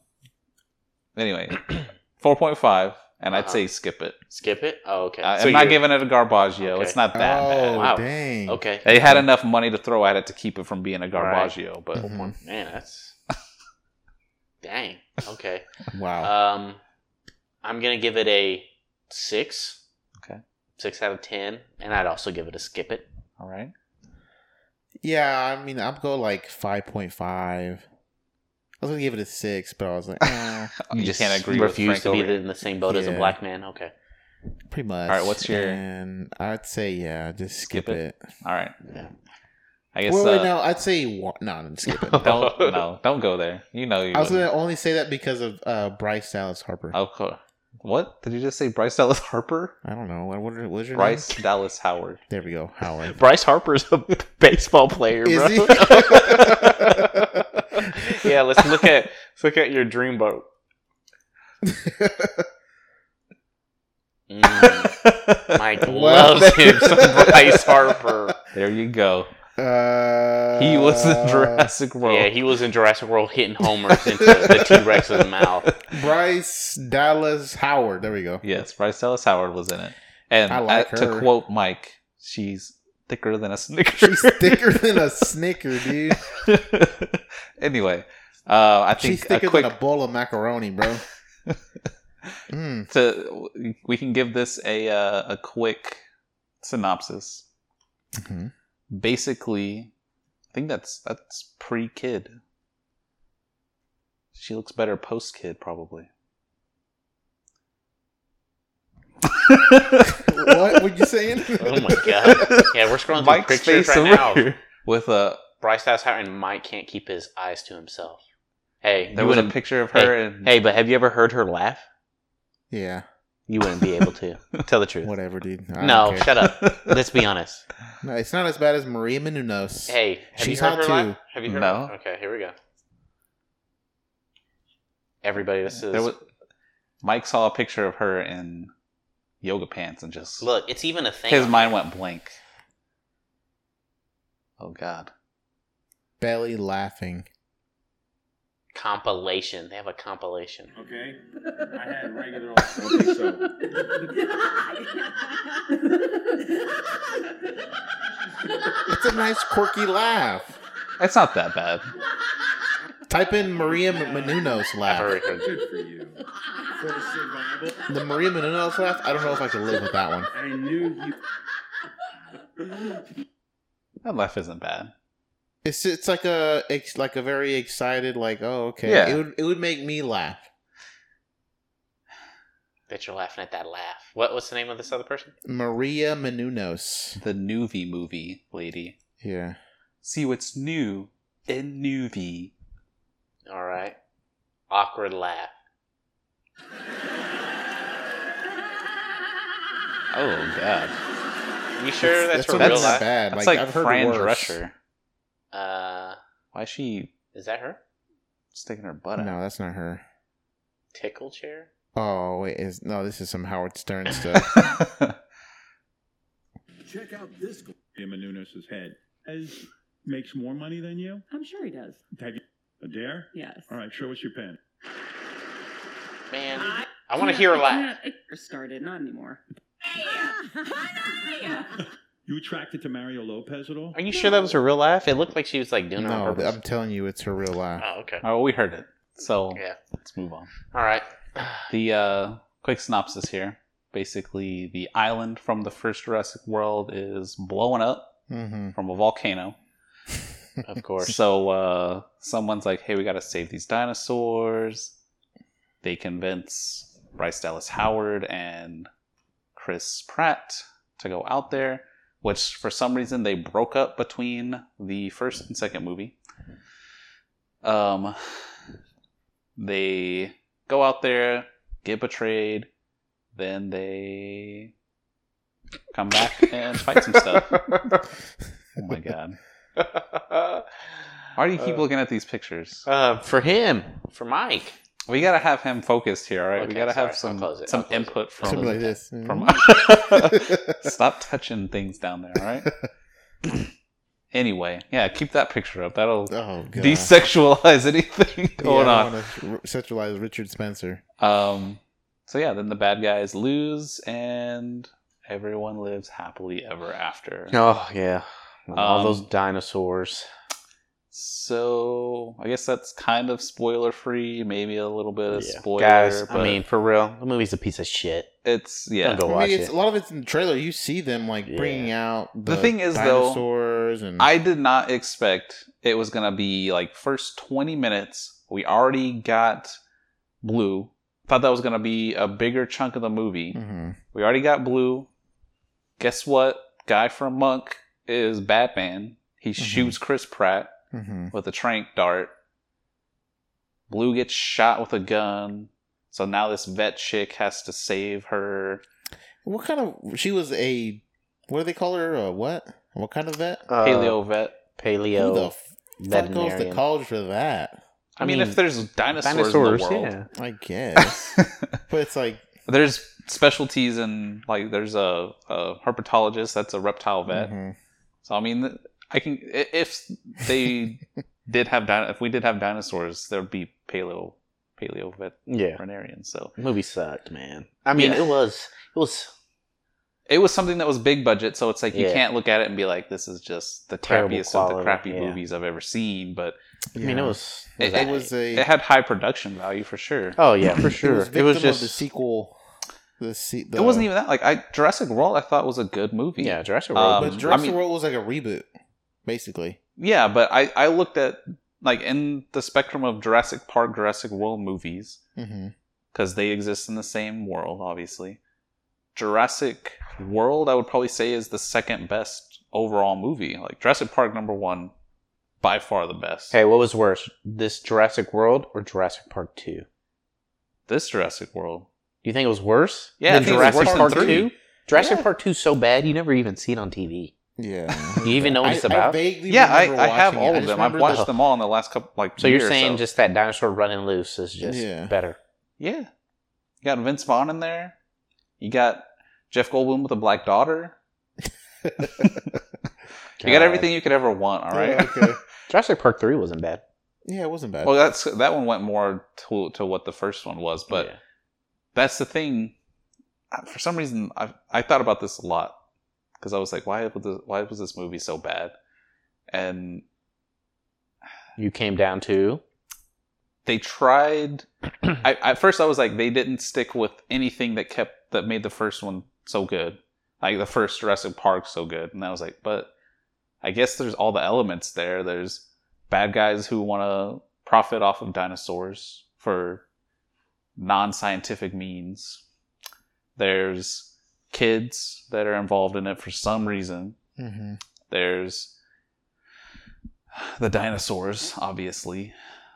anyway, [clears throat] four point five, and I'd
Uh-huh.
say skip it.
Skip it. Oh, okay.
I-
So
I'm not
you're-
giving it a garbaggio.
Okay.
It's not that
oh,
bad.
Wow.
dang.
Okay.
They had enough money to throw at it to keep it from being a
Right.
garbaggio, but
Mhm.
Man, that's
[laughs]
dang. Okay.
Oh. Uh,
Wow.
Um, I'm gonna give it a six.
Okay.
Six out of ten, and I'd also give it a skip it.
all right.
yeah, I mean, I'll go like 5.5. I was going to give it a 6, but I was like,
[laughs]
eh,
Uh, You just can't agree with
refuse to
Frank
be
over-
in the same boat as a
Yeah.
black man. Okay.
pretty much.
All right, what's your-
And I'd say, yeah, just skip,
Skip
it.
All right.
Yeah.
I guess
Well,
uh,
wait, no, I'd say, wa- no, no, skip it.
[laughs] don't no, don't go there. You know you.
I was going
wouldn't.
to only say that because of uh, Bryce Dallas Harper.
Of course. What did you just say? Bryce Dallas Harper?
I don't know. What, what, what is your
Bryce
name?
Dallas Howard.
There we go. Howard.
Bryce Harper's
[laughs]
a baseball player,
Is he? [laughs]
yeah, let's look at let's look at your dream boat.
[laughs]
Mm, Mike
Well,
[laughs]
loves him some Bryce Harper.
There you go.
Uh,
[laughs] He was in Jurassic World.
Yeah, he was in Jurassic World hitting homers into the T Rex's mouth.
Bryce Dallas Howard. There we go.
yes, Bryce Dallas Howard was in it. And
I like
uh,
her.
to quote Mike, she's thicker than a Snicker.
She's thicker than
[laughs]
a snicker, dude.
[laughs] anyway, uh, I think
She's thicker
a quick
than a bowl of
[laughs]
macaroni, bro. mm,
to we can give this a uh, a quick synopsis.
Mhm.
Basically, I think that's that's pre kid. She looks better post kid,
[laughs]
probably.
what were you saying?
[laughs] Oh my god! Yeah, we're scrolling
Mike's
through
face
pictures right
over
now.
here with a
Bryce Dallas Howard and Mike can't keep his eyes to himself. Hey,
there
you
was a
wouldn't-
picture of
hey,
her and
Hey, but have you ever heard her laugh?
[laughs] yeah,
You wouldn't be able to. Tell the truth.
whatever, dude. I
No,
don't care.
shut up. Let's be honest.
no, it's not as bad as Maria Menounos.
Hey, have
She's
you heard
hot
her
too.
laugh? Have you heard?
No.
Okay, here we go. Everybody, this is
there was Mike saw a picture of her in yoga pants and just
look. It's even a thing.
his mind went blank. Oh God.
Belly laughing.
compilation. They have a compilation.
Okay. I had regular. Okay, so
It's a nice quirky laugh.
It's not that bad.
Type in Maria Menounos
I've
laugh.
already heard.
good for you. For the survival.
The Maria Menounos laugh. I don't know if I could live with that one.
I knew you.
That laugh isn't bad.
It's it's like a it's like a very excited like oh okay
Yeah.
it would it would make me laugh.
that you're laughing at that laugh. What What's the name of this other person?
Maria Menounos.
The Nuvi movie lady.
Yeah.
See what's new in Nuvi.
All right, awkward laugh.
Oh god.
You sure that's,
That's,
her
that's
real
not
laugh?
bad.
That's
Like,
like,
I've heard
Fran
worse.
Drescher.
Uh,
Why is she
is that her?
sticking her butt out?
No, that's not her.
Tickle chair.
Oh wait, is no, this is some Howard Stern stuff.
Check out this.
Jim Menounos' head. As makes more money than you.
I'm sure he does.
Have you a dare?
Yes.
All right, show us your pen.
Man, I want to hear her laugh.
It started, not anymore. [laughs]
You attracted to Mario Lopez at all?
Are you sure that was her real laugh? It looked like she was like doing it on
no,
purpose.
I'm telling you, it's her real laugh.
Oh, okay.
[laughs] oh, we heard it. So
Yeah.
let's move on.
[laughs] All right.
The uh, quick synopsis here. Basically, the island from the first Jurassic World is blowing up
Mm-hmm.
from a volcano.
Of course.
So uh, someone's like, "Hey, we got to save these dinosaurs." They convince Bryce Dallas Howard and Chris Pratt to go out there, which for some reason they broke up between the first and second movie. Um, they go out there, get betrayed, then they come back and fight some stuff. Oh my god! Why do you keep looking at these pictures?
[laughs] Uh, for him, for Mike.
We gotta have him focused here, all right? we
Okay,
gotta
sorry.
have
I'll
some
close it. I'll
some
close it.
input
Something
from
like this.
[laughs] from. [laughs] Stop touching things down there, all right?
[laughs]
[clears throat] anyway, yeah, keep that picture up. That'll
oh god.
desexualize [laughs] anything
Yeah,
going
I
on.
don't wanna Sexualize Richard Spencer.
Um, so yeah, then the bad guys lose, and everyone lives happily ever after.
Oh yeah, all
Um,
those dinosaurs.
So I guess that's kind of spoiler free. Maybe a little bit of
Yeah.
spoiler.
Guys,
but
I mean, for real, the movie's a piece of shit.
it's yeah.
Don't go
I
watch
mean, it's
it.
a lot of it's in the trailer. You see them like
Yeah.
bringing out the,
The thing is, though,
dinosaurs and
I did not expect it was gonna be like first twenty minutes. We already got blue. Thought that was gonna be a bigger chunk of the movie.
Mhm.
We already got blue. Guess what? Guy from Monk is Batman. He shoots Chris Pratt
Mhm.
with a trank dart. Blue gets shot with a gun. So now this vet chick has to save her.
what kind of she was a what do they call her? A what? What kind of vet?
Uh,
Paleo vet.
Who the
paleo,
f- fuck goes to
veterinarian.
college for that?
I, mean, if there's dinosaurs, in the world,
I
[laughs]
guess, but it's like
there's specialties in like there's a, a herpetologist that's a reptile vet.
Mm-hmm.
mhm.
So I mean, I can i- if
[laughs]
they did have din- if we did have dinosaurs, there would be paleo paleo
yeah, yeah.
veterinarians. So
Movie sucked, man. I mean,
Yeah.
it was, it was
it was something that was big budget. So it's like you
Yeah.
can't look at it and be like, this is just the
Terrible
crappiest of the
quality,
crappy
yeah.
movies I've ever seen. But
I mean, it
Yeah.
was.
It-
It was a.
it had high production value for sure.
oh yeah, for sure.
It was,
It was,
victim of
just
the sequel. The, se- the
It wasn't even that. Like I Jurassic World, I thought was a good movie.
yeah,
Um,
Jurassic World.
But
I
Jurassic
mean-
World was like a reboot, basically.
Yeah, but I, I looked at like in the spectrum of Jurassic Park, Jurassic World movies
Mm-hmm.
because they exist in the same world, obviously. Jurassic World, I would probably say, is the second best overall movie. Like Jurassic Park, number one, by far the best.
hey, what was worse, this Jurassic World or Jurassic Park Two?
This Jurassic World,
Do you think it was worse?
Yeah, I
than
think it was
Jurassic
worse than
Park
three.
Two. Jurassic
Yeah.
Park Two so bad you never even see it on TV.
[laughs] Yeah.
Do you even know what
I,
it's
I
about?
vaguely
yeah, I,
remember
I have
watching
all
it. I
of
just
them. I've
remember
watched
the-
them all in the last couple like.
so you're
year or
saying
so.
just that dinosaur running loose is just
Yeah.
better?
yeah? You got Vince Vaughn in there. You got Jeff Goldblum with a black daughter. You got
God.
everything you could ever want. All right.
Yeah, okay.
Jurassic Park Three wasn't bad,
[laughs] yeah, it wasn't bad.
Well, that's that one went more to to what the first one was, but
Yeah.
that's the thing. I- For some reason, I I thought about this a lot because I was like, why was this, why was this movie so bad? And
you came down to
they tried. I at first I was like, they didn't stick with anything that kept that made the first one so good, like the first Jurassic Park so good, and I was like, but I guess there's all the elements there. There's bad guys who want to profit off of dinosaurs for non-scientific means. There's kids that are involved in it for some reason.
mm-hmm.
There's the dinosaurs, obviously.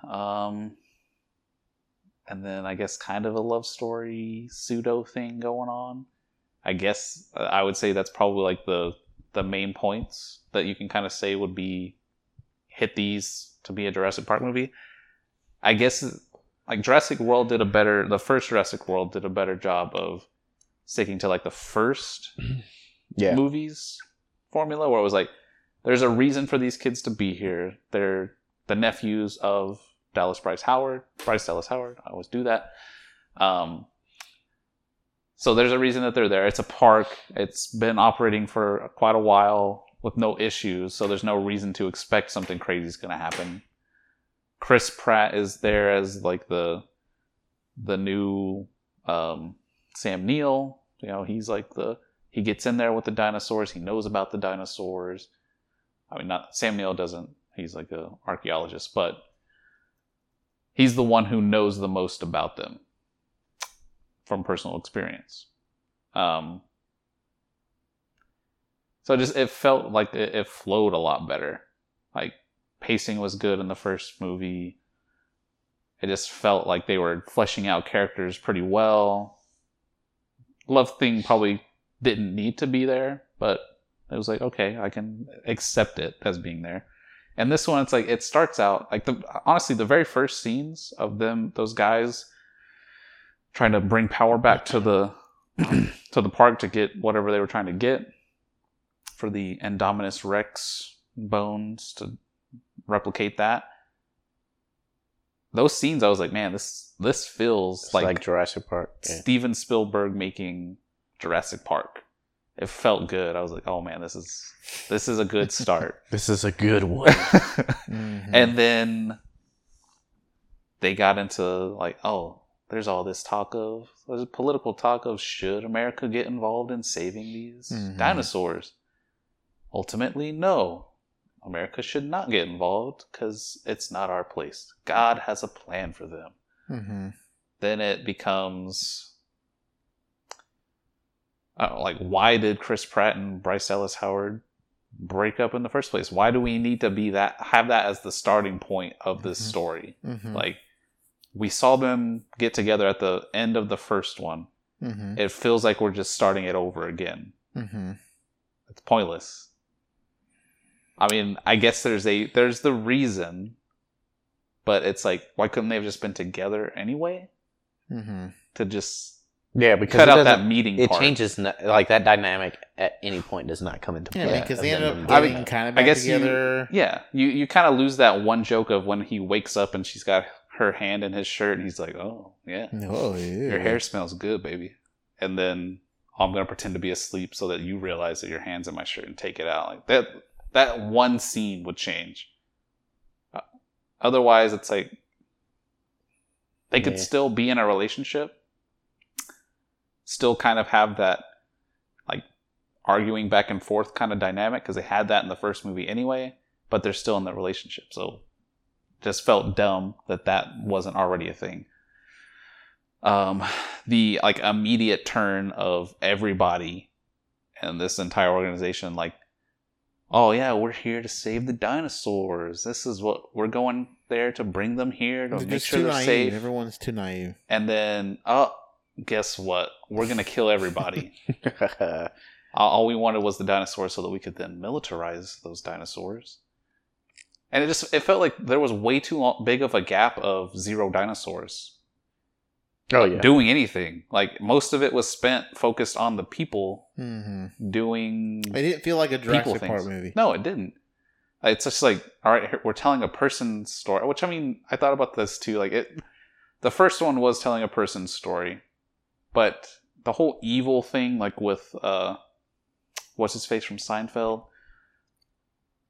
Um, and then I guess kind of a love story pseudo thing going on. I guess uh, I would say that's probably like the the main points that you can kind of say would be hit these to be a Jurassic Park movie. I guess like Jurassic World did a better the first Jurassic World did a better job of sticking to like the first
yeah.
movies formula where it was like there's a reason for these kids to be here they're the nephews of dallas bryce howard bryce dallas howard i always do that um, so there's a reason that they're there it's a park it's been operating for quite a while with no issues so there's no reason to expect something crazy is going to happen chris pratt is there as like the the new um, sam neill You know, he's like the he gets in there with the dinosaurs. He knows about the dinosaurs. I mean, not Sam Neill doesn't. He's like a archaeologist, but he's the one who knows the most about them from personal experience. Um, so just it felt like it, it flowed a lot better. Like pacing was good in the first movie. It just felt like they were fleshing out characters pretty well. Love thing probably didn't need to be there, but it was like okay, I can accept it as being there. And this one, it's like it starts out like the honestly the very first scenes of them those guys trying to bring power back to the to the park to get whatever they were trying to get for the Indominus Rex bones to replicate that. Those scenes, I was like, man, this this feels
It's
like,
like, Jurassic Park. Yeah.
Steven Spielberg making Jurassic Park. It felt good. I was like, oh man, this is this is a good start.
This is a good one.
[laughs] and then they got into like oh there's all this talk of there's political talk of should america get involved in saving these
Mhm.
dinosaurs ultimately no america should not get involved because it's not our place god has a plan for them
Mm-hmm.
then it becomes I don't know, like why did Chris Pratt and Bryce Ellis Howard break up in the first place? Why do we need to be that have that as the starting point of this
Mhm.
story?
Mm-hmm.
Like we saw them get together at the end of the first one.
mm-hmm.
It feels like we're just starting it over again.
Mm-hmm.
It's pointless. I mean, I guess there's a there's the reason, but it's like why couldn't they have just been together anyway
Mm-hmm.
to just
[laughs] yeah, because
cut
it
out that
doesn't-
meeting
It
part.
changes no- like that dynamic at any point does not come into play.
Yeah, because
of
they ended
them
up
doing
getting
that.
kind of
I
back
guess you-
together.
Yeah, you you kind of lose that one joke of when he wakes up and she's got her hand in his shirt and he's like, "Oh yeah,
Oh, yeah.
your hair smells good, baby," and then I'm gonna pretend to be asleep so that you realize that your hands in my shirt and take it out. Like that that one scene would change. Uh, Otherwise, it's like they could
Yeah.
still be in a relationship, still kind of have that like arguing back and forth kind of dynamic because they had that in the first movie anyway, but they're still in the relationship. So just felt dumb that that wasn't already a thing. Um, the like immediate turn of everybody and this entire organization, like, oh yeah, we're here to save the dinosaurs. This is what we're going there to bring them here to
They're
make
just
sure
too
they're
naive.
safe
Everyone's too naive.
and then oh guess what we're gonna kill everybody all, all we wanted was the dinosaurs so that we could then militarize those dinosaurs and it just it felt like there was way too long, big of a gap of zero dinosaurs
oh yeah,
doing anything like most of it was spent focused on the people
Mm-hmm.
doing
It didn't feel like a
people
Jurassic
things.
Park movie.
No, it didn't. Uh, It's just like, all right, here- we're telling a person's story. Which I mean, I thought about this too. Like it, the first one was telling a person's story, but the whole evil thing, like with uh, what's his face from Seinfeld,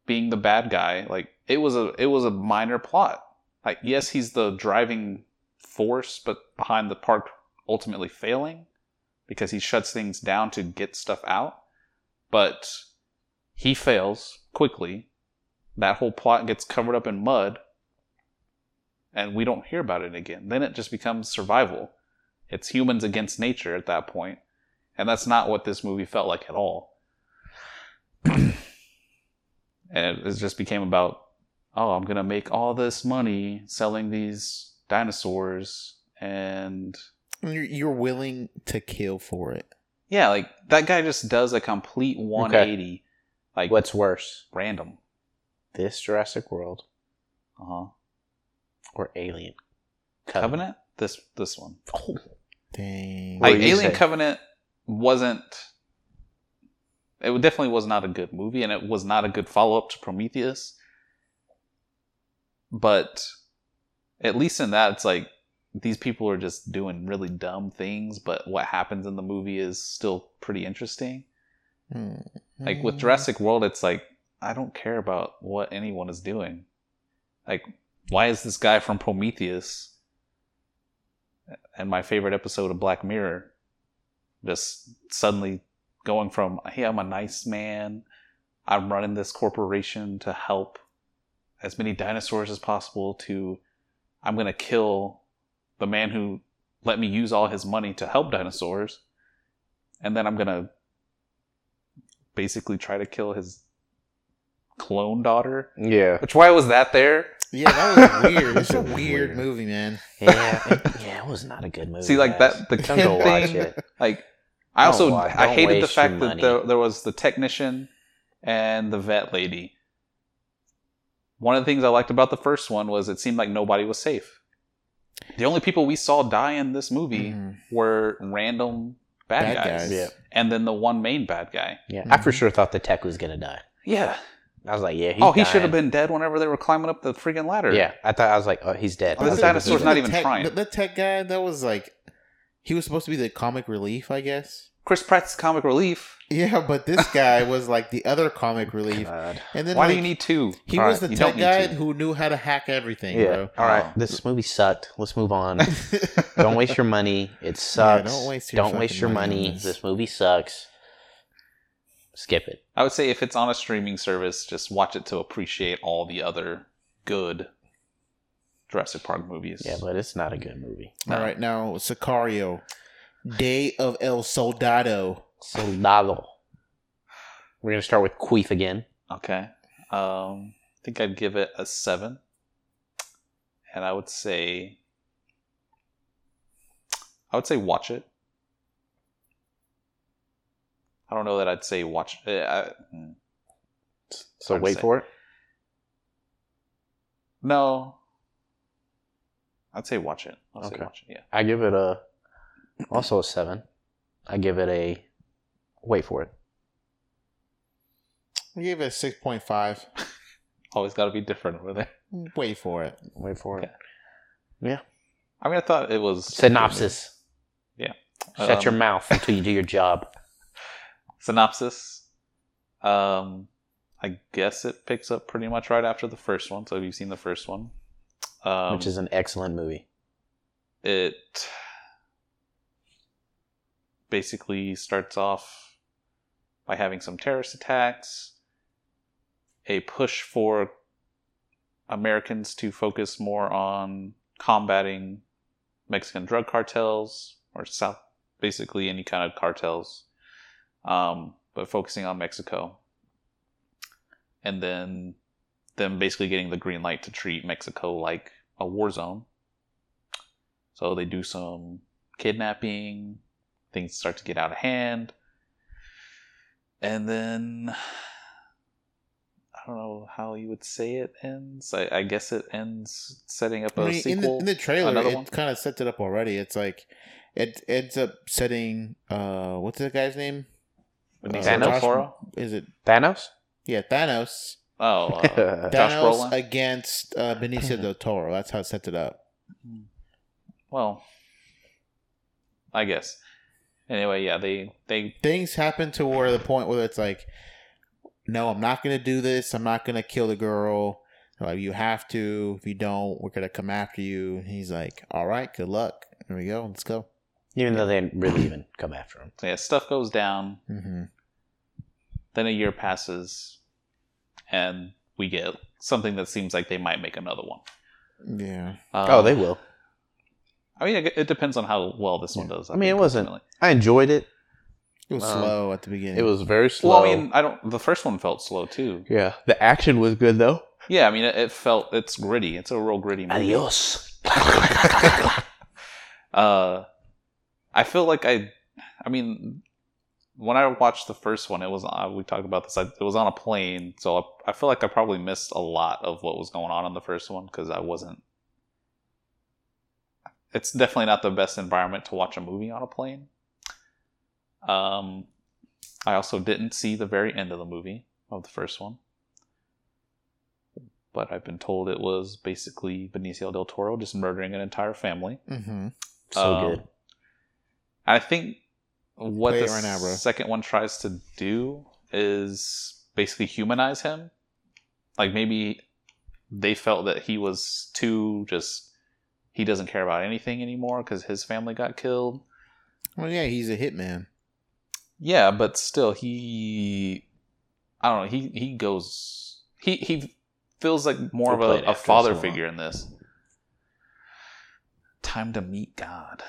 being the bad guy, like it was a it was a minor plot. Like yes, he's the driving force, but behind the park ultimately failing because he shuts things down to get stuff out. But he fails quickly. That whole plot gets covered up in mud, and we don't hear about it again. Then it just becomes survival. It's humans against nature at that point, and that's not what this movie felt like at all. [clears throat] and it, it just became about, oh, I'm gonna make all this money selling these dinosaurs, and
You're, you're willing to kill for it.
yeah, like that guy just does a complete 180, like
what's worse,
random.
this Jurassic World
Uh huh.
or Alien
Covenant? This this one.
Dang.
What
Like
do you
Alien
say?
Covenant wasn't it definitely was not a good movie and it was not a good follow-up to Prometheus. But at least in that it's like these people are just doing really dumb things, but what happens in the movie is still pretty interesting.
Hmm.
Like
Mm.
with Jurassic World, it's like I don't care about what anyone is doing. Like, why is this guy from Prometheus and my favorite episode of Black Mirror just suddenly going from hey i'm a nice man i'm running this corporation to help as many dinosaurs as possible to i'm going to kill the man who let me use all his money to help dinosaurs and then i'm going to basically try to kill his clone daughter
Yeah.
which why was that there
Yeah, that [laughs] was weird. It's a
It was
weird
weird.
movie, man.
Yeah,
[laughs]
it, yeah, it was not a good movie.
See, like
guys.
that- the
Don't
kid
go watch
thing.
it.
like I
Don't
also
lie.
I
Don't
hated the
waste
fact
your
that
money.
there, there was the technician and the vet lady. One of the things I liked about the first one was it seemed like nobody was safe. The only people we saw die in this movie
Mhm.
Mm-hmm.
were random bad, guys,
Yeah.
and then the one main bad guy.
[laughs]
Yeah, I for sure thought the tech was gonna die.
Yeah.
I was like, yeah, he's
oh, he should
dying.
have been dead whenever they were climbing up the friggin' ladder.
Yeah, I thought I was like, oh, he's dead.
Oh, this
I was like,
dinosaur's
"He's
not
the
even
tech-
trying.
The, the tech guy that was like, he was supposed to be the comic relief, I guess.
Chris Pratt's comic relief.
Yeah, but this guy was like the other comic relief,
God.
and then
Why
like,
do you need two?
He
All
was
right,
the
you
tech
don't need
guy
two.
who knew how to hack everything,
[laughs]
Yeah.
bro.
All right. This movie sucked. Let's move on. don't waste your money.
[laughs]
It sucks.
don't waste your
Don't waste
fucking
your
money on
money.
this.
This. movie sucks. Skip it.
I would say if it's on a streaming service, just watch it to appreciate all the other good Jurassic Park movies.
Yeah, but it's not a good movie.
All right, now Sicario, Day of El Soldado.
Soldado. We're gonna start with Queef again.
okay. Um, I think I'd give it a seven, and I would say, I would say watch it. I don't know that I'd say watch. Uh, I, mm.
So
Hard to
wait
say.
for it.
no, I'd say watch it. I'll say
Okay.
watch it. Yeah.
I give it a also a seven. I give it a wait for it.
We gave it a six point five.
Always got to be different over there.
Wait for it.
Wait for it.
I mean, I thought it was
Synopsis.
Yeah.
Shut your
Um,
mouth until you do your job.
[laughs]
synopsis. Um, I guess it picks up pretty much right after the first one. So if you've seen the first one, um,
which is an excellent movie.
it basically starts off by having some terrorist attacks, a push for Americans to focus more on combating Mexican drug cartels or South, basically any kind of cartels, um, but focusing on Mexico. And then them basically getting the green light to treat Mexico like a war zone. So they do some kidnapping, things start to get out of hand. And then I don't know how you would say it ends. I, I guess it ends setting up a
I mean, in the
sequel.
in the trailer,
another one?
it kind of sets it up already. It's like it ends up setting. Uh, what's the guy's name? Uh,
Benicio
Thanos?
del Toro?
Is it
Thanos?
[laughs]
yeah Thanos?
Oh,
[laughs]
uh, Josh Brolin?
Thanos against uh, Benicio del Toro. That's how it sets it up.
well, I guess. Anyway, yeah, they they
Things happen to where the point where it's like, no, I'm not gonna do this. I'm not gonna kill the girl. Like, you have to. If you don't, we're gonna come after you. And he's like, all right, good luck. Here we go. Let's go.
Even though they didn't really even come after him.
yeah stuff goes down.
Mm-hmm.
Then a year passes, and we get something that seems like they might make another one.
Yeah.
Um,
oh, they will.
I mean, it, it depends on how well this one does.
I mean, it
think,
wasn't.
ultimately.
I enjoyed it.
It was
Um,
slow at the beginning.
It was very
Well,
slow.
I mean, I don't. The first one felt slow too.
yeah, the action was good though.
Yeah, I mean, it, it felt it's gritty. It's a real gritty
[laughs]
movie.
Adios.
uh i feel like i i mean when i watched the first one it was uh, we talked about this I, it was on a plane so I, I feel like i probably missed a lot of what was going on in the first one because i wasn't it's definitely not the best environment to watch a movie on a plane um i also didn't see the very end of the movie of the first one but i've been told it was basically benicio del toro just murdering an entire family
mm-hmm.
so
Um,
good.
I think what
Play it
the
right now, bro.
second one tries to do is basically humanize him. Like maybe they felt that he was too just he doesn't care about anything anymore because his family got killed.
Well, yeah, he's a hitman.
Yeah, but still, he. I don't know. He he goes. He he feels like more
We'll play
of
it
a, a
after
father
this one.
figure in this. Time to meet God.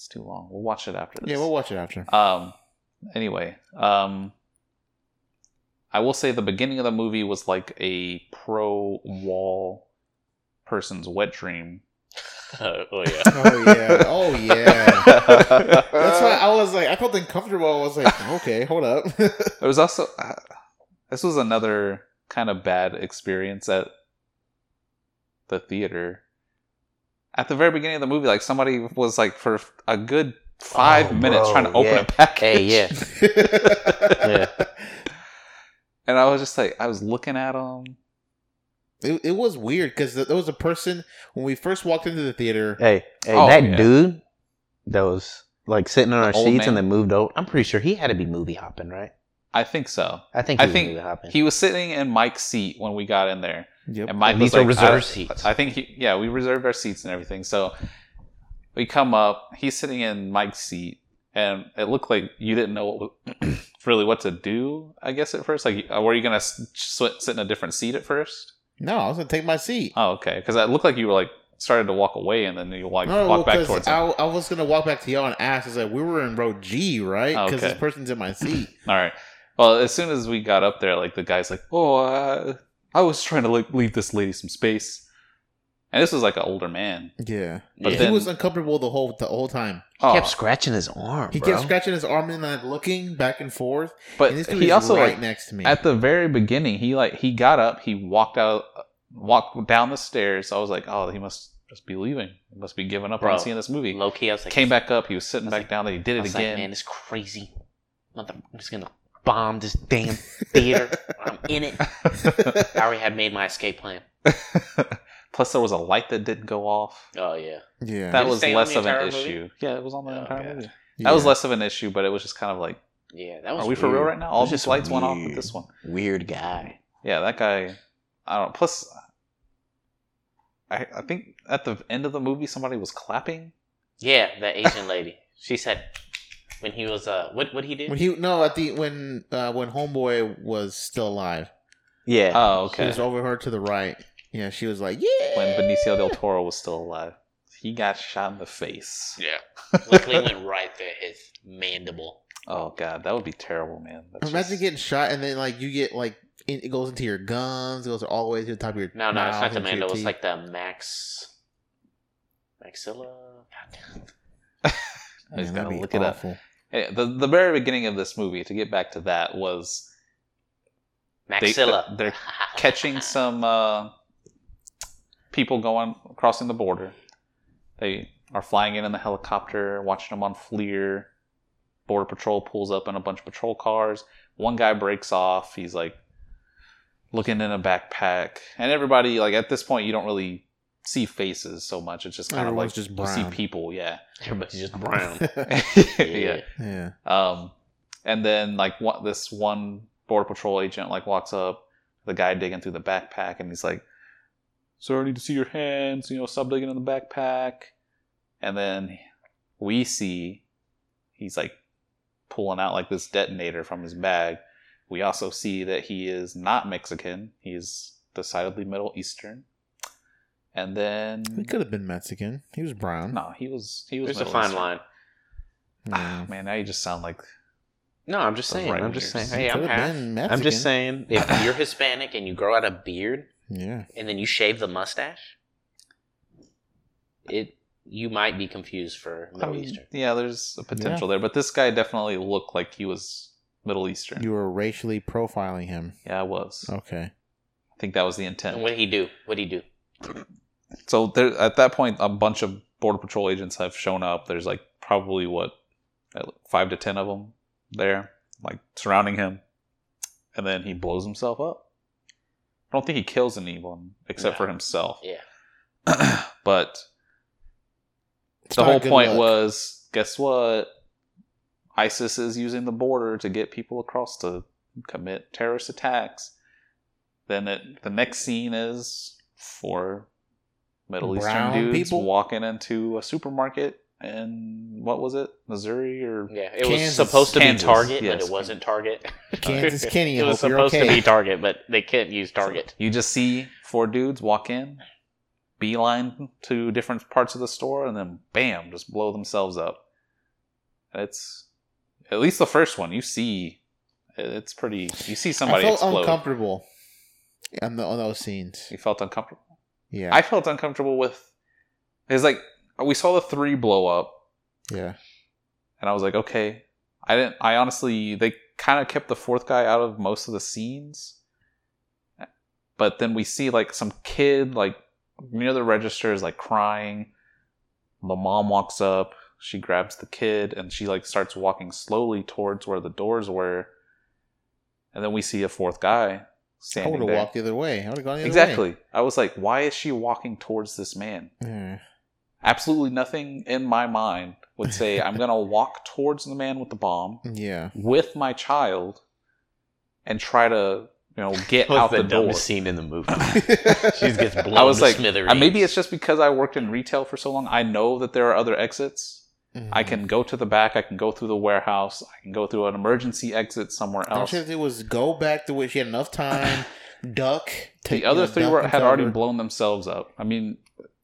It's too long. We'll watch it after this.
Yeah, we'll watch
[laughs]
it after.
Um. Anyway, um, I will say the beginning of the movie was like a pro wall person's wet dream.
oh yeah.
oh yeah. Oh
[laughs]
yeah. That's why I was like, I felt uncomfortable. I
[laughs]
was like, okay, hold up. [laughs]
It was also uh, this was another kind of bad experience at the theater. At the very beginning of the movie, like somebody was like for a good five
Oh,
minutes
bro,
trying to open
yeah.
a package.
Hey, yeah.
[laughs]
Yeah.
And I was just like, I was looking at them.
It, it was weird because there was a person when we first walked into the theater.
Hey, hey,
Oh,
that
yeah.
dude that was like sitting on our
old
seats
man.
and then moved over. I'm pretty sure he had to be movie hopping, right?
I think so.
I think he
I
was
think
movie hopping.
he was sitting in Mike's seat when we got in there,
Yep.
and Mike
These
was
are
like,
reserved
I-
seats.
I think he, yeah, we reserved our seats and everything. So we come up, he's sitting in Mike's seat, and it looked like you didn't know [clears throat] what, was- really what to do. I guess at first, like, uh, were you gonna s- sit sit in a different seat at first?
No, I was gonna take my seat.
Oh, okay, because it looked like you were like started to walk away, and then you like
No,
walk back
because
towards.
I,
him.
I was gonna walk back to y'all and ask. Is like we were in row G, right? Because
Oh, Okay.
this person's in my
[clears throat]
seat.
All right. Well, as soon as we got up there, like the guy's like, "Oh, uh, I was trying to like leave this lady some space," and this was like an older man.
Yeah,
But
but
then-
he was uncomfortable the whole the whole time.
He
Oh,
kept scratching his arm.
He
bro.
kept scratching his arm and like looking back and forth.
but
and this dude
he
is
also
right
like,
next to me.
at [laughs] the very beginning, he like he got up, he walked out, walked down the stairs. I was like, "Oh, he must just be leaving. He must be giving up
Bro,
on seeing this movie."
Low key, I was like,
Came back up, he was sitting
I was
back
like-
down there. He
I
did it
was like, man,
again.
it's crazy. Mother, I'm just gonna bomb this damn theater. I'm in it. I already had made my escape plan.
Plus, there was a light that didn't go off.
Oh yeah.
[laughs] yeah,
That
it
was
stay on
less
the
of an
entire movie?
issue. Yeah, it was on the
Oh,
entire
God.
movie.
yeah.
That was less of an issue, but it was just kind of like,
Yeah, that was.
are Oh, we for
weird.
real right now?
It
All
was
these
just a
lights went off with
weird-
this one.
Weird guy.
Yeah, that guy. I don't. Plus, I I think at the end of the movie somebody was clapping.
Yeah, that Asian lady. She said when he was uh, what what he did?
when he no at the when uh, when homeboy was still alive.
yeah.
Oh,
She
okay.
was over her to the right. Yeah, she was like, yeah.
When Benicio del Toro was still alive, he got shot in the face.
yeah. Uh, Luckily, went right there. His mandible.
Oh god, that would be terrible, man. That's
Imagine
just-
getting shot and then like you get like in, it goes into your gums, it goes all the way to the top of your
No, no, it's
mouth,
not the
into your
mandible. It's
teeth.
like the max. Maxilla. Goddamn.
I just
Man, that'd
gotta
be
look it up.
awful.
Anyway, the the very beginning of this movie, to get back to that, was
Maxilla.
they're catching some uh, people going crossing the border. They are flying in in the helicopter, watching them on Fleer. Border patrol pulls up in a bunch of patrol cars. One guy breaks off. He's like looking in a backpack, and everybody like at this point you don't really see faces so much. It's just kind of
Everyone's
like
just
you see
brown.
people, yeah, [laughs]
Everybody's
[laughs]
just brown.
yeah.
Yeah.
Um, and then like what this one border patrol agent like walks up, the guy digging through the backpack, and he's like, "Sir, I need to see your hands. You know, stop digging in the backpack." And then we see he's like pulling out like this detonator from his bag. We also see that he is not Mexican. He is decidedly Middle Eastern. And then
He could have been Mexican. He was brown.
no, he was he was
There's a
Middle
fine
Eastern.
line.
Ah,
Yeah.
man, now you just sound like
No, I'm just
Those
saying. I'm just saying.
right-wingers.
Hey,
He
I'm
could
half.
have been
I'm just
Mexican.
saying. If you're Hispanic and you grow out a beard
Yeah.
and then you shave the mustache, it you might be confused for
I
Middle
mean,
Eastern.
Um, Yeah, there's a potential there, but this guy definitely looked like he was Middle Eastern.
You Oh. were racially profiling him.
yeah, I was.
Okay.
I think that was the
And
intent.
what did he do? What did he do?
So there, at that point, a bunch of border patrol agents have shown up. There's like probably what five to ten of them there, like surrounding him, and then he blows himself up. I don't think he kills anyone except
No.
for himself.
Yeah.
[clears throat] but
It's
the
not a
whole
good
point
look.
was guess what isis is using the border to get people across to commit terrorist attacks then it, the next scene is four middle
Brown
eastern dudes
people?
walking into a supermarket and what was it? Missouri or
Yeah, it was
Kansas.
supposed to
Kansas,
be Target,
yes,
but it wasn't Target. [laughs]
Kansas, Kenny, I
it was
hope you're
supposed to
okay.
be Target, but they couldn't use Target.
You just see four dudes walk in, beeline to different parts of the store, and then bam, just blow themselves up. It's at least the first one you see. It's pretty. You see
I
somebody
felt
explode.
uncomfortable on, the, on those scenes.
You felt uncomfortable.
Yeah,
I felt uncomfortable with. It's like we saw the three blow up,
yeah.
and I was like, okay. I didn't. I honestly, they kind of kept the fourth guy out of most of the scenes. But then we see like some kid like near the register is like crying. The mom walks up. She grabs the kid and she like starts walking slowly towards where the doors were. And then we see a fourth guy
I would
standing
have
there.
walked the other way. I would have gone the other
exactly. I was like, why is she walking towards this man?
way. Exactly.
Absolutely nothing in my mind would say I'm
[laughs]
gonna walk towards the man with the bomb
Yeah.
with my child and try to you know get
That was
out
the,
the, door.
dumbest scene in the [laughs] movie. [laughs] she [laughs] gets blown
I was
to
like,
smithereens.
uh, maybe it's just because I worked in retail for so long. I know that there are other exits. I
Mm-hmm.
can go to the back. I can go through the warehouse. I can go through an emergency exit somewhere
[laughs] All
else.
she had to do was go back to where she had
[laughs]
enough time, duck.
The
take- you
other
know,
three
duck
were
and
had already
cover.
blown themselves up. I mean,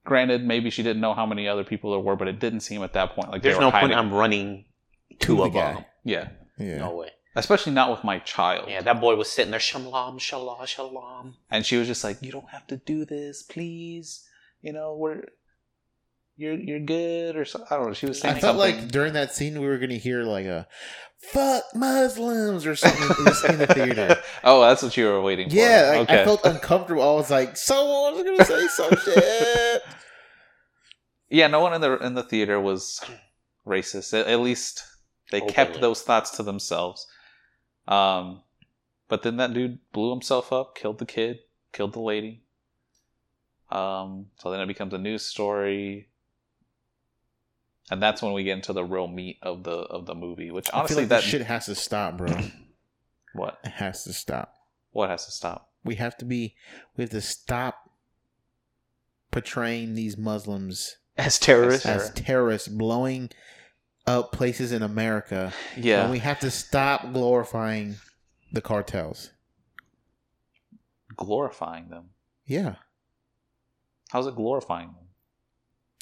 granted, maybe she didn't know how many other people there were, but it didn't seem at that point like
There's
they were
no
hiding.
point. I'm running
To
to
the
a bomb.
guy.
yeah,
Yeah.
No way.
especially not with my child.
Yeah, that boy was sitting there, shalom, shalom, shalom.
and she was just like, "You don't have to do this, please. You know, we're you're you're good." Or so, I don't know. She was
I
saying
felt
something.
like during that scene we were gonna hear like a "fuck Muslims" or something in the- in the
[laughs]
theater.
oh, that's what you were waiting for.
Yeah, like,
okay.
I felt uncomfortable. I was like, someone's gonna say
[laughs]
some shit.
yeah, no one in the in the theater was racist. At, at least they kept
Openly.
those thoughts to themselves. Um, but then that dude blew himself up, killed the kid, killed the lady. Um, so then it becomes a news story. And that's when we get into the real meat of the of the movie, which
I feel
honestly
like
that
this shit has to stop, bro. It
what
has to stop.
what has to stop?
We have to be. We have to stop portraying these Muslims
As terrorists.
as terrorists, blowing up places in America,
Yeah,
and we have to stop glorifying the cartels.
glorifying them.
Yeah,
How's it glorifying them?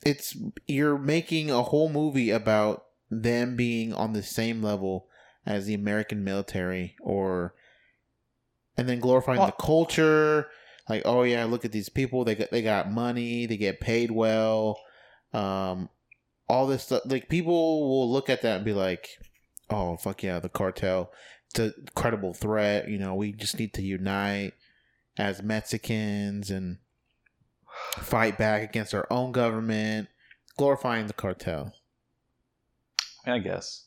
it's you're making a whole movie about them being on the same level as the American military or and then glorifying
Well-
the culture like oh yeah look at these people they got they got money they get paid well um all this stuff like people will look at that and be like oh fuck yeah the cartel it's a credible threat you know we just need to unite as Mexicans and fight back against our own government glorifying the cartel
I, mean, I guess.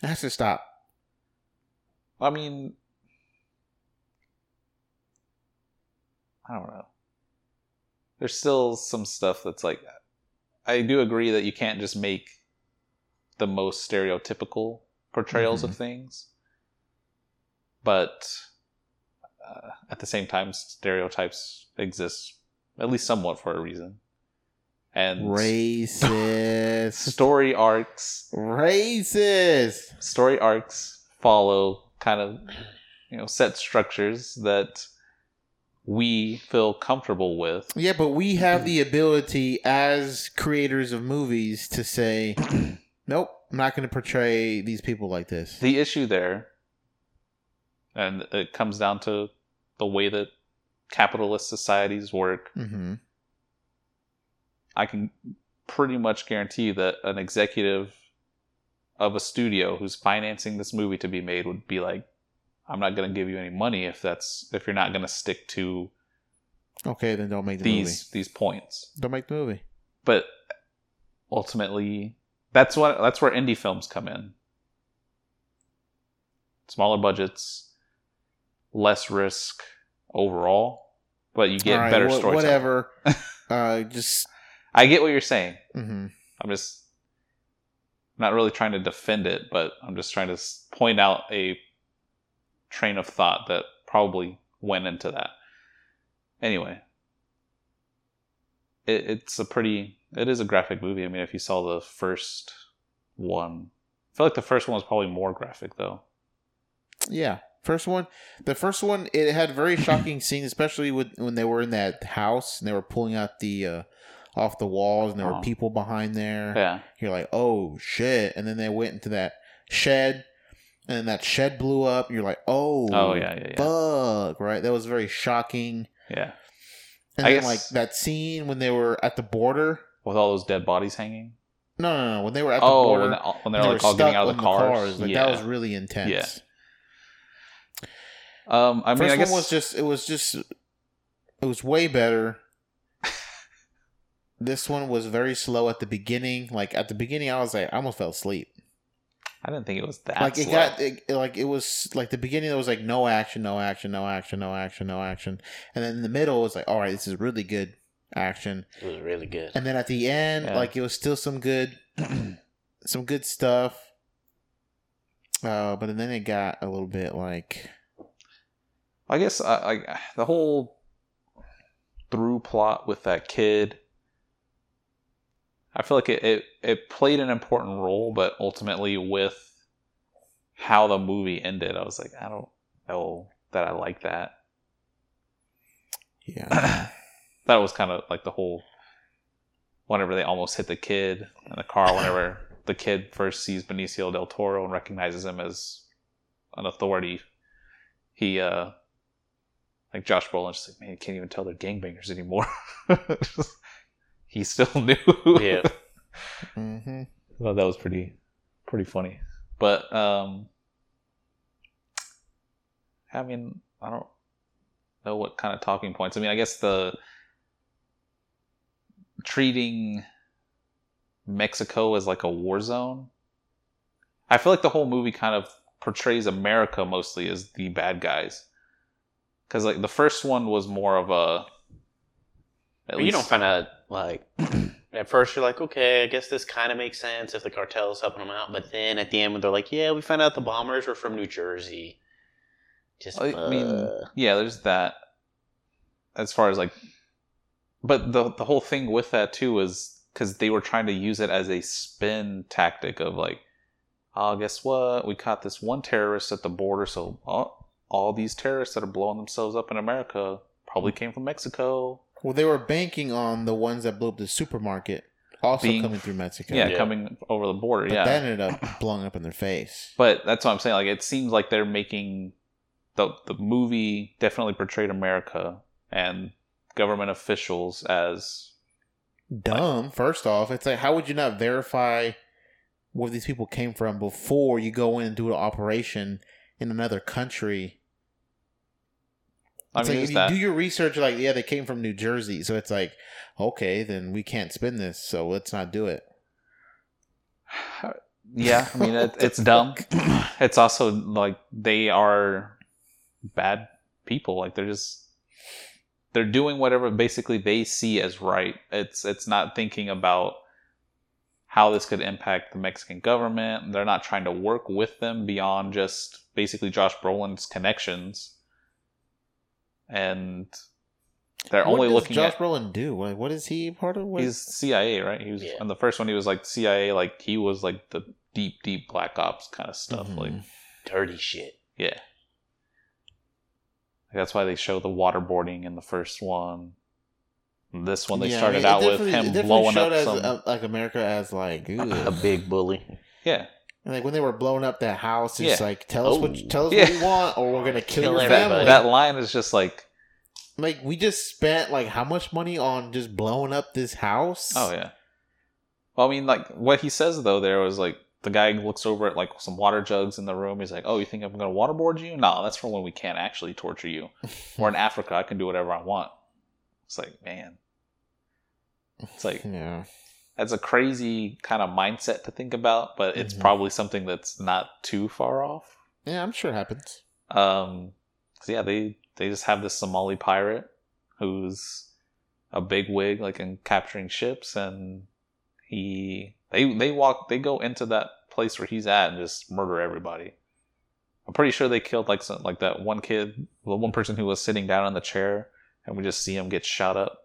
it has to stop
I mean, I don't know. There's still some stuff that's like, I do agree that you can't just make the most stereotypical portrayals of things, but uh, at the same time, stereotypes exist at least somewhat for a reason. And
racist
story arcs
racist
story arcs follow kind of you know set structures that we feel comfortable with
yeah but we have the ability as creators of movies to say [clears throat] nope i'm not going to portray these people like this
the issue there and it comes down to the way that capitalist societies work
mm-hmm.
i can pretty much guarantee that an executive of a studio who's financing this movie to be made would be like i'm not going to give you any money if that's if you're not going to stick to
okay then don't make the movie
these these points
don't make the movie
but ultimately that's what that's where indie films come in smaller budgets less risk overall but you get
All right,
better
wha-
stories [laughs]
whatever uh just
i get what you're saying
mhm.
i'm just not really trying to defend it but i'm just trying to s- point out a train of thought that probably went into that anyway it, it's a pretty it is a graphic movie. I mean, if you saw the first one, I feel like the first one was probably more graphic though.
Yeah. First one, the first one, it had very shocking scenes, especially with when they were in that house and they were pulling out the uh, off the walls and there
Oh.
were people behind there.
Yeah,
You're like, oh shit! And then they went into that shed, and then that shed blew up. You're like, oh,
Oh, yeah, yeah, yeah.
fuck, right? That was very shocking.
yeah,
And
I
then
guess-
like that scene when they were at the border.
with all those dead bodies hanging.
No, no, no. When they were at the
Oh,
border,
when, they, when
and
they're
they
like
were
all getting
stuck
out of the
in
cars.
Like
yeah.
that was really intense.
Um, I mean,
First
I guess
one was just it was just it was way
[laughs]
better. this one was very slow at the beginning. Like at the beginning, I was like, I almost fell asleep.
I didn't think it was that.
like it
slow.
got it, it- like it was like the beginning. There was like no action, no action, no action, no action, no action, and then in the middle it was like, all right, this is really good action.
It was really good.
And then at the end,
Yeah.
like it was still some good, [clears throat] some good stuff. Uh, but then it got a little bit like
I guess I, I the whole through plot with that kid. I feel like it, it it played an important role, but ultimately with how the movie ended, I was like, I don't know that I like that.
yeah.
[clears throat] that was kind of like the whole whenever they almost hit the kid in the car whenever the kid first sees benicio del toro and recognizes him as an authority he uh like josh brolin's just like man you can't even tell they're gangbangers anymore [laughs] he still [laughs] knew
[laughs] Yeah.
hmm
I thought that was pretty pretty funny. But um I mean, I don't know what kind of talking points. I mean, I guess the treating Mexico as like a war zone. I feel like the whole movie kind of portrays America mostly as the bad guys. Cuz like the first one was more of a at
But you don't find out like [clears throat] at first you're like, okay, I guess this kind of makes sense if the cartel's helping them out, but then at the end when they're like, yeah, we found out the bombers were from New Jersey. Just
I mean,
uh,
yeah, there's that. As far as like, but the the whole thing with that too is because they were trying to use it as a spin tactic of like, oh, guess what? We caught this one terrorist at the border, so all, all these terrorists that are blowing themselves up in America probably came from Mexico.
Well, they were banking on the ones that blew up the supermarket also
Being-
coming through Mexico.
Yeah,
Yeah.
coming over the border.
but
yeah,
that ended up blowing up in their face.
But that's what I'm saying. Like it seems like they're making the the movie definitely portrayed America and government officials as
Dumb. First off, it's like how would you not verify where these people came from before you go in and do an operation in another country?
I
It's
mean,
like
it's
if you
that.
do your research, like yeah, they came from New Jersey, so it's like okay, then we can't spin this, so let's not do it.
[sighs] yeah, I mean, it,
What the [laughs]
it's dumb. it's also like they are bad people. Like they're just they're doing whatever basically they see as right. It's it's not thinking about how this could impact the Mexican government. They're not trying to work with them beyond just basically Josh Brolin's connections, and they're
what
only
does
looking
Josh
at
Brolin do? Like, what is he part of? What
he's CIA, right? He was
Yeah.
on the first one. He was like CIA, like he was like the deep, deep black ops kind of stuff.
Mhm.
Like,
dirty shit.
yeah, Like, that's why they show the waterboarding in the first one. And this one they
Yeah, I
started
mean, it
out with
definitely- it
him
definitely
blowing up
showed as,
some.
uh, like America as like
A
ugh.
big bully.
yeah,
And, like when they were blowing up that house, it's
Yeah.
like tell us what
Oh.
tell us
Yeah.
what you want, or we're gonna kill,
Kill
your
everybody.
family.
that line is just like,
like we just spent like how much money on just blowing up this house?
oh yeah. Well, I mean, like what he says though, there was like the guy looks over at like some water jugs in the room. He's like, "Oh, you think I'm gonna waterboard you? No, that's for when we can't actually torture you. Or in Africa, I can do whatever I want." It's like, man, it's
[laughs]
like
yeah.
that's a crazy kind of mindset to think about, but it's
Mhm.
probably something that's not too far off.
Yeah, I'm sure it happens.
Um, 'cause, yeah, they they just have this Somali pirate who's a big wig, like in capturing ships, and he they they walk they go into that place where he's at and just murder everybody. I'm pretty sure they killed like some, like that one kid, the one person who was sitting down in the chair, and we just see him get shot up.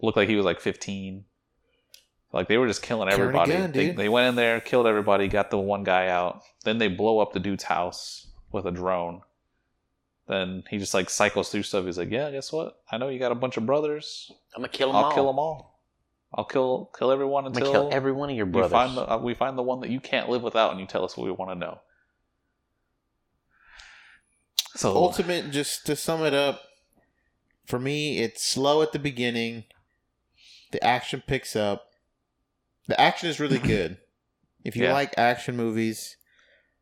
looked like he was like 15. Like they were just killing
Killing
everybody.
again,
they,
dude.
they went in there, killed everybody, got the one guy out. Then they blow up the dude's house with a drone. Then he just like cycles through stuff. He's like, "Yeah, guess what? I know you got a bunch of brothers.
I'm gonna kill them
I'll
all.
kill them all. I'll kill kill everyone
I'm gonna
until
kill every one of your
we
brothers.
find the uh, we find the one that you can't live without, and you tell us what we want to know." So
Ultimate, just to sum it up, for me, it's slow at the beginning. The action picks up. The action is
[clears throat]
really good. If you
Yeah.
like action movies,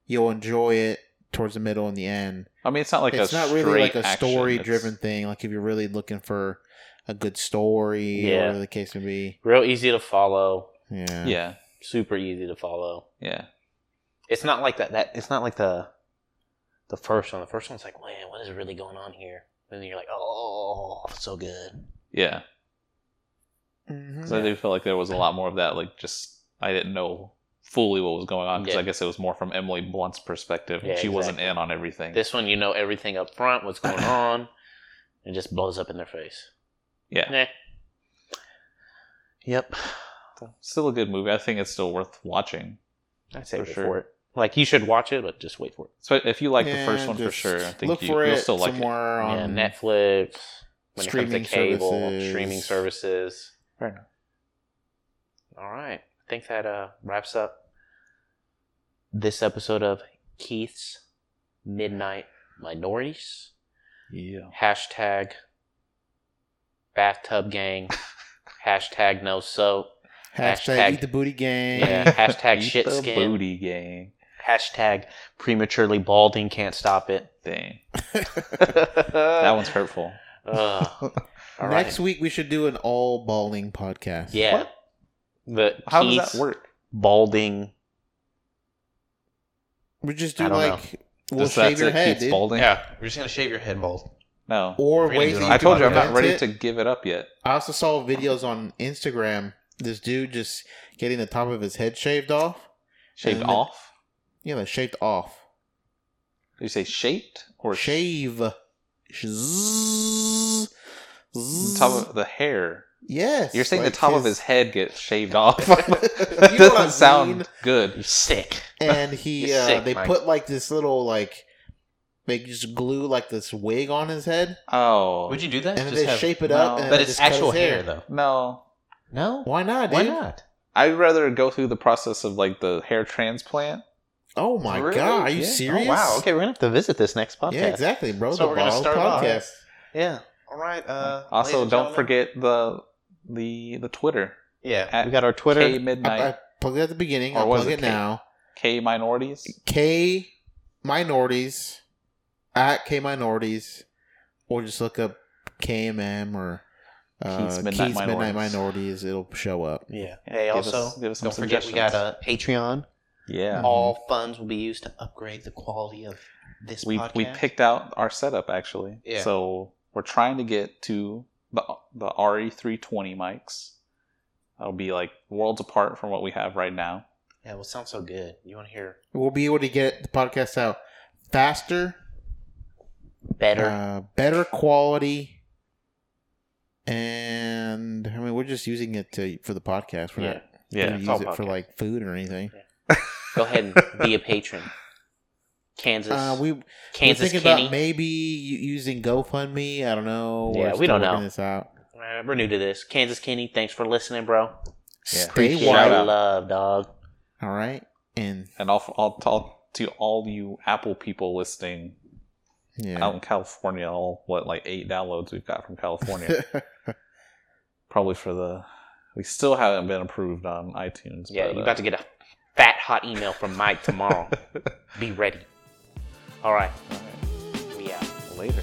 you'll enjoy it towards the middle and the end.
I mean, it's not like
it's
a
not really like a
straight action,
story
it's-
driven thing. Like if you're really looking for a good story,
Yeah.
or whatever the case may be.
Real easy to follow.
Yeah.
Yeah,
Super easy to follow.
yeah.
It's not like that. That it's not like the the first one. The first one's like, man, what is really going on here? And then you're like, oh, so good.
Yeah, because I do feel like there was a lot more of that. Like, just I didn't know fully what was going on because
Yeah.
I guess it was more from Emily Blunt's perspective. and
Yeah,
she wasn't
exactly.
in on everything.
This one, you know everything up front,
[coughs]
what's going on, and just blows up in their face.
yeah,
Nah. Yep.
still a good movie. I think it's still worth watching.
I'd say
For
wait
sure.
for it. Like you should watch it, but just wait for it.
So if you like the first
Yeah,
one for
just
sure, I think
look
you,
for
will
it
still like it.
somewhere
Um,
on
yeah, Netflix. When it
streaming
comes to cable,
services.
streaming services.
Fair enough.
All right. I think that uh, wraps up this episode of Keith's Midnight Minorities.
Yeah.
Hashtag
[laughs]
bathtub gang. Hashtag no soap.
Hashtag,
Hashtag-
eat the booty gang.
Yeah. [laughs] Hashtag
Eat
shit
the
skin.
booty gang.
Hashtag prematurely balding. Can't stop it.
Dang, [laughs] that
that
one's hurtful.
uh,
[laughs]
all right.
Next week we should do an all balling podcast.
Yeah.
What?
The
How does
Keith's
that work?
Balding.
We just
I
do
don't
like we'll
Just
shave
that's
your
it,
head,
keeps
dude.
balding.
We're just gonna shave your head bald.
No,
Or
We're gonna
wait.
do
till
it.
you
I told you I'm not
prevent
ready
it.
to give it up yet.
I also saw videos on Instagram. This dude just getting the top of his head shaved off.
Shaved
And the-
off.
Yeah, like shaved off.
Did you say shaped or
Shave. Zzz.
the
Zzz.
top of the hair?
yes.
You're saying
like
the top of his head gets
[laughs]
shaved off. [laughs] that
You know what I
doesn't sound
mean.
good.
You're sick.
and he
You're
uh,
sick,
they
Mike.
put like this little like they just glue like this wig on his head
Oh
Would you do that?
and then
Just
they
have-
shape it
no.
up. And
but
they
it's
just cut
actual
his
hair, though.
no?
No.
Why not, dude?
Why not?
I'd rather go through the process of like the hair transplant.
Oh my
Really?
god, are you
Yeah.
serious?
Oh, wow. Okay, we're gonna have to visit this next podcast.
Yeah, exactly, bro.
So
the
we're gonna
Ball
start off.
podcast.
Yeah. All right. Uh, ladies
Also,
and
don't
gentlemen.
forget the the the Twitter
Yeah,
at
we got our Twitter.
K
I,
Midnight
I plugged it at the beginning.
Or
I'll
was
plug
it
it
K?
now.
K Minorities.
K minorities at K minorities, or just look up KMM or uh,
Keith's
Keith's
Midnight
Midnight, Minorities.
Minorities.
It'll show up.
yeah. Hey,
Give us-
also,
give us some
don't forget we
suggestions.
got a Patreon.
Mm-hmm.
Yeah,
All funds will be used to upgrade the quality of this
we
podcast.
we picked out our setup actually.
Yeah.
So we're trying to get to the the RE320 mics. That'll be like worlds apart from what we have right now.
Yeah, well, it sounds so good. You want to hear
We'll be able to get the podcast out faster,
better?
uh, better quality, and I mean we're just using it to for the podcast. We're
Yeah.
not
Yeah,
gonna
it's
use
all
it for
podcast.
like food or anything.
Go ahead and be a
[laughs]
patron. Kansas.
Uh, we we're
Kansas
thinking
Kenny.
about maybe u- using GoFundMe. I don't know.
Yeah,
We're
we don't
still working
know.
This out.
Uh, we're new to this. Kansas Kenny, thanks for listening, bro.
Stay
Appreciate all
wild.
the love, dog.
All right, and
And I'll I'll talk to all you Apple people listening
yeah,
out in California. All what like eight downloads we've got from
[laughs]
California. Probably for the we still haven't been approved on iTunes.
Yeah,
but,
you're
uh,
about to get a fat, hot email from [laughs] Mike tomorrow. Be ready. All right. We out. Later.